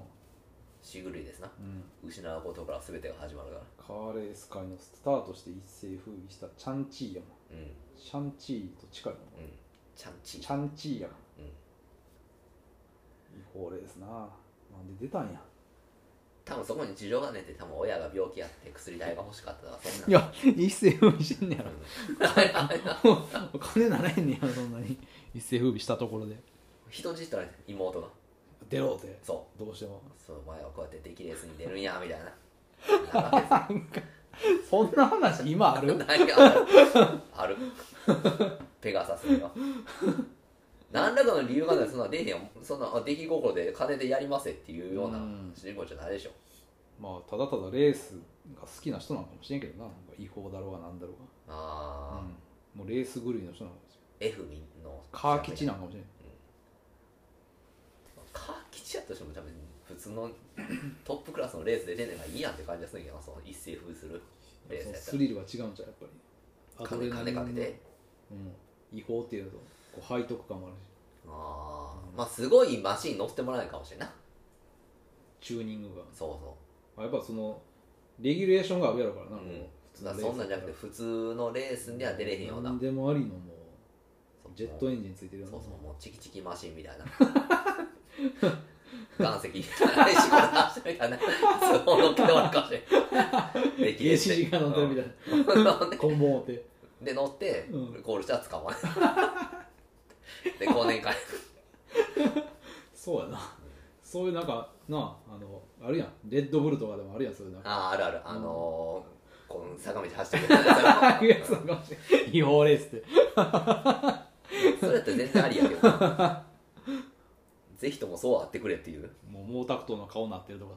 A: 死狂いですな
B: うん、
A: 失うことから全てが始まるから
B: カーレース界のスターとして一世風靡したチャンチーやもん
A: うんうん
B: シャンチーと近いもん
A: ちゃんち
B: チャンチーやん
A: うん
B: 違法レースななんで出たんや
A: 多分そこに事情がねって多分親が病気やって薬代が欲しかったとかそんなん
B: や一世風靡してんねや
A: うん
B: ろ お金ならへんねやろそんなに一世風靡したところで
A: 人質とられて妹が
B: 出ろって
A: そ
B: どうしても
A: うそうお前はこうやってできレースに出るんやみたいな なんか
B: そんな話今ある
A: 何があるペガサスには何らかの理由がないそんな出えへんよそんなあ出来心で金でやりますっていうような
B: うん
A: 主人公じゃないでしょ
B: まあただただレースが好きな人なのかもしれんけどななんか違法だろうがなんだろうが、
A: ああ、
B: うんもうレース狂いの人なのかもしれん
A: F みんの
B: カー吉なのかもしれん
A: カー吉やとしても多分普通のトップクラスのレースで出てないいやんって感じがするんやけどその一世風するレースや
B: その
A: った
B: スリルは違うんじゃうやっぱり
A: ら金金かけて、
B: うん、違法っていうのとこう背徳感もある
A: ああまあすごいマシン乗せてもらえるかもしれんな
B: しチューニングが
A: そうそ
B: まあやっぱそのレギュレーションがあるやろからな、
A: う、
B: も
A: う、
B: うん普通
A: だから
B: のレース
A: そんなんじゃなくて普通のレースには出れへんような
B: 何でもありのも
A: そう
B: うジェットエンジンついてるよう
A: そ
B: な
A: うそうもうチキチキマシンみたいな 岩石みたいな石ころ出してみたいなそう乗っけてもらうかもしれない
B: 原始人が乗ってる みたいな、コンボンって
A: で乗って、
B: うん
A: ゴールしたら捕 まえるで忘年会
B: そうやなそういうなんかなああのあるやんレッドブルとかでもあるやんそういうなんか
A: あああるあるあのーこの坂道走ってくれたや
B: ああいうやつなのかもしれない違法レースって
A: つそれだって全然ありやけどな ぜひともそうあってくれっていう
B: もう毛沢東の顔なってるとか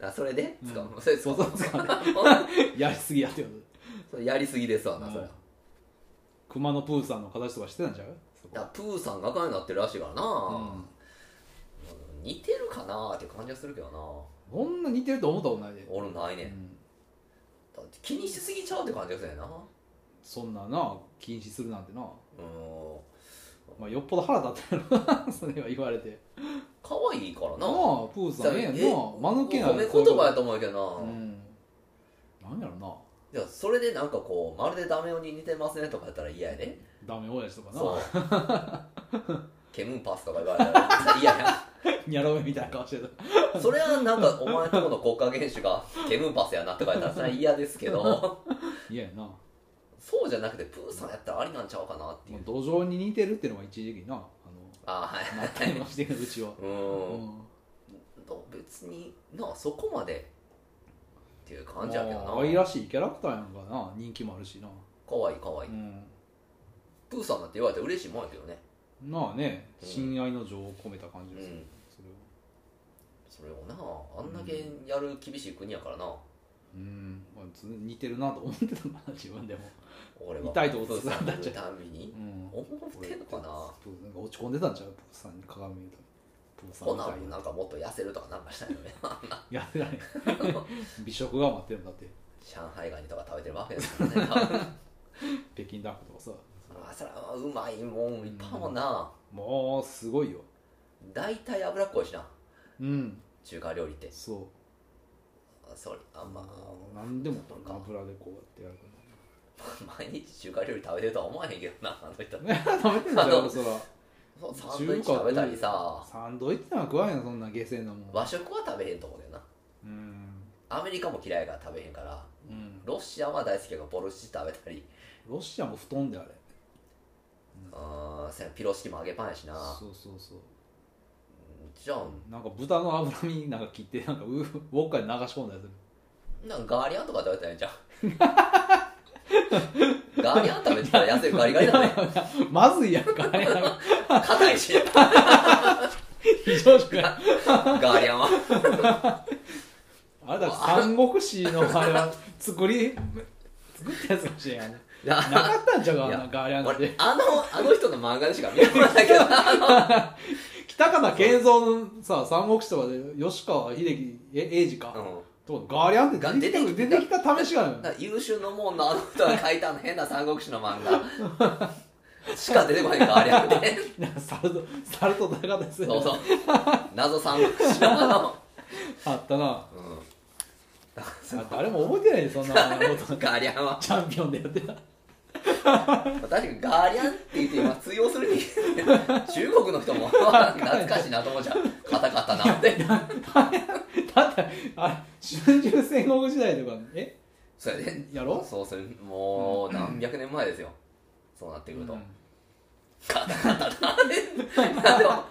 A: あそれで捕ま
B: う
A: それ
B: そうそ う使うやりすぎやってこと
A: それやりすぎですわな、それ
B: うん熊野プーさんの形とかしてたんちゃうそこ
A: だからプーさんが赤になってるらしいからな、
B: うん
A: 似てるかなって感じがするけどな
B: そんな似てると思ったことないで、
A: 俺もないね、
B: うん
A: だって気にしすぎちゃうって感じがするよなう
B: そんなな禁止するなんてな、
A: ーん
B: まあ、よっぽど腹立ってるな それは言われて
A: 可愛いから
B: な
A: な
B: あプーさんええやんな
A: え
B: 間抜けな
A: 褒め言葉やと思うけど
B: う
A: な、
B: んなんやろない
A: やそれでなんかこうまるでダメ男に似てますねとかやったら嫌やで、
B: ダメ親父とか
A: そ
B: な
A: うケムンパスとか言われたら嫌や
B: ニャロメみたいな顔してた
A: それはなんかお前とこの国家元首がケムンパスやなとか言ったらそれは嫌ですけど
B: いややな、ま
A: そうじゃなくてプーさんやったらありなんちゃうかなってい
B: あ
A: う、
B: 土壌に似てるっていうのが一時期なあの
A: ああ はい
B: なったりもしてるうちは、
A: う、
B: うん
A: ど別になそこまでっていう感じやけどな
B: まあ愛らしいキャラクターやんかな人気もあるしな、
A: かわいいかわいい、
B: うん
A: プーさんだって言われて嬉しいもんやけどね
B: まあね
A: うん
B: 親愛の情を込めた感じですよ、
A: うん
B: それは
A: それをなあんだけやる厳しい国やからな、
B: うん、まあ、つ似てるなと思ってたな自分でも、
A: 俺は
B: 痛いとこ
A: プーさん見るたんび
B: う
A: に
B: ん、
A: 思ってんのかな
B: プーなんか落ち込んでたんちゃうプーさんに鏡見るとプーさん
A: コナンも
B: みた
A: ないんかもっと痩せるとかなんかしたいよね
B: にやって ない美食が待ってるんだって
A: 上海ガニとか食べてるわけです からね多分
B: 北京ダックとかさ
A: あそらうまいもんいっぱいあるもんな、
B: もうすごいよ
A: 大体脂っこいしな
B: うん
A: 中華料理って
B: そ
A: あそれあ
B: う、
A: んま
B: 何でも
A: そうか
B: 油でこうやってやるか
A: 毎日中華料理食べてるとは思わへんけどなあの人
B: ら食べてんじゃんそら
A: そうサンドイッチ食べたりさ
B: サンドイッチなんか食わへんよそんな下世なもん
A: 和食は食べへんと思うけどな
B: うん、
A: アメリカも嫌いやから食べへんから
B: うん、
A: ロシアは大好きやからボルシチ食べたり
B: ロシアも布団であれ
A: あーせやピロシキも揚げパンやしな
B: そうそうそう
A: じゃあ
B: なんか豚の脂身なんか切ってなんかウウォッカで流し込んだやつ
A: なんかガーリアンとか食べたらいいんじゃ んガーリアン食べてたら痩せるガリガリだね
B: まずいやんかあれなんか
A: 硬いし
B: 非常食やん
A: ガーリアンは
B: あれだ三国志のあれは作り作ったやつかもしれんやんななかったんちゃうかあんなガーリャンなん
A: 俺
B: て
A: あのあの人の漫画でしか見たことないけど
B: 北方健三のさ三国志とかで吉川秀樹え英二か、
A: うん
B: とそうガーリアンって
A: が
B: 出てきた
A: 出
B: 出
A: て
B: て
A: き
B: きた試しがある
A: だから優秀のもんのあの人が書いたの変な三国志の漫画しか出てこないかあれやって
B: なんか猿と猿と戦ったりする
A: そうそう謎三国志のあの
B: あっ
A: うん
B: たな
A: だからそ
B: あ
A: の
B: ったあれも覚えてないよそんなこと
A: ガーリアンは
B: チャンピオンでやってた
A: 確かにガーリアンって言って今通用するに中国の人も懐かしいなと思っちゃう硬かったなって
B: だってあれ春秋戦国時代とかえ
A: そうやね
B: やろ
A: そうそれもう何百年前ですよそうなってくると、
B: うん
A: 硬かったなってでも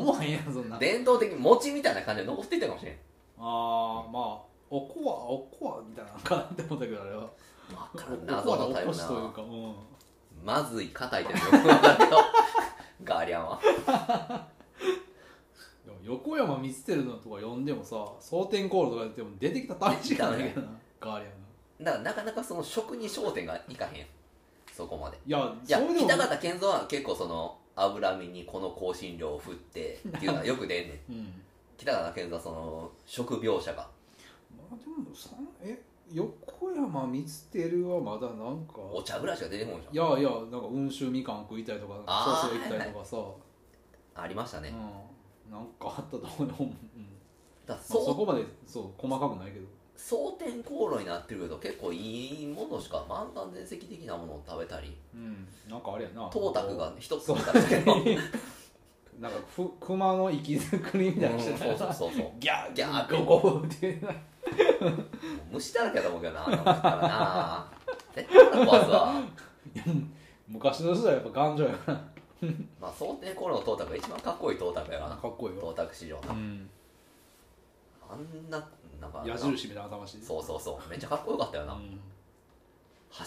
B: 思わへんやんそんなあ
A: 伝統的に餅みたいな感じで残っていったかもしれん
B: あーまあおこわおこわみたいなのかなって思ったけどあれは
A: 分からん
B: おこ
A: 謎
B: わの
A: の
B: お
A: タイプ
B: こしという
A: な
B: かうん
A: まずい硬いってよくわかんないけどガーリアンは
B: でも横山光輝のとか呼んでもさ蒼天コールとかやっても出てきた試しがないけどなガーリ
A: だからなかなかその食に焦点がいかへんそこまで
B: アンがい
A: いや
B: やそれでも
A: 北方健三は結構その脂身にこの香辛料を振ってっていうのはよく出んね ん
B: うん
A: 北方健三はその食描写が
B: まあでもさえ横山光輝はまだなんか
A: お茶ぐらいしか出てこない
B: い
A: じ
B: やいやなんか温州みかん食いたいとか
A: あー
B: ソース行きたいとかさ、
A: ゃんありましたね、
B: うん、なんかあったと思うよ、うん
A: だから
B: そ
A: そう
B: こまでそう細かくないけど
A: 蒼天航路になってるけど結構いいものしか満タン全席的なものを食べたり
B: うんなんかあれやな
A: 董卓が一つ
B: そう
A: 食べたけどうん
B: なんかふ熊の息づりみたいなのしてた
A: そう
B: よ
A: そう
B: な
A: そう そう
B: ギャー
A: ギャー
B: ゴゴーっていうな
A: 虫だらけだと思うけどなあの人からな絶対腹壊すわ
B: 昔の人はやっぱ頑丈やか
A: まあ蒼天航路の董卓が一番かっこいい董卓やから
B: ら
A: な
B: かっこいいよ、
A: 董卓史上
B: うん、
A: あんななんか
B: 矢印みたいな頭して
A: そうそうそうめっちゃかっこよかったよな、
B: ん、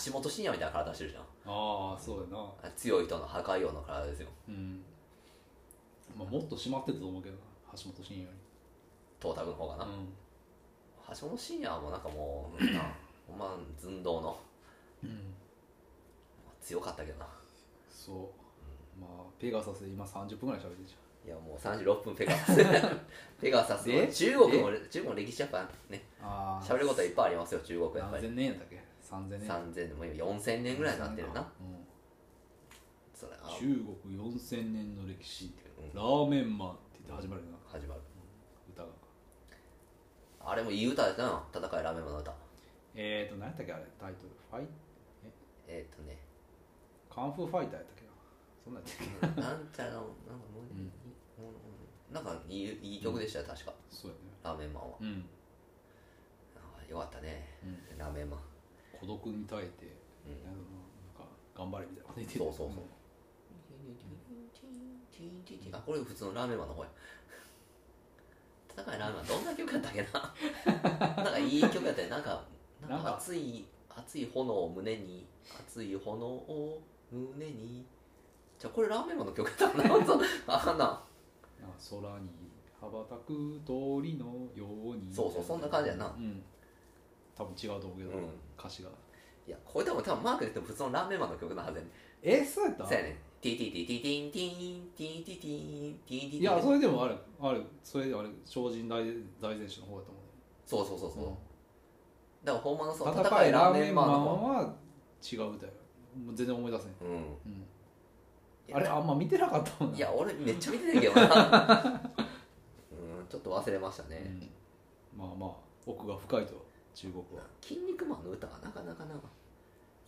A: 橋本真也みたいな体してるじゃん
B: ああそうやな、
A: あ強い人の破壊王の体ですよ
B: うんまあ、もっと締まってたと思うけどな橋本真也よ
A: 董卓の方が
B: り、
A: な、
B: うん
A: 橋本真也はもうなんかもう なほんま寸胴の
B: うん、
A: 強かったけどな
B: そうまあペガサスで今30分ぐらい喋ってるじ
A: いやもう36分ペガ サスペガサス
B: で
A: 中国も中国の歴史やっぱね
B: ゃんあ
A: 喋ることはいっぱいありますよ中国やっぱ
B: 何
A: り
B: 千年やったっけ3000年
A: 3000年も今4000年ぐらいになってるな、
B: う
A: それ
B: ん
A: あ
B: 中国4000年の歴史って
A: うん
B: ラーメンマンって言って始まるよな
A: 始まる
B: 歌が
A: あれもいい歌だったな戦いラーメンマンの歌
B: えーと何やったっけあれタイトルファイ
A: えーっ、とね
B: カンフーファイターやったっけなそんなんやったっけ
A: なんちゃらのなんかもう、うんなんかいいいい曲でしたよ確か
B: そうや
A: ラーメンマンは
B: ね
A: あーよかったね
B: うん、うん、
A: ラーメンマン
B: 孤独に耐えて、
A: うん
B: なんか頑張れみたいなこと言って
A: そうそうそうあこれ普通のラーメンマンの方や戦いラーメンマンどんな曲やったっけな なんかいい曲やったねなんかなんか熱い熱い炎を胸に熱い炎を胸にじゃあこれラーメンマンの曲やった かなそうあかんな
B: なんか空に羽ばたく鳥のように
A: そうそうそんな感じやな
B: うん多分違うと思うけど、
A: うん
B: 歌詞が
A: いやこれ多分多分マークで言っても普通のラーメンマンの曲なはずやね
B: えそうやった
A: そうやねティティティティティンティンティティンティンティンティンティン
B: いやそれでもあれあれそれであれ精進大大前史の方やと思
A: そうそうそうそう、
B: うん
A: だからほんまのそうの
B: ね戦いラーメンマン
A: 方
B: は違う歌やもう全然思い出せん、
A: う
B: うん、
A: ん
B: あれあんま見てなかったもんない
A: や俺めっちゃ見てたけどなうんちょっと忘れました
B: う
A: ね、
B: ん、まあまあ奥が深いと中国は
A: 筋肉マンの歌はなかなかな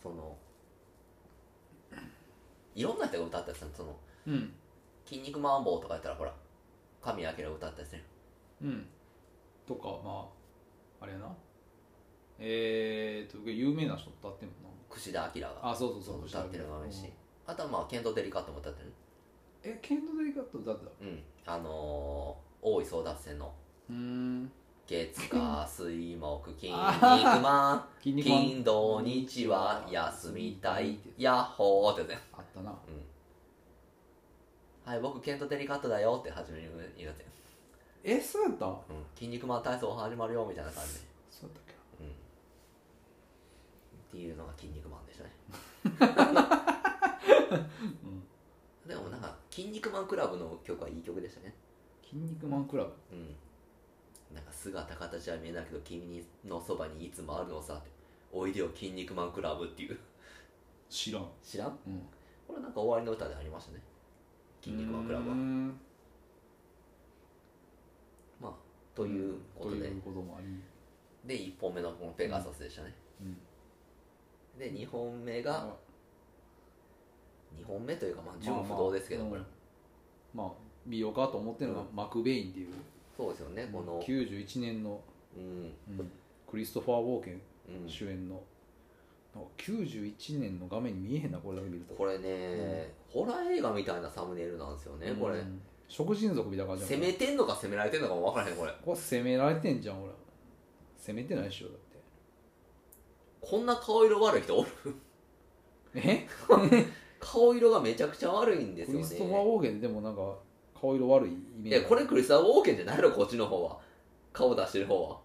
A: そのいろんな人が歌ったりするその
B: うん
A: 「筋肉マンボウ」とかやったらほら神明が歌ったりする
B: うんとかまああれやなえー、と有名な人歌ってんもん
A: 櫛田明が
B: なあそうそう
A: そ
B: そうう
A: 歌ってるのもある
B: う
A: し
B: ん
A: あとはまあケンド・デリカットも歌ってる
B: えケンドデリカット歌ってた
A: うんあのー大井争奪戦の
B: うーん
A: 月火水木筋肉
B: あ
A: マン
B: 筋肉マン
A: 金土日は休みたいヤッホーってやつね
B: あったな
A: はい僕ケントデリカットだよって初めに言うて、
B: えそうやったそ
A: うん、筋肉マン体操始まるよみたいな感じで、
B: うやったっけ
A: うん、っていうのが筋肉マンでしたね、でもなんか筋肉マンクラブの曲はいい曲でしたね
B: 筋肉マンクラブ
A: うんなんか姿形は見えないけど君のそばにいつもあるのさっておいでよ筋肉マンクラブっていう
B: 知らん、
A: 知らん
B: うん、
A: これなんか終わりの歌でありましたね筋肉マンクラブは
B: は
A: まあということ
B: と
A: で
B: いうこともあ
A: で
B: り、
A: 1本目のこのペガサスでしたね
B: うん、
A: で2本目が
B: ま
A: 2本目というかまあ
B: あ
A: 純不動ですけどこれ
B: まあうんまあ見ようかと思ってるのが、マクベインっていう
A: そうですよねこの
B: 91年の、
A: うん
B: うんクリストファー・ウォーケン
A: うん
B: 主演の、なんか91年の画面に見えへんなこれだけ見ると
A: これねホラー映画みたいなサムネイルなんですよねこれ
B: うん食人族みたいな感じ
A: 攻めてんのか攻められてんのかも分からへんこれ
B: ここは攻められてんじゃんほら攻めてないでしょだ
A: こんな顔色悪い人おる
B: ってえ
A: 顔色がめちゃくちゃ悪いんです
B: ク
A: よね
B: リストファー・ウォーゲンでもなんか顔色悪いイメージ
A: いやこれクリスター・ウォーケンじゃないのこっちの方は顔出してる方は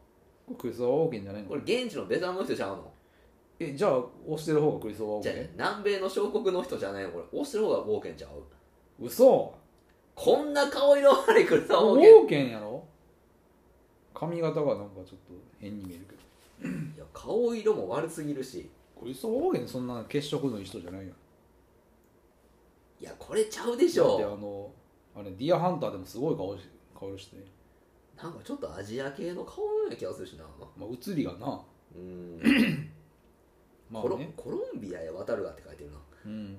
B: これクリストファー・ウォーゲンじゃないの
A: これ現地のベトナムの人ちゃうの
B: えじゃあ押してる方がクリストファー・ウォ
A: じゃ
B: ー
A: あ
B: ゲ
A: ね
B: ン
A: 南米の小国の人じゃないのこれ押してる方がウォーケンちゃう
B: 嘘
A: こんな顔色悪いクリスター・ウォ
B: ウ
A: ーケン
B: ォーゲンやろ髪型がなんかちょっと変に見えるけど
A: いや顔色も悪すぎるし
B: クリストファー・ウォーゲンそんな血色のいい人じゃないよ
A: いやこれちゃうでし
B: だって
A: ょ
B: あのあれディアハンターでもすごい顔し顔色してね、
A: なんかちょっとアジア系の顔のような気がするしな
B: まあ、映りがな
A: うーん、
B: ま
A: コ
B: あ
A: ロ
B: ね
A: コロンビアへ渡るがって書いてるな
B: うん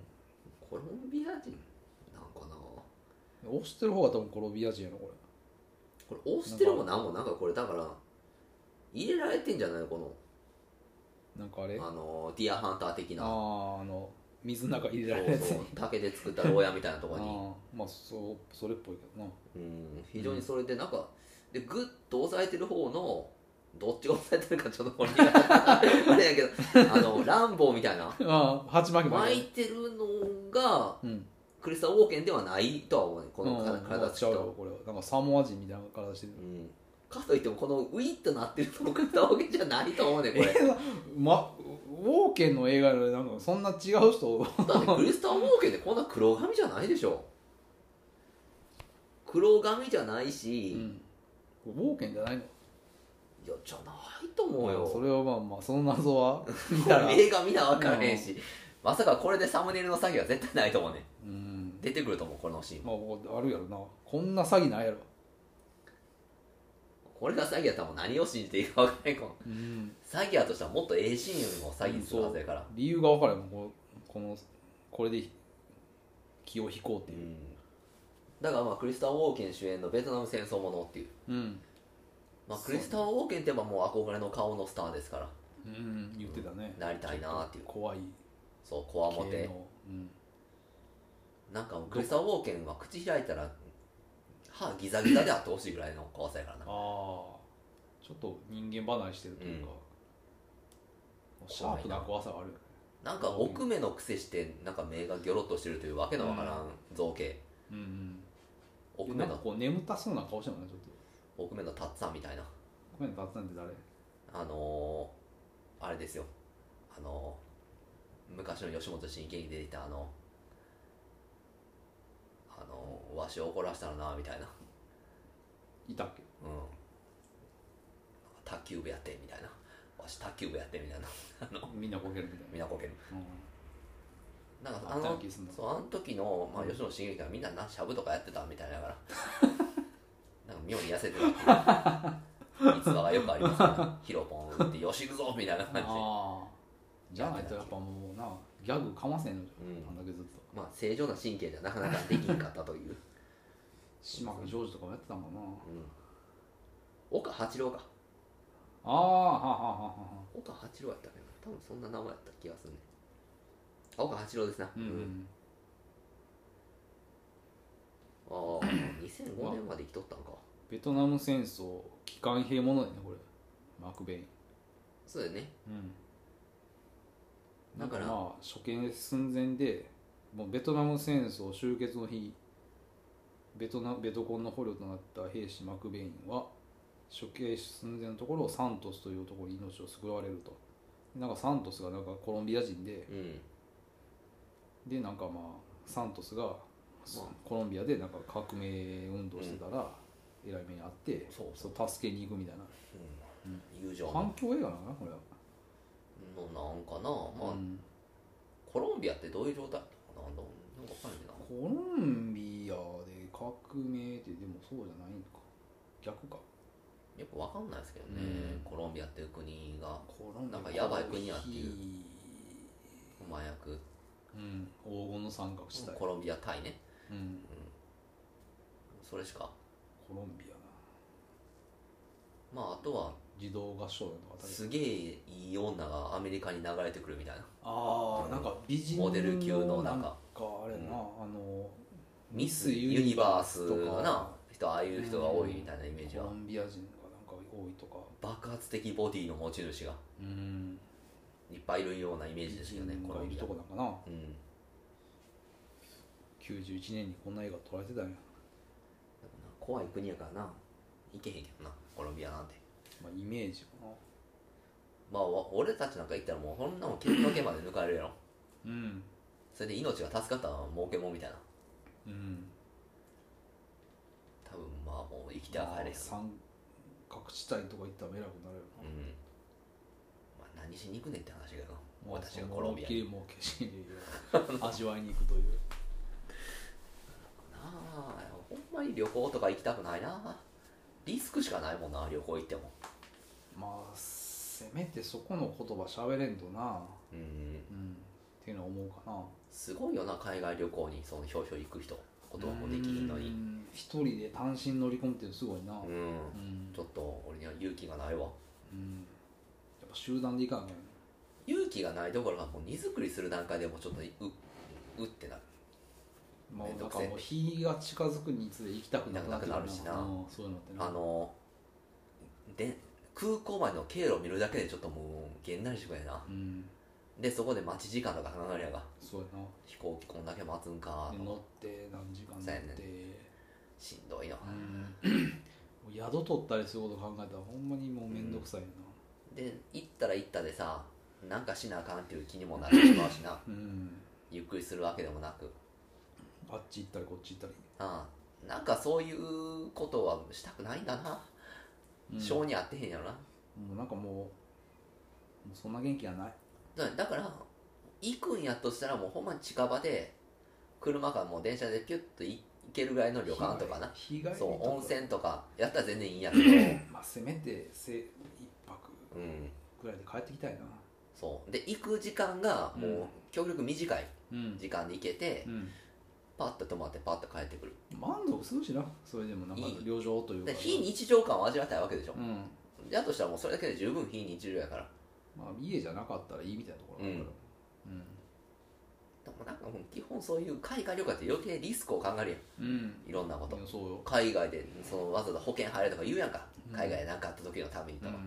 A: コロンビア人なんかな
B: 押してる方が多分コロビア人やろこ
A: これ押してるもなんもなんかこれだから入れられてんじゃないのこの
B: れなんかあれ
A: あのディアハンター的
B: あ
A: な
B: ああの水の中入れられる
A: そう
B: やつ
A: そう竹で作った牢屋みたいなとこ
B: あ
A: ろに
B: ーまあそうそれっぽいけどな
A: うん非常にそれでなんかでグッと押さえてる方のどっちが押さえてるかちょっとこれ あれやけどあのランボーみたいな
B: ああ鉢巻き
A: 巻い
B: い
A: てるのが
B: うん、
A: クリスタウォーケンではないとは思うねこの
B: うん
A: 体つき
B: ちゃうよ
A: と、
B: これはなんかサモア人みたいな体してる
A: うん、かといってもこのウィッとなってるのもクリスタウォーケンじゃないと思うね これ
B: えま、ウォーケンの映画でなんかそんな違う人
A: だってクリスタウォーケンってこんな黒髪じゃないでしょ黒髪じゃないし、
B: うんウォーケンじゃないの
A: いやじゃないと思うよ
B: それはまあまあその謎は見たら
A: 映画見な分からへんし、まさかこれでサムネイルの詐欺は絶対ないと思うね
B: うん
A: 出てくると思うこのシーン
B: まああるやろなこんな詐欺ないやろ
A: これが詐欺やったらもう何を信じていいか分からへんかも
B: うん
A: 詐欺やとしたらもっと A シーンよりも詐欺するはずやから
B: 理由が分からへんもんここのこれで気を引こうって
A: う
B: いうん
A: だからまあクリスタン・ウォーケン主演のベトナム戦争ものっていう、
B: うん、
A: まあ、クリスタン・ウォーケンって言えばもう憧れの顔のスターですから
B: うん、言ってたね
A: なりたいなーっていう
B: 怖い
A: そうこわも
B: 系
A: て
B: の、うん、
A: なんかもうクリスタン・ウォーケンは口開いたら歯ギザギザであってほしいぐらいの怖さやから
B: ああ
A: な
B: ちょっと人間離れしてるというか、シャープな怖さがあるよね
A: なんか奥目の癖してなんか目がギョロッとしてるというわけのわからん造形
B: うんう
A: 奥
B: ん、
A: 目
B: なんか
A: の
B: こう眠たそうな顔してるもんねちょっと
A: 奥目のタッツァンみたいな
B: ごめん雑談って誰
A: あのー、あれですよあのー、昔の吉本新喜劇で出てきたあのあのー、わしを怒らしたらなみたいな
B: いたっけ
A: うん卓球部やってみたいなわし卓球部やってみたいな
B: みんなこけるみたい
A: みんなこける
B: な、
A: なんか
B: あ
A: あ
B: った
A: の
B: 気すんだ
A: そうあの時の、まあ、吉野茂樹がみんななしゃぶとかやってたみたいだから なんか妙に痩せてたっていう逸話がよくありますからヒロポン打ってよし行くぞみたいな感じで
B: ああじゃないとやっぱもうなギャグかませんのじゃん、
A: うん
B: あんだけずっと
A: まあ正常な神経じゃなかなかできんかったという、
B: 島木ジョージとかもやってたもんな
A: うん、岡八郎か
B: ああはあはあはあはあ
A: 岡八郎やったかな多分そんな名前やった気がするねあ岡八郎ですな
B: うん、うん、
A: ああ2005年まで生きとったんか
B: ベトナム戦争機関兵ものやねこれマクベイン
A: そうだよね
B: うん
A: だから
B: まあ処刑寸前でもうベトナム戦争終結の日ベトナベトコンの捕虜となった兵士マクベインは処刑寸前のところをサントスという男に命を救われるとなんかサントスがなんかコロンビア人で
A: うん
B: でなんかまあサントスがコロンビアでなんか革命運動してたら、えらい目にあって
A: そう
B: そう助けに行くみたいな
A: 友情
B: 環境映画なのかなこれは、
A: のなんかな、まあ
B: うん
A: コロンビアってどういう状態なのなんかわかんないな
B: コロンビアで革命ってでもそうじゃないのか逆か
A: よくわかんないですけどね、
B: うん
A: コロンビアっていう国が
B: コロンビア
A: なんかやばい国やっていう麻薬
B: うん、黄金の三角地帯、
A: コロンビア対ね
B: うん、
A: それしか
B: コロンビアな
A: まああとは
B: 児童合唱団とか
A: すげえいい女がアメリカに流れてくるみたいな
B: ああなんか美人の
A: モデル級のなんか
B: あれや
A: う
B: な、
A: ん
B: あの
A: ミスユニバース
B: と
A: の
B: か
A: な人ああいう人が多いみたいなイメージ
B: コ
A: は
B: ロンビア人がなんか多いとか
A: 爆発的ボディの持ち主が
B: うん
A: いっぱいいるようなイメージ
B: 美
A: です
B: 人
A: よねコ
B: が
A: ロ
B: い
A: ン
B: る
A: ビア
B: とこなんかな
A: うん
B: 91年にこんな映画撮られてたんや、
A: 怖い国やからな行けへんけどなコロンビアなんて
B: まあ、イメージかな
A: まあわ俺たちなんか行ったらもうほんなもん傷の毛まで抜かれるやろ
B: うん
A: それで命が助かったら儲けもんみたいな
B: うん
A: 多分まあもう生きては帰れへんよ
B: 三角地帯とか行ったら偉くなれ
A: う
B: るな、
A: んまあ何しに行くねんって話やけどな
B: まあ
A: 俺たちがコロンビア
B: その
A: に
B: 思いっきりもう決心 で味わいに行くという
A: なあほんまに旅行とか行きたくないなリスクしかないもんな旅行行っても
B: まあせめてそこの言葉喋れんとな
A: うん
B: うんっていうのは思うかな
A: すごいよな海外旅行にそのひょうひょう行く人言葉もできひんの
B: う
A: に
B: ん一人で単身乗り込むっていうのすごいな
A: うん、
B: うん
A: ちょっと俺には勇気がないわ
B: うんやっぱ集団で行かない
A: 勇気がないどころかもう荷造りする段階でもうちょっとううってなる
B: まあ
A: めん
B: な
A: ど
B: ん
A: く
B: か
A: せえ
B: もう日が近づくにつれ行きたくなくなっ
A: 行
B: て
A: きたくなるしな
B: うんそういうのってね
A: あので空港までの経路を見るだけでちょっともうげんなりしてくれな
B: うん
A: でそこで待ち時間とか考えるやが
B: そうやな
A: 飛行機こんだけ待つんか
B: で乗って何時間乗っ
A: そうや
B: て
A: ねしんどいな、
B: うんもう宿取ったりすること考えたらほんまにもうめんどくさいよ
A: で行ったら行ったでさなんかしなあかんっていう気にもなってしまうしな
B: なうん
A: ゆっくりするわけでもなく
B: あっち行ったりこっち行ったり
A: ああなんかそういうことはしたくないんだな
B: うん
A: 性に合ってへんやろな、
B: もうなんかもうもうそんな元気がない
A: だだから行くんやとしたらもうほんまに近場で車かもう電車でピュッと行けるぐらいの旅館とかな
B: 日帰りとか
A: そう温泉とかやったら全然いいんやけどう
B: まあせめてせ一泊
A: ん
B: ぐらいで帰ってきたいな
A: そうで行く時間がも
B: う
A: うん極力短い
B: うん、
A: 時間で行けて、
B: うん、
A: パッと泊まってパッと帰ってくる
B: 満足するしなそれでもなんか
A: いい
B: 旅情というか
A: で非日常感を味わいたいわけでしょ
B: う、ん
A: だとしたらもうそれだけで十分非日常やから
B: まあ家じゃなかったらいいみたいなところあるから
A: でもなんかもう基本そういう海外旅行って余計リスクを考えるや
B: うん、うん
A: んいろんなこと
B: いやそうよ、
A: 海外でそのわざわざ保険入れとか言うやんか
B: うん
A: 海外で何かあった時のためにと
B: う
A: か、い
B: ん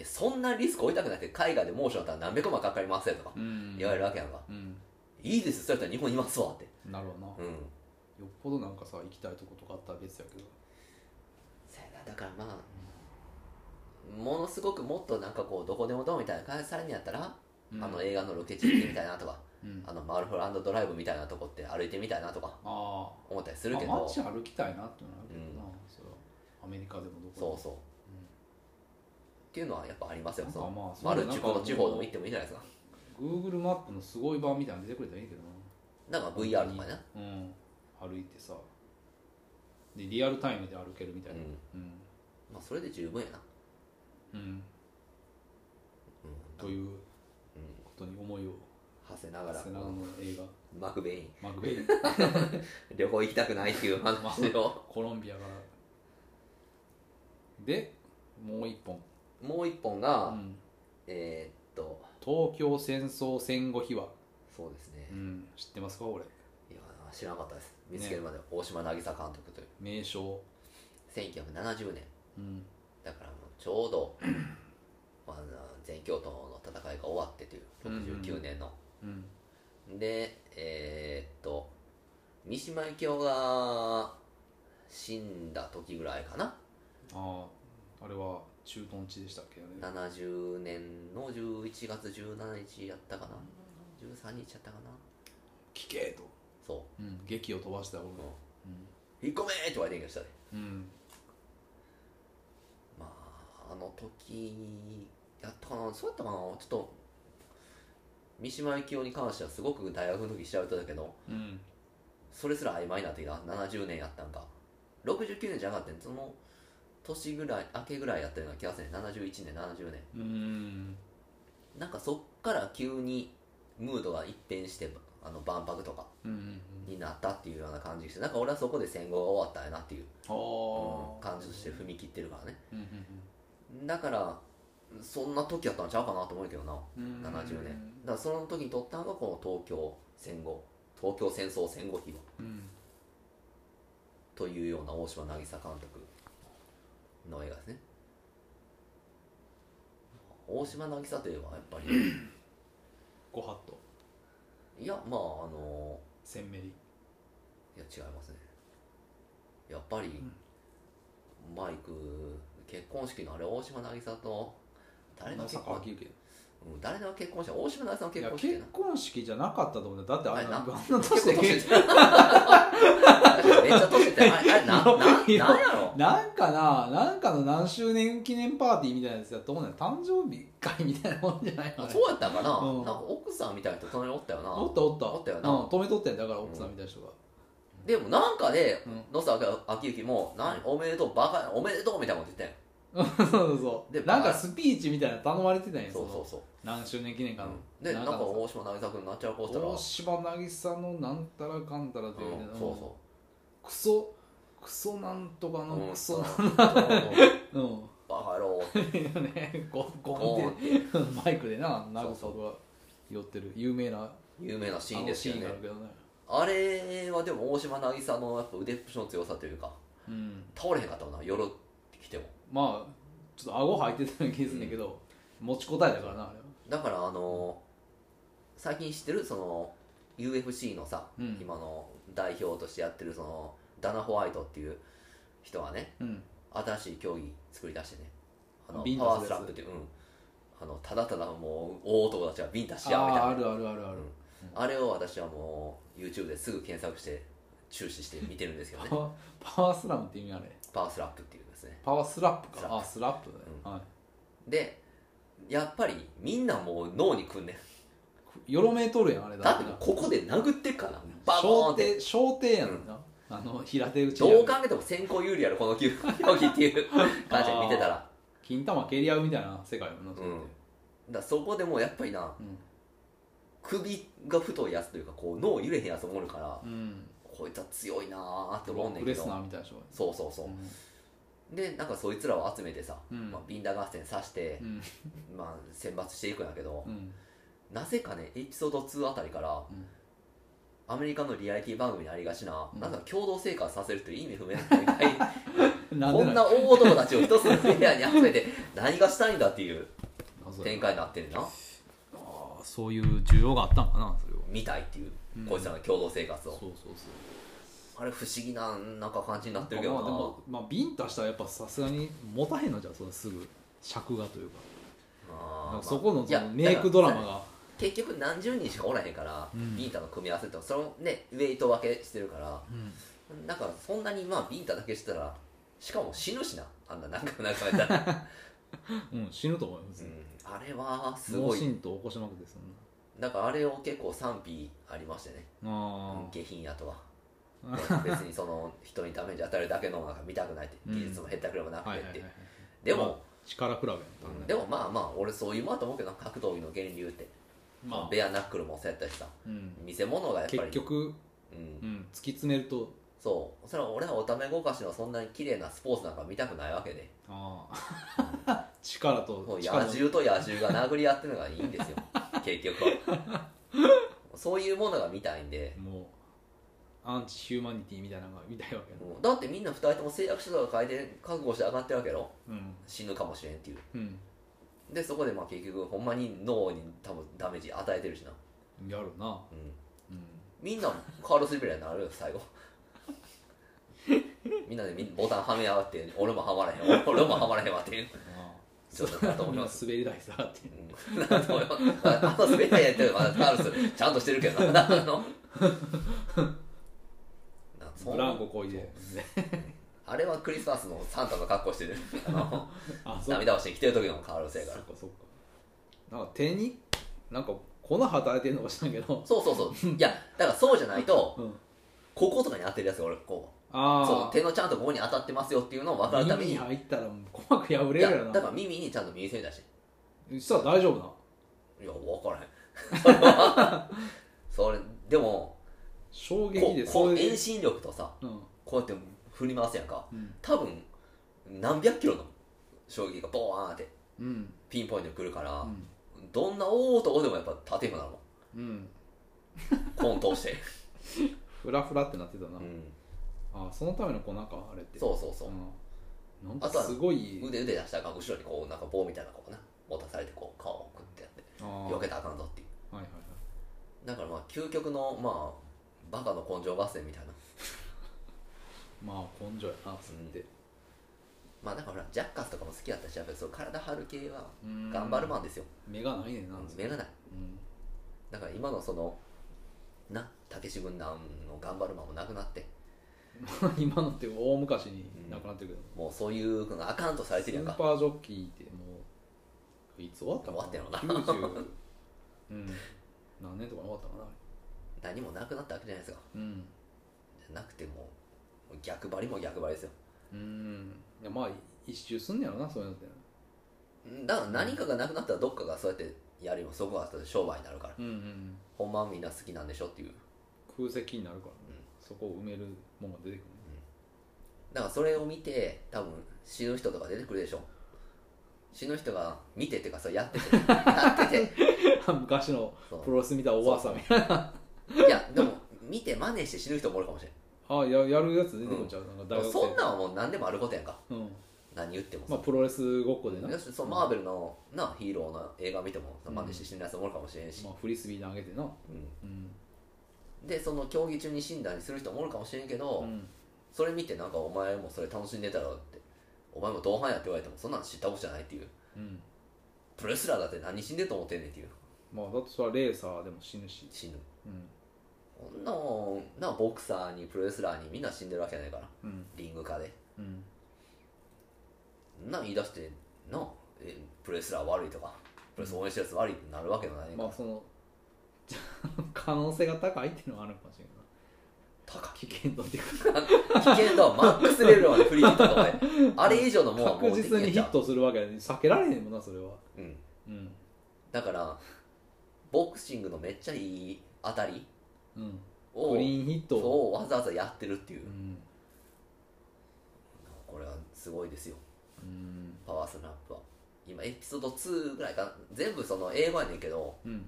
A: やそんなリスク負いたくなくて海外で猛暑だったら何百万かかりますよとか
B: うん、
A: 言われるわけやんか、
B: うん
A: いいですそれやったら日本いますわって
B: なるほどなよ
A: うん
B: っぽどなんかさ行きたいとことかあったら別やけど
A: そやなだからまあものすごくもっとなんかこうどこでもどうみたいな感じされんやったら、
B: うん
A: あの映画のロケ地行ってみたいなとか
B: うん
A: あのマルフランドドライブみたいなとこって歩いてみたいなとか
B: あ
A: 思ったりす
B: ー
A: るけ
B: まあ
A: ど
B: 街歩きたいなってのはあるけどな、それはアメリカでもどこで
A: そ
B: も
A: うそう、っ
B: ん
A: ていうのはやっぱありますよ
B: なん
A: そ
B: か
A: の
B: まあ
A: マルチコの地方でも
B: の
A: 行ってもいいじゃないですか
B: Google マップのすごい版みたいなの出てくれたらいいけどな
A: なんか VR とかね
B: うん歩いてさでリアルタイムで歩けるみた
A: う
B: いな、
A: ん
B: うん
A: まあそれで十分やな、
B: うん、
A: うん、
B: とい
A: う
B: う
A: ん
B: ことに思いを
A: 馳せながら
B: セナの映画
A: マクベイン
B: マグベイン
A: 旅行行きたくないっていう話 を
B: コロンビアがでもう一本、
A: もう一本が、
B: うん
A: えーっと
B: 東京戦争戦後秘話、
A: そうですね
B: う、ん、知ってますか俺
A: いや知らなかったです見つけるまで大島渚監督という、
B: 名称、
A: 1970年
B: うん、
A: だからもうちょう どまあ全教徒の戦いが終わってという69年の、
B: うん
A: でえーっと三島由紀夫が死んだ時ぐらいかな
B: あああれは駐屯地でしたっけね
A: 70年の11月17日やったかな13日やったかな
B: 聞けと、
A: そ
B: うん、劇を飛ばした俺
A: う
B: が、
A: 「引っ込め!」って言われてんけどしたで
B: うん、
A: の時にやったかなそうやったかなちょっと三島由紀夫に関してはすごく大学の時調べてたけど
B: うん
A: それすら曖昧になってきた70年やったんか69年じゃなかったんその年ぐらい明けぐらいやったような気がするね71年70年
B: うん
A: なんかそっから急にムードが一変してあの万博とか
B: うん
A: になったっていうような感じがしてなんか俺はそこで戦後が終わったんやなっていう、
B: あ
A: うん
B: あ
A: 感じとして踏み切ってるからね
B: うん
A: だからそんな時やったんちゃうかなと思うけどな
B: うんうん
A: 70年だからその時に撮ったのがこの東京戦後東京戦争戦後秘話
B: うん
A: というような大島渚監督の映画ですね大島渚といえばやっぱり
B: ごはっと
A: いやまああの
B: せんめり
A: いや違いますねやっぱり、マイク結婚式のあれ大島渚と誰の結婚
B: 明行
A: うん誰の結婚式大島渚の
B: い
A: 結
B: や
A: 婚式や
B: 結
A: な
B: 婚式じゃなかったと思うんだよだってあんなあ
A: あ
B: ん
A: れな
B: な 年で
A: 結婚式めっちゃ年いってるあれあれ なななんやろ
B: なんかな、なんかの何周年記念パーティーみたいなやつだと思うね誕生日会みたいなもんじゃないのね
A: そうやったんかな,、
B: うん
A: なんか奥さんみたいな人隣におったよな
B: おったおった。
A: おったよな
B: うん、止めとったんだから、奥さんみたいな人が。
A: でもなんかで、
B: うん
A: 野坂昭之も「何おめでとうバカやおめでとう」みたいなこと言って
B: そうそうそう。
A: で
B: なんかスピーチみたいなの頼まれてたん
A: た
B: や
A: んそうそう
B: そ
A: そう、
B: の何周年記念か
A: う
B: の。
A: んでなんか
B: の
A: 大島渚君になっちゃうこうしたら、うん、
B: 大
A: そ
B: 島渚のなんたらかんたらというね、
A: うそ
B: クソ、クソなんとか
A: う、
B: の
A: うん、
B: クソな、
A: うん バ
B: うん。
A: カ野郎って
B: ね、ゴゴ
A: ゴー
B: ン
A: ン
B: っ
A: って
B: て、 マイクでな、なんかが酔ってる、有名な、
A: 有名なシーン
B: あ
A: で
B: の
A: す
B: シ
A: よ
B: ーン
A: ね
B: があるけどね。
A: あれはでも大島渚のやっぱ腕っぷしの強さというか
B: うん。
A: 倒れへんかったもんな夜来ても
B: まあちょっと顎入ってたような気がするんだけど、持ちこたえだからなあれは
A: だからあの最近知ってるその UFC のさ、
B: うん
A: 今の代表としてやってるそのダナ・ホワイトっていう人はね
B: うん
A: 新しい競技作り出してねあの
B: ビン
A: パ
B: タするやつ
A: ワースラップっていう、うん、あのただただもう大男たちがビンタし合うみたいな
B: ああ
A: あ
B: あるあるあるある、
A: れを私はもう YouTube ですぐ検索して注視して見てるんですけ どね
B: パワパワースラムって意味あれ
A: パワースラップっていうですね
B: パワースラップ
A: スラッ
B: か
A: プ
B: あスラップね、は
A: でやっぱりみんなもう脳にくんね
B: いよろめとるやんあれ
A: ん
B: だ
A: だっ
B: っててな
A: ここで殴ってっからバコーン
B: 小
A: って
B: 手小手やんな、あの平手打ちや
A: ど
B: ん
A: う考えても先行有利やろこの球 競技っていう感じで見てたら
B: 金玉蹴り合うみたいな世界やもんな、
A: うんだからそこでもうやっぱりな首が太いやつというかこう脳揺れへんやつもおるから、
B: うん、うん、
A: こいつは強いなーって思うねん
B: プ
A: け
B: レ
A: ど
B: スナーみたいな人が
A: そうそうそう、でなんかそいつらを集めてさ、
B: うん
A: まあ、ビンダ合戦さして
B: う、ん
A: まあ、選抜していくんやけど
B: う、ん
A: なぜかねエピソード2あたりから
B: うん
A: アメリカのリアリティ番組にありがちな、
B: うん
A: なんか共同生活させるという意味不明な大会
B: うん、 なん
A: こ
B: で
A: ん
B: な
A: ない大男たちを一つの部屋に集めて何がしたいんだっていう
B: 謎や
A: 展開になってるな
B: ああそういう需要があったんかなそれは
A: 見たいっていう、
B: うん
A: こいつらの共同生活
B: そう
A: を
B: そうそう
A: あれ不思議ななんか感じになってるけど
B: ま
A: な
B: あ、でも、まあ、ビンタしたらやっぱさすがに持たへんのじゃんそのすぐ尺がというか
A: あー
B: なん
A: まあ
B: かそこの
A: い
B: そ
A: や
B: のメイクドラマ
A: だから
B: が
A: 結局何十人しかおらへんから、
B: うん
A: ビンタの組み合わせとそのねウェイト分けしてるから
B: うん
A: だからそんなにまあビンタだけしてたらしかも死ぬしなあんななんかなんかやった ら、
B: うん死ぬと思いま
A: う
B: す
A: ん、あれはす
B: 脳
A: ごい
B: 震盪起こしまくってそん
A: だからあれを結構賛否ありましてね
B: なあ
A: 下品やとは別にその人にダメージ与えるだけのなんか見たくないって
B: うん
A: 技術も減ったくれもな
B: あ
A: く
B: は
A: て
B: い
A: っ
B: はいは
A: て、
B: いはい
A: で
B: まあ
A: も、
B: 力比べやっ
A: う
B: た
A: ん
B: ね
A: でもまあまあ俺そういうもんだと思うけどな格闘技の源流って、
B: まあ
A: ベアナックルもそうやったしさ
B: うん
A: 見せ物がやっぱり
B: 結局
A: うん
B: うん突き詰めると
A: そうそれは俺はおためごかしのそんなに綺麗なスポーツなんか見たくないわけで
B: ああ 力
A: も
B: と
A: う野
B: 力の
A: 獣と野獣が殴り合ってるのがいいん ですよ結局はそういうものが見たいんで、
B: もうアンチヒューマニティみたいなのが見たいわけやな
A: うんだってみんな2人とも誓約書とか書いて覚悟して上がってるわけよ
B: うん
A: 死ぬかもしれんっていう
B: うん
A: でそこでまあ結局ほんまに脳に多分ダメージ与えてるしな、
B: やるな
A: うん、
B: うん
A: みんなカールスリベラになるよ最後 みんなでみんボタンはめ合わって俺もはまらへん俺もはまらへんわっていう
B: ああ
A: そうだと思い
B: 今
A: ます
B: 滑り台下がって
A: うんなんともよあの滑り台やってるからカールスちゃんとしてるけどなあのなそん
B: ブランコこいで
A: あれはクリスマスのサンタの格好してるあの
B: あそう
A: 涙をしてきてる時のカールせいか
B: そ
A: ら
B: っかそっかなんか手になんか粉働いてるのか知らんけど、
A: そうそうそういやだからそうじゃないと
B: うん、
A: こことかに当てるやつが俺こうそう
B: あ
A: 手のちゃんとここに当たってますよっていうのを分か
B: あ
A: るために
B: 耳に入ったらもう鼓膜破れ
A: い
B: る
A: や
B: やろ
A: だ
B: な
A: から耳にちゃんと耳栓だし
B: 実は大丈夫ない
A: や分からへん それでも
B: 衝
A: こ
B: 撃で
A: うこ
B: そうれ
A: 遠
B: で
A: 心力とさ
B: うん
A: こうやって振り回すやんか
B: うん
A: 多分何百キロの衝撃がボーンって
B: うん
A: ピンポイントに来るから、
B: うん
A: どんな大男でもやっぱ縦になるもん
B: うん
A: コーン 通して、
B: フラフラってなってたな、
A: うん、
B: あそのための粉かあれってう
A: そうそうそう、
B: ん、なん
A: あと
B: か
A: は
B: すごい
A: 腕腕出したらあかん後ろにこうなんか棒みたいなこうな持たされてこう顔をくってやって
B: ああ
A: 避
B: はい
A: けたらあかんぞっていう
B: はいはい
A: だからまあ究極のまあバカの根性合戦みたいな
B: まあ根性やなつって
A: まあだからほらジャッカスとかも好きやったしやっぱりそう体張る系は
B: うん
A: 頑張るマンですよ、
B: 目がないねんな
A: 目がない
B: うん
A: だから今のそのなたけし軍団の頑張るマンもなくなって
B: まあ今のって大昔になくなってるけど、
A: もうそういうのがあかんとされて
B: ス
A: るやんか
B: ーパージョッキーってもういつ終わったか
A: 終わった
B: な90、うん、何年とかに終わったかな
A: 何もなくなったわけじゃないですか
B: うん
A: じゃなくてもう逆張りも逆張りですよ
B: うんいやまあ一周すんねやろなそういうのって
A: だから何かがなくなったらどっかがそうやってやるよそこが商売になるから
B: うんうん
A: ほんまはみんな好きなんでしょっていう
B: 空席になるから、
A: うん
B: そこを埋めるもんが出てくるね
A: だからそれを見て多分死ぬ人とか出てくるでしょ死ぬ人が見てっていうかそうやってて やってて
B: 昔の
A: そう
B: プロレス見たおばあさんみたい
A: いやでも見て真似して死ぬ人もおるかもしれ
B: なあややるやつ出てくるんちゃう、なんか大
A: ん
B: 学生
A: そんなんはもう何でもあることやんか
B: うん
A: 何言ってもさ
B: まあプロレスごっこでな、
A: よしそうマーベルのなヒーローの映画見ても真似して死ぬやつもおるかもしれんし
B: ま、あ、フリスビー投げてな
A: う
B: うん、
A: んでその競技中に死んだりする人もおるかもしれんけど、
B: うん、
A: それ見てなんかお前もそれ楽しんでたろってお前も同伴やって言われてもそんなん知ったことじゃないっていう
B: うん
A: プロレスラーだって何死んでると思ってんねんっていう
B: まあだってそれはレーサーでも死ぬし、
A: 死ぬ
B: うん
A: こんなもんなボクサーにプロレスラーにみんな死んでるわけやないから
B: うん
A: リング化で
B: うん、
A: そんなん言い出してなえプロレスラー悪いとかプロレス応援してるやつ悪いってなるわけのないねんか
B: ま
A: ら
B: あその 可能性が高いっていうのはあるかもしれない
A: 高
B: 危険度っていうか
A: い危険度はマックスレベルまで振り切ったとかで あれ以上のもんはも
B: 確
A: うでき
B: 実
A: へ
B: に
A: ん
B: ヒ
A: じゃ
B: ッ
A: ん、
B: トするわけやね避けられへんもんなそれは
A: うん、
B: うん
A: だからボクシングのめっちゃいい当たり
B: うん
A: を
B: クリーンヒットを
A: そうわざわざやってるっていう、
B: うん、
A: これはすごいですよ
B: うん
A: パワースナップは今エピソード2ぐらいかな全部その英語やねんけど
B: うん、
A: うん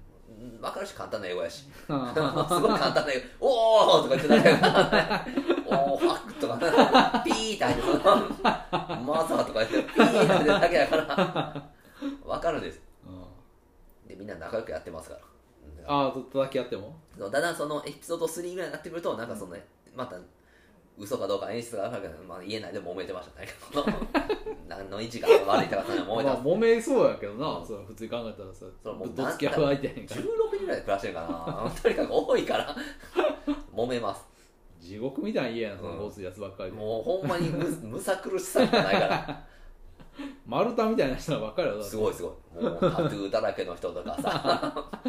A: 分かるし簡単な英語やしすごい
B: あ
A: 簡単な英語「おお!」とか言ってたけど「おおファック」とかなピーって入ってる「マザー」とか言ってピーって入ってるだけやから分かるんですでみんな仲良くやってますからうん
B: あー叩き合っても
A: そうだんだんそのエピソード3ぐらいになってくるとなんかそのねまた嘘かどうか演出があるわけど、まあ、言えないで揉めてましたね何の位置が悪いとかそんな揉めて
B: ま
A: ま
B: あ
A: す
B: 揉めそうやけどな、
A: うん
B: それは普通に考えたらさ
A: それはもう
B: ぶっとつき合う相手やねんから
A: 16人ぐらいで暮らして るかなとにかく多いから揉めます
B: 地獄みたいな家やなその
A: うん
B: ごついやつばっかりで、
A: もうほんまにむむさ苦しさしかないから
B: 丸太みたいな人らばっかりやろだって
A: すごいすごいもうタトゥーだらけの人とかさ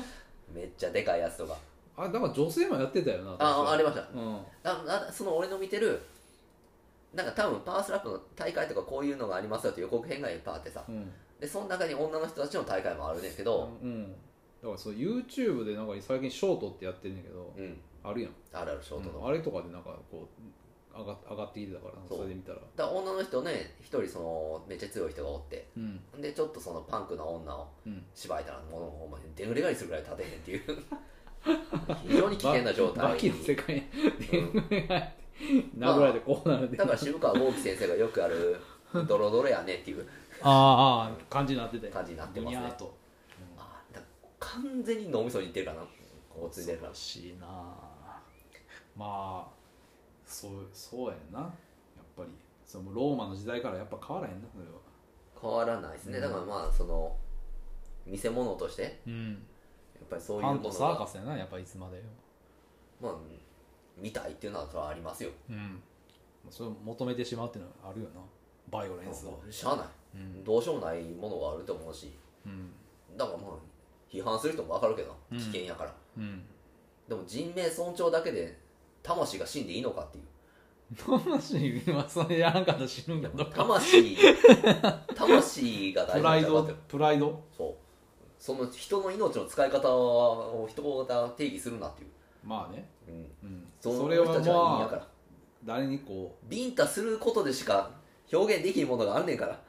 A: めっちゃでかいやつとか
B: あだから女性もやってたよな
A: あありました
B: うん
A: だだその俺の見てるなんか多分パワースラップの大会とかこういうのがありますよって予告編がいっぱいあってさ
B: うん
A: でその中に女の人たちの大会もあるねんけど、
B: うん、だからそう YouTube でなんか最近ショートってやってるんだけど
A: うん、
B: あるやん
A: あるあるショートの、
B: うんあれとかでなんかこう上が上がってきてたから
A: そう
B: それで見たら
A: だから女の人ね一人そのめっちゃ強い人がおって
B: うん
A: でちょっとそのパンクな女を
B: うん
A: 芝居たらもうほんまにでんぐり返りするぐらい立てへんっていう非常に危険な状態
B: バキの世界に
A: うん
B: 殴られてこうなるで、
A: だから渋川豪樹先生がよくあるドロドロやねっていう
B: ああああ感じになってて
A: 感じになってますね
B: ぐにゃーと
A: あだ完全に脳みそにいってるかなこうついてるから
B: 恐ろしいなまあそうそうやんなやっぱりそのローマの時代からやっぱ変わらへんなそれは
A: 変わらないですねだからまあその見せ物としてや
B: うん
A: っぱりそういう
B: パ
A: も
B: ン
A: の
B: とサー
A: が
B: カスやなやっぱいつまでよ
A: まあ見たいっていうのはそれはありますよ
B: うんそれを求めてしまうっていうのはあるよなバイオレンスを
A: しゃあない、
B: うん
A: どうしようもないものがあると思うし
B: うん
A: だからまあ批判する人も分かるけど
B: うん
A: 危険やから、
B: うん
A: でも人命尊重だけで魂が死んでいいのかっていう
B: 魂今それやらんかったら死ぬんだどうか
A: 魂魂が大
B: プ
A: 事な
B: ラ
A: ん
B: イ
A: じゃなか
B: ド
A: った
B: プライド
A: そうその人の命の使い方を人が定義するなっていう、
B: まあね、
A: うん、
B: うん、
A: そ
B: そ
A: の
B: れは
A: 人たちはいいんや
B: ま
A: から、
B: あ誰にこ
A: ビンタすることでしか表現できんものがあんねんから